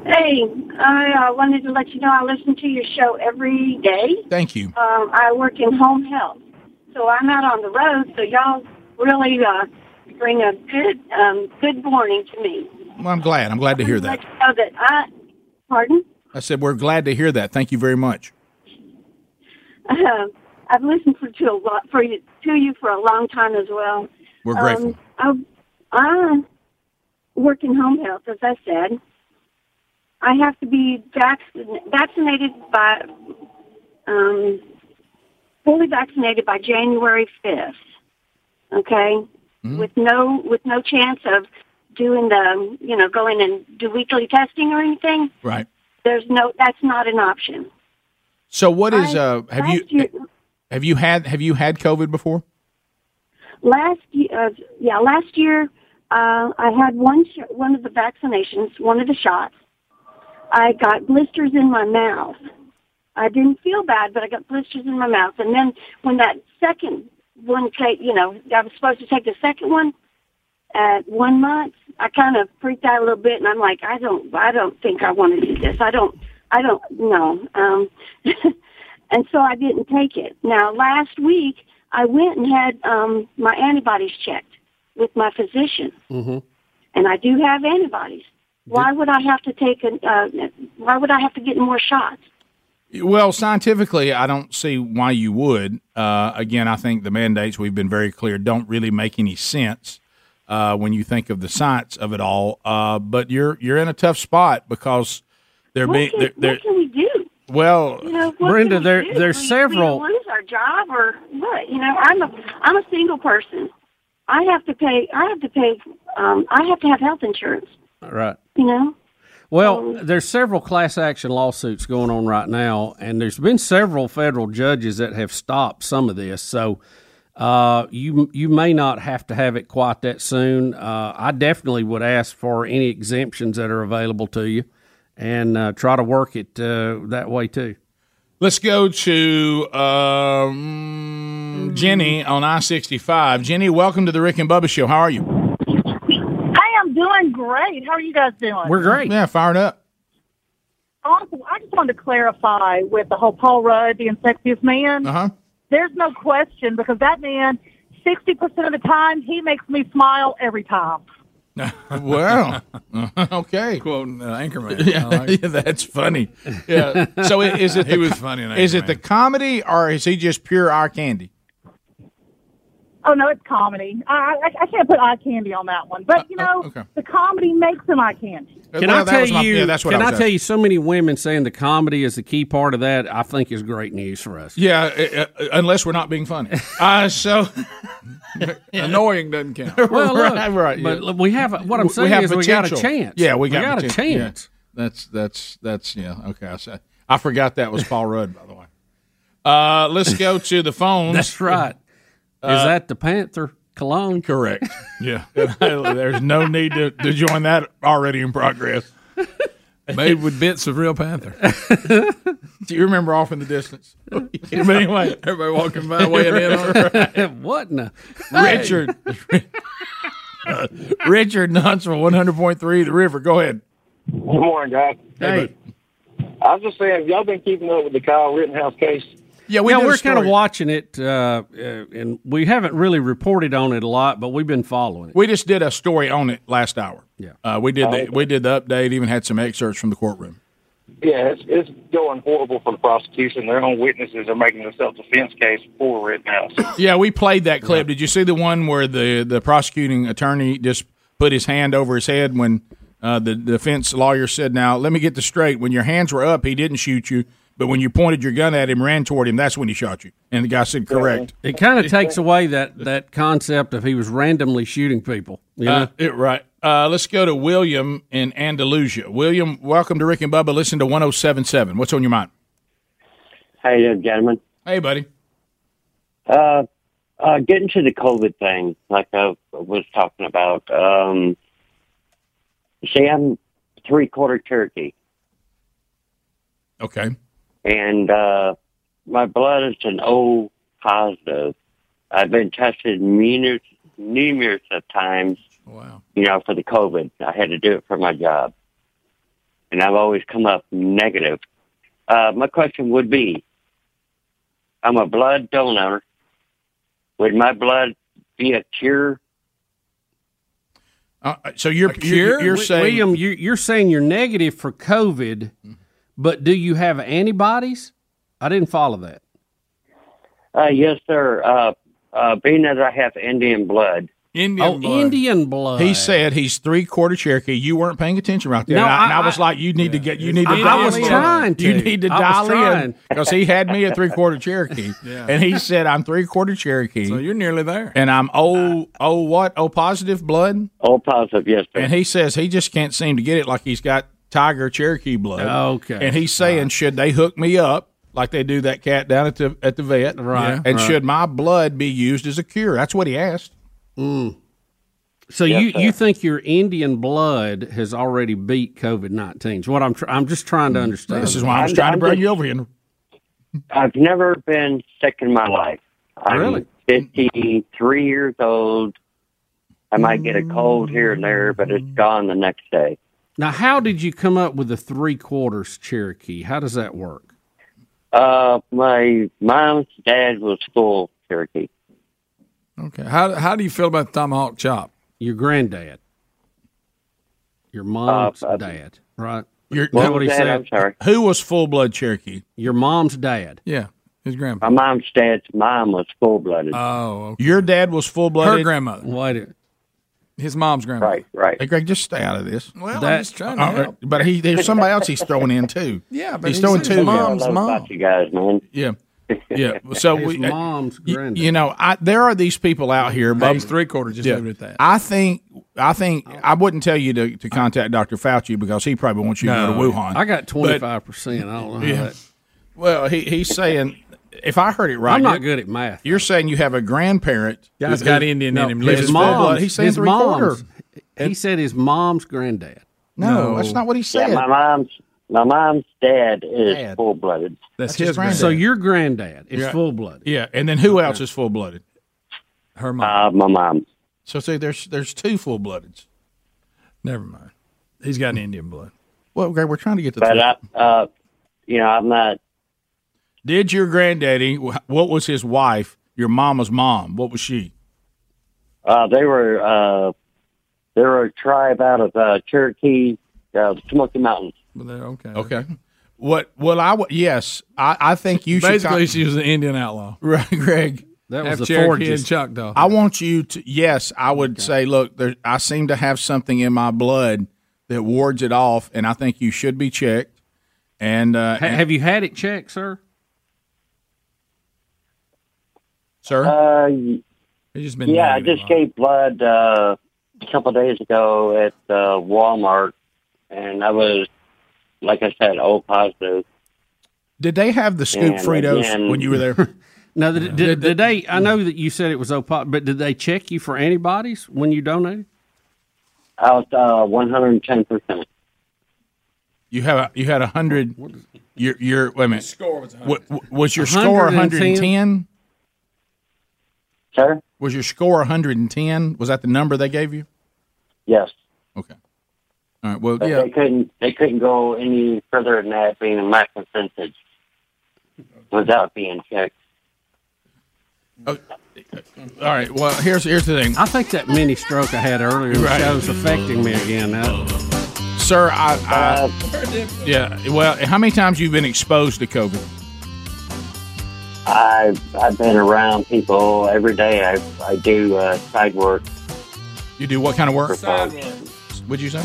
Hey, I uh, wanted to let you know I listen to your show every day.
Thank you.
Um, I work in home health, so I'm out on the road. So y'all really uh, bring a good um, good morning to me.
Well, I'm glad. I'm glad to hear
Let
that.
you know that I, pardon,
I said, we're glad to hear that. Thank you very much.
um, I've listened for to a lot for you to you for a long time as well.
We're grateful.
Um, I, I work in home health, as I said. I have to be vaccin- vaccinated by, um, fully vaccinated by January fifth. Okay,
Mm-hmm.
with no with no chance of doing the you know going and do weekly testing or anything.
Right.
There's no that's not an option.
So, what is uh, have
Last
you
year,
have you had have you had COVID before?
last year, uh, yeah, last year uh, I had one sh- one of the vaccinations, one of the shots. I got blisters in my mouth. I didn't feel bad, but I got blisters in my mouth. And then when that second one came, you know, I was supposed to take the second one at one month. I kind of freaked out a little bit, and I'm like, I don't, I don't think I want to do this. I don't, I don't, no. Um, and so I didn't take it. Now last week I went and had um, my antibodies checked with my physician,
Mm-hmm.
and I do have antibodies. Why would I have to take an? Uh, why would I have to get more shots?
Well, scientifically, I don't see why you would. Uh, again, I think the mandates we've been very clear don't really make any sense uh, when you think of the science of it all. Uh, but you're you're in a tough spot because there
What
be
can-
there, there
what can we do?
well,
You know, what can we do? We- We don't lose our job or what? You know, I'm a I'm a single person. I have to pay. I have to pay. Um, I have to have health insurance.
Right.
You know.
Well, there's several class action lawsuits going on right now, and there's been several federal judges that have stopped some of this. So uh, you you may not have to have it quite that soon. Uh, I definitely would ask for any exemptions that are available to you, and uh, try to work it uh, that way too.
Let's go to um, Jenny on I sixty five. Jenny, welcome to the Rick and Bubba Show. How are you?
Hey, I'm doing great. How are you guys doing?
Yeah, fired up.
Awesome. I just wanted to clarify with the whole Paul Rudd being sexiest man.
Uh huh.
There's no question because that man, 60% of the time, he makes me smile every time.
Wow. okay.
Quoting uh, Anchorman.
Yeah, yeah, that's funny. Yeah. So i- is it
He
the,
was funny in
Is it
Anchorman.
the comedy or is he just pure eye candy?
Oh, no, it's comedy. I, I, I can't put eye candy on that one. But, you know, the comedy makes him eye candy.
Can
Uh, Well,
I
that
tell
was my-
you?
yeah, that's what
can
I
I,
was
tell you? So many women saying the comedy is the key part of that. I think is great news for us.
Yeah, uh, uh, unless we're not being funny. Uh, so
Annoying doesn't count.
Well, look,
Right, right,
But
yeah.
look, we have what I'm
We-
saying
we have
is we got a
potential.
chance.
Yeah, we got,
a
potential. Yeah.
chance.
That's that's that's yeah. Okay, I said I forgot that was Paul Rudd by the way. Uh, let's go to the phones.
That's right. is
Uh,
that the Panther cologne?
Correct. Yeah. There's no need to, to join that already in progress.
Made with bits of real panther.
Do you remember off in the distance? But anyway,
Everybody walking by, weighing in on it.
what in
Richard. Uh, Richard Knoxville, 100.3 The River. Go ahead.
Good morning, guys.
Hey.
I was just saying, have y'all been keeping up with the Kyle Rittenhouse case?
Yeah, we
yeah,
did a
we're kind of
story.
watching it, uh, uh, and we haven't really reported on it a lot, but we've been following it.
We just did a story on it last hour.
Yeah. Oh,
Uh, we did the, we did the update, even had some excerpts from the courtroom.
Yeah, it's, it's going horrible for the prosecution. Their own witnesses are making a self-defense case for Rittenhouse.
Yeah, we played that clip. Did you see the one where the, the prosecuting attorney just put his hand over his head when uh, the defense lawyer said, Now, let me get this straight. When your hands were up, he didn't shoot you, but when you pointed your gun at him, ran toward him, that's when he shot you. And the guy said, Correct.
It kind of takes away that, that concept of he was randomly shooting people. You know?
Uh, it- right. Uh, let's go to William in Andalusia. William, welcome to Rick and Bubba. Listen to 1077. What's on your mind?
How you doing, gentlemen?
Hey, buddy.
Uh, uh, getting to the COVID thing, like I was talking about. Um, see, I'm three quarter Turkey,
Okay.
and uh, my blood is an O positive. I've been tested numerous, numerous of times.
Wow.
You know, for the COVID, I had to do it for my job, and I've always come up negative. Uh, my question would be: I'm a blood donor. Would my blood be a cure?
Uh, so you're,
You're-
you're, you're
Wi-
saying.
William, you, you're saying you're negative for COVID, but do you have antibodies? I didn't follow that.
Uh, yes, sir. Uh, uh, being that I have Indian blood.
Indian
oh, Indian blood.
He said he's three quarter Cherokee. You weren't paying attention right there.
No,
and, I,
I-
and I was like, you need to get, you need to.
I
dial
was
in.
trying to.
You need to
I was
dial in
trying.
because he had me at three quarter Cherokee,
Yeah.
and he said I'm three quarter Cherokee,
So you're nearly there.
and I'm O O what O positive blood,
O Oh, positive, yes, sir.
and he says he just can't seem to get it like he's got Tiger Cherokee blood.
Okay.
and he's saying should they hook me up? Like they do that cat down at the at the vet,
Right, right.
And should my blood be used as a cure? That's what he asked.
So
Yes,
you,
sir.
you think your Indian blood has already beat COVID nineteen? Is what I'm tr- I'm just trying to understand.
Mm.
Um,
This is why I was trying to bring you over here.
I've never been sick in my life. I'm
Really?
53 years old. I might get a cold here and there, but
Mm.
it's gone the next day.
Now, how did you come up with the three quarters Cherokee? How does that work?
Uh, my mom's dad was full Cherokee.
Okay. How, how do you feel about the tomahawk chop?
Your granddad. Your
Uh,
mom's dad, right?
Uh, Your,
Is that what he said?
Who was full blood Cherokee?
Your mom's dad.
Yeah, his grandpa.
My mom's dad's mom was full blooded.
Uh,
Oh, okay.
Your dad was full blooded.
Her grandmother.
Wait a
His mom's grandmother.
Right, right.
Hey, Greg, just stay out of this.
Well,
That-
I'm just trying to
All right,
help.
But he, there's somebody else he's throwing in too.
Yeah, but
he's
he
throwing
said
two.
his mom's
I
mom.
love you guys, man.
Yeah, yeah. So
His
we, uh,
mom's
y-
granddad.
you know, I, there are these people out here.
Hey,
Bubba,
he's three quarter. Just leave it at that.
I think, I think, I wouldn't tell you to, to contact Dr. Fauci because he probably wants you to go
No.
to Wuhan.
I got
But-
twenty five percent. I don't know.
Yeah.
How that,
Well, he, he's saying, if I heard it right,
I'm not
you're-
good at math.
You're saying you have a grandparent.
Yeah,
who's
he's got Indian in him. His
His mom.
mom's-
He's saying
his
three quarter.
mom's- He said his mom's granddad.
No, that's not what he said.
Yeah, my mom's My mom's dad is full blooded.
That's his granddad. So your granddad is
Yeah.
full blooded.
Yeah, and then who else is full blooded?
Her
mom. Uh, my mom.
So see, there's there's two full bloodeds. Never mind. He's got an Indian blood. Well, okay, we're trying to get to.
But
the-
I, uh, you know, I'm not.
Did your granddaddy? wh- What was his wife? Your mama's mom. What was she?
Uh, they were uh, they were a tribe out of uh, Cherokee, uh, the Smoky Mountains.
okay. Okay. What? Well, I wa- yes, I, I think you should.
Basically,
con-
she was an Indian outlaw.
Right, Greg.
That
Half
was the
Cherokee
Cherokee
and
and Choctaw.
I want you to. Yes, I would say, look, there, I seem to have something in my blood that wards it off, and I think you should be checked. And, uh,
Ha- have you had it checked, sir?
sir?
Uh,
just
yeah, I just gave blood uh, a couple days ago at uh, Walmart, and I was, like I said, O positive.
Did they have the scoop
And
Fritos
again-
when you were there?
Now, did, did, did they? I know that you said it was OPOC, but did they check you for antibodies when you donated?
I was uh, 110%.
You have a, you had a hundred. Your your wait a minute.
score was 100.
What, what- was your score one hundred and ten?
Sir,
was your score one hundred and ten? Was that the number they gave you?
Yes.
Okay. All right. Well,
But
Oh, yeah.
they couldn't they couldn't go any further than that being my consensus without being checked.
All right. Well, here's here's the thing.
I think that mini stroke I had earlier in the
Right.
show is affecting me again. Now.
Sir, I, I
Uh,
yeah. Well, how many times you've been exposed to COVID?
I I've been around people every day. I I do uh, side work.
You do what kind of work?
for folks.
Would you say?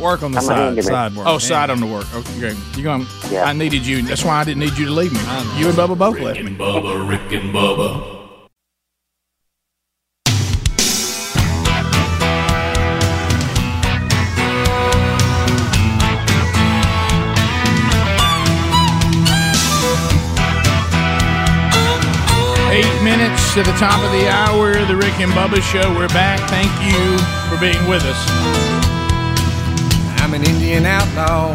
Work on
the I'm a side. handyman. Side work.
Oh, side on the work. Okay. You going?
Yeah.
I needed you. That's why I didn't need you to leave me. You and Bubba both left me.
Bubba, Rick and Bubba.
Eight minutes to the top of the hour. The Rick and Bubba Show. We're back. Thank you for being with us.
I'm an Indian outlaw,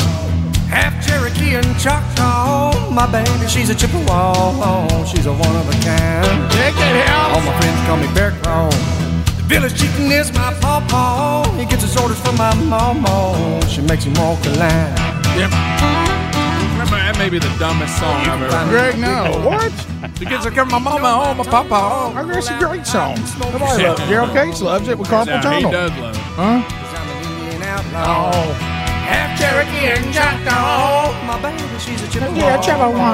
half Cherokee and Choctaw. My baby, she's a Chippewa, she's a one of a kind.
Check it out.
All my friends call me Bear Claw. The village chicken is my pawpaw. He gets his orders from my mama. She makes him walk the line.
Yep.
Remember, that may be the dumbest song I've ever heard.
Greg, no. what?
The kids are coming, my mama home, my papa home.
Oh, that's a great song. Everybody
Yeah.
loves it. Gerald Case loves it with Carpal
Now,
Tunnel.
he does love it.
Huh?
Oh. Half Cherokee and Choctaw. My baby, she's a Chippewa.
Yeah, Chippewa.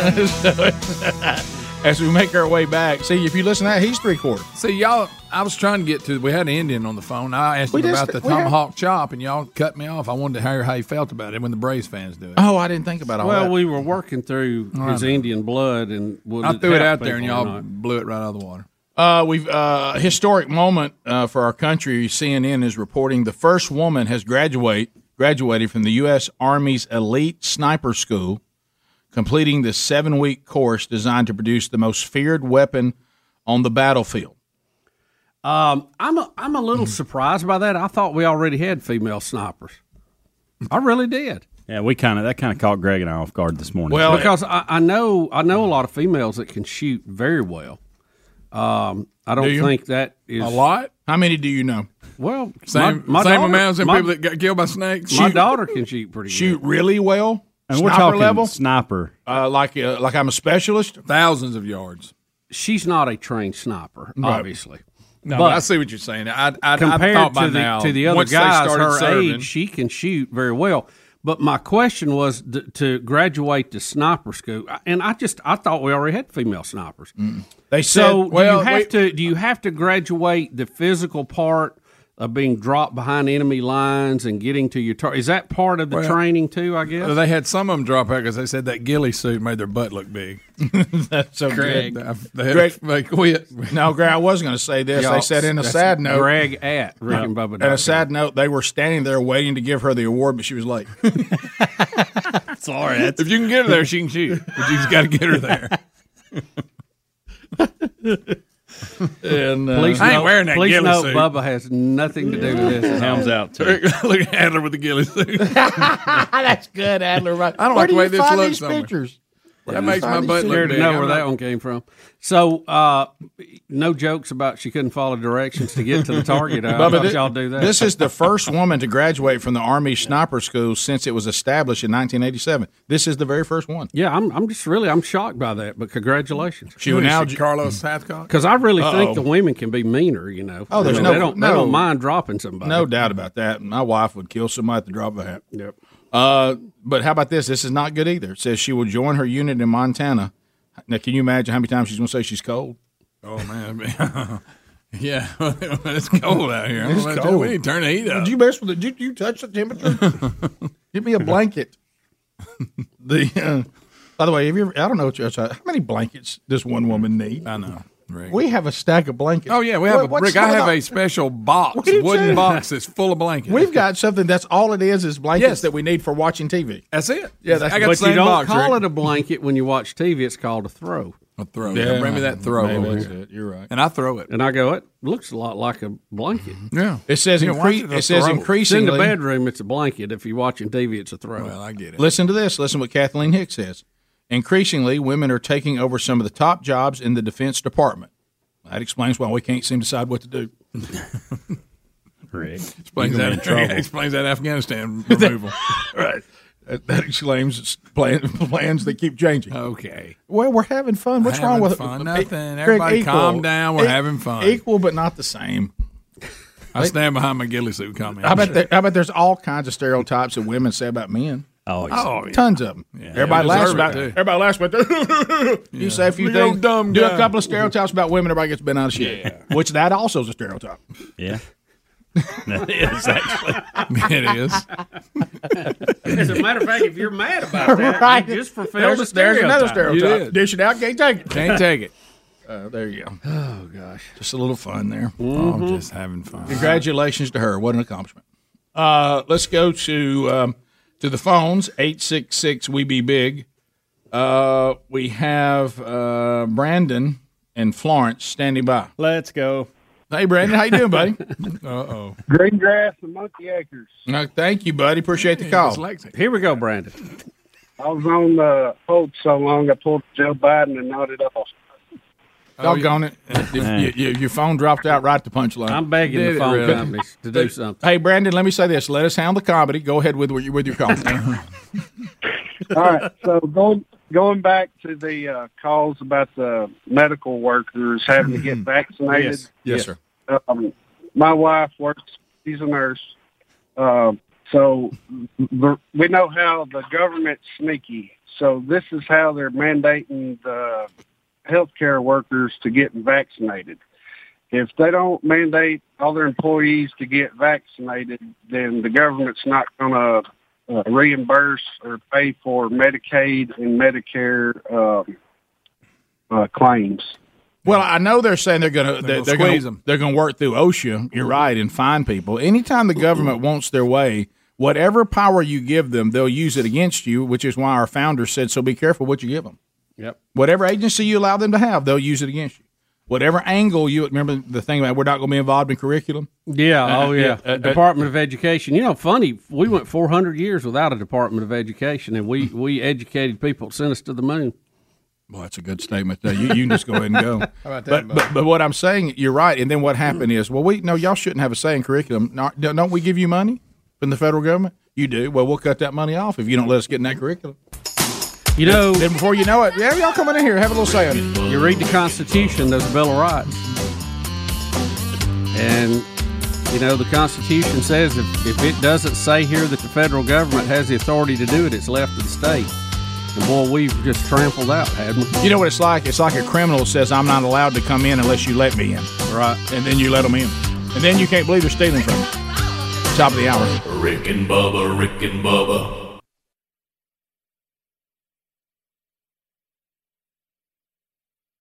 Yeah,
you love As we make our way back, see if you listen to that, he's three quarter.
See, y'all, I was trying to get to. We had an Indian on the phone. I asked
We
him
just-
about the
we had-
tomahawk chop, and y'all cut me off. I wanted to hear how he felt about it when the Braves fans do it.
Oh, I didn't think about all
Well,
Well,
that-
we were working through
I
his
know.
Indian blood, and would
I threw it
help
out there, and
people or
y'all
not?
blew it right out of the water.
Uh, we've uh, historic moment uh, for our country. CNN is reporting the first woman has graduate graduated from the U.S. Army's elite sniper school, completing the seven week course designed to produce the most feared weapon on the battlefield.
Um, I'm a, I'm a
Mm-hmm.
little surprised by that. I thought we already had female snipers. I really did.
Yeah, we kind of that kind of caught Greg and I off guard this morning.
because I, I know I know a lot of females that can shoot very well. Um, I don't
Do you?
think that is
A lot?
How many do you know?
Well,
Same,
my- my
same
daughter-
amount as them
my-
people that got killed by snakes.
My daughter can shoot pretty
Shoot really well,
And
sniper
we're talking
level,
sniper.
uh, like uh, like I'm a specialist,
thousands of yards.
She's not a trained sniper,
Right.
obviously.
No,
But
I see what you're saying. I, I, I
compared
thought by
to the
now,
to the other
once they
guys
started
her
serving-
age, she can shoot very well. But my question was th- to graduate to sniper school, I- and I just I thought we already had female snipers.
They
so do
said- well,
you have
wait-
to do you have to graduate the physical part of being dropped behind enemy lines and getting to your target? Is that part of the
Well,
training too? I guess
They had some of them drop out because they said that ghillie suit made their butt look big.
That's so
Greg.
good.
They had-
Greg-
they quit.
No, Greg, I was going to say this.
Y'all,
they said in a
that's
sad note.
Greg at Rick and Bubba
And
dot com.
a sad note, they were standing there waiting to give her the award, but she was late.
Sorry, that's- If you can get her there, she can shoot. But you just gotta get her there.
and uh,
Please note- please note Bubba has nothing to do with this.
Helms out, too.
Look at Adler with the ghillie suit.
That's good, Adler. Right?
I don't like the way this looks on me.
pictures?
Yeah.
That makes my butt look
Scared to
big.
know
I'm
where that
not-
one came from. So, uh, no jokes about she couldn't follow directions to get to the target. I
Bubba,
thought
thi-
y'all do that.
This is the first woman to graduate from the Army Sniper School since it was established in 1987. This is the very first one.
Yeah, I'm, I'm just really I'm shocked by that, but congratulations.
She will now
Carlos Hathcock.
Because I really think the
Uh-oh.
women can be meaner, you know.
Oh, there's
I mean,
no,
they don't,
no
they don't mind dropping somebody.
No doubt about that. My wife would kill somebody at the drop of a hat.
Yep.
Uh, but how about this? This is not good either. It says she will join her unit in Montana. Now, can you imagine how many times she's going to say she's cold?
Oh man, yeah, it's cold out here.
It's
Well,
cold.
We ain't turn the heat up.
Did you mess with it? Did you touch the temperature? Give me a blanket. the uh, by the way, have you ever, I don't know what you how many blankets does one woman need? I know. We have a stack of blankets.
Oh yeah, we have
What-
a Rick. I
what's
have
going
a special box,
What do you
wooden
do?
box that's full of blankets.
on? We've got something that's all it is is blankets that we need for watching TV.
That's it.
Yeah, that's
I got
but
the same
you don't
box,
call
Rick.
it a blanket when you watch TV. It's called a throw.
A throw. Yeah, bring me that throw
Maybe
over
that's
here.
it. You're right.
And I throw it. Mm-hmm.
And I go, it looks a lot like a blanket.
Yeah.
It says Yeah, why incre- is it a it says throw?
In
increasingly-
the bedroom, it's a blanket. If you're watching TV, it's a throw. Well,
I get
Listen to this. Listen to what Kathleen Hicks says. Increasingly, women are taking over some of the top jobs in the Defense Department. That explains why we can't seem to decide what to do. Rick
Explains that, explains that Afghanistan removal.
right. That, that explains plan, plans that keep changing.
Okay.
Well, we're having fun. What's
Having
wrong with
fun?
it?
Nothing.
Greg,
Everybody calm down. We're
e-
having fun.
Equal, but not the same.
I stand behind my ghillie suit comment.
I bet. There, I bet there's all kinds of stereotypes that women say about men.
Oh, yeah. Oh, yeah.
tons of them. everybody
They
laughs
deserve
about.
it, too.
Everybody laughs about. that. you say a few
Look at old
things.
dumb
do
guy.
a couple of stereotypes about women. Everybody gets bent out of shape. Which that also is a stereotype.
Yeah. That is actually.
It
As
is.
a matter of fact, if you're mad about that,
Right.
you just fulfilled
There's,
the
there's another
stereotype.
stereotype. Dish it out. Can't take it.
Can't take it.
Uh, there you go.
Oh gosh.
Just a little fun there.
I'm just having fun.
Congratulations to her. What an accomplishment. Uh, let's go to um, to the phones. Eight six six. We be big. Uh, we have uh, Brandon and Florence standing by.
Let's go.
Hey, Brandon, how you doing, buddy?
uh oh.
Green grass and monkey acres.
No, thank you, buddy. Appreciate the call.
Here we go, Brandon.
I was on the hold so long I pulled Joe Biden and nodded off.
Doggone it! You- you- your phone dropped out right at the punchline.
Oh, I'm begging
Did
the
it
phone
really?
companies to do something.
Hey, Brandon, let me say this. Let us hound the comedy. Go ahead with your- with your call.
All right. So going going back to the uh, calls about the medical workers having to get vaccinated.
Mm-hmm. Yes. Yes, sir.
Um, my wife works; she's a nurse. Um, so the, we know how the government's sneaky. So this is how they're mandating the healthcare workers to get vaccinated. If they don't mandate all their employees to get vaccinated, then the government's not going to uh, reimburse or pay for Medicaid and Medicare um, uh, claims.
Well, I know they're saying they're going to
They're
they're,
gonna
going
squeeze
to
'em.
they're going to work through OSHA. You're right, and fine people. Anytime the government wants their way, whatever power you give them, they'll use it against you. Which is why our founder said, "So be careful what you give them."
Yep.
Whatever agency you allow them to have, they'll use it against you. Whatever angle you remember the thing about we're not going to be involved in curriculum.
Yeah.
Uh,
Oh, yeah.
uh, uh,
Department of Education. You know, funny. We went 400 years without a Department of Education, and we we educated people. that Sent us to the moon.
Well, that's a good statement. There, you, you can just go ahead and go.
How about that,
but, but but what I'm saying, you're right. And then what happened is, well, we no, y'all shouldn't have a say in curriculum. No, don't we give you money from the federal government? You do. Well, we'll cut that money off if you don't let us get in that curriculum.
You know.
Then before you know it, yeah, y'all coming in here, have a little say. on it.
You read the Constitution, there's a Bill of Rights. And, you know, the Constitution says if, if it doesn't say here that the federal government has the authority to do it, it's left to the state. And boy, we've just trampled out, haven't we?
You know what it's like? It's like a criminal says, "I'm not allowed to come in unless you let me in."
Right.
And then you let them in, and then you can't believe they're stealing from you. Top of the hour.
Rick and Bubba, Rick and Bubba.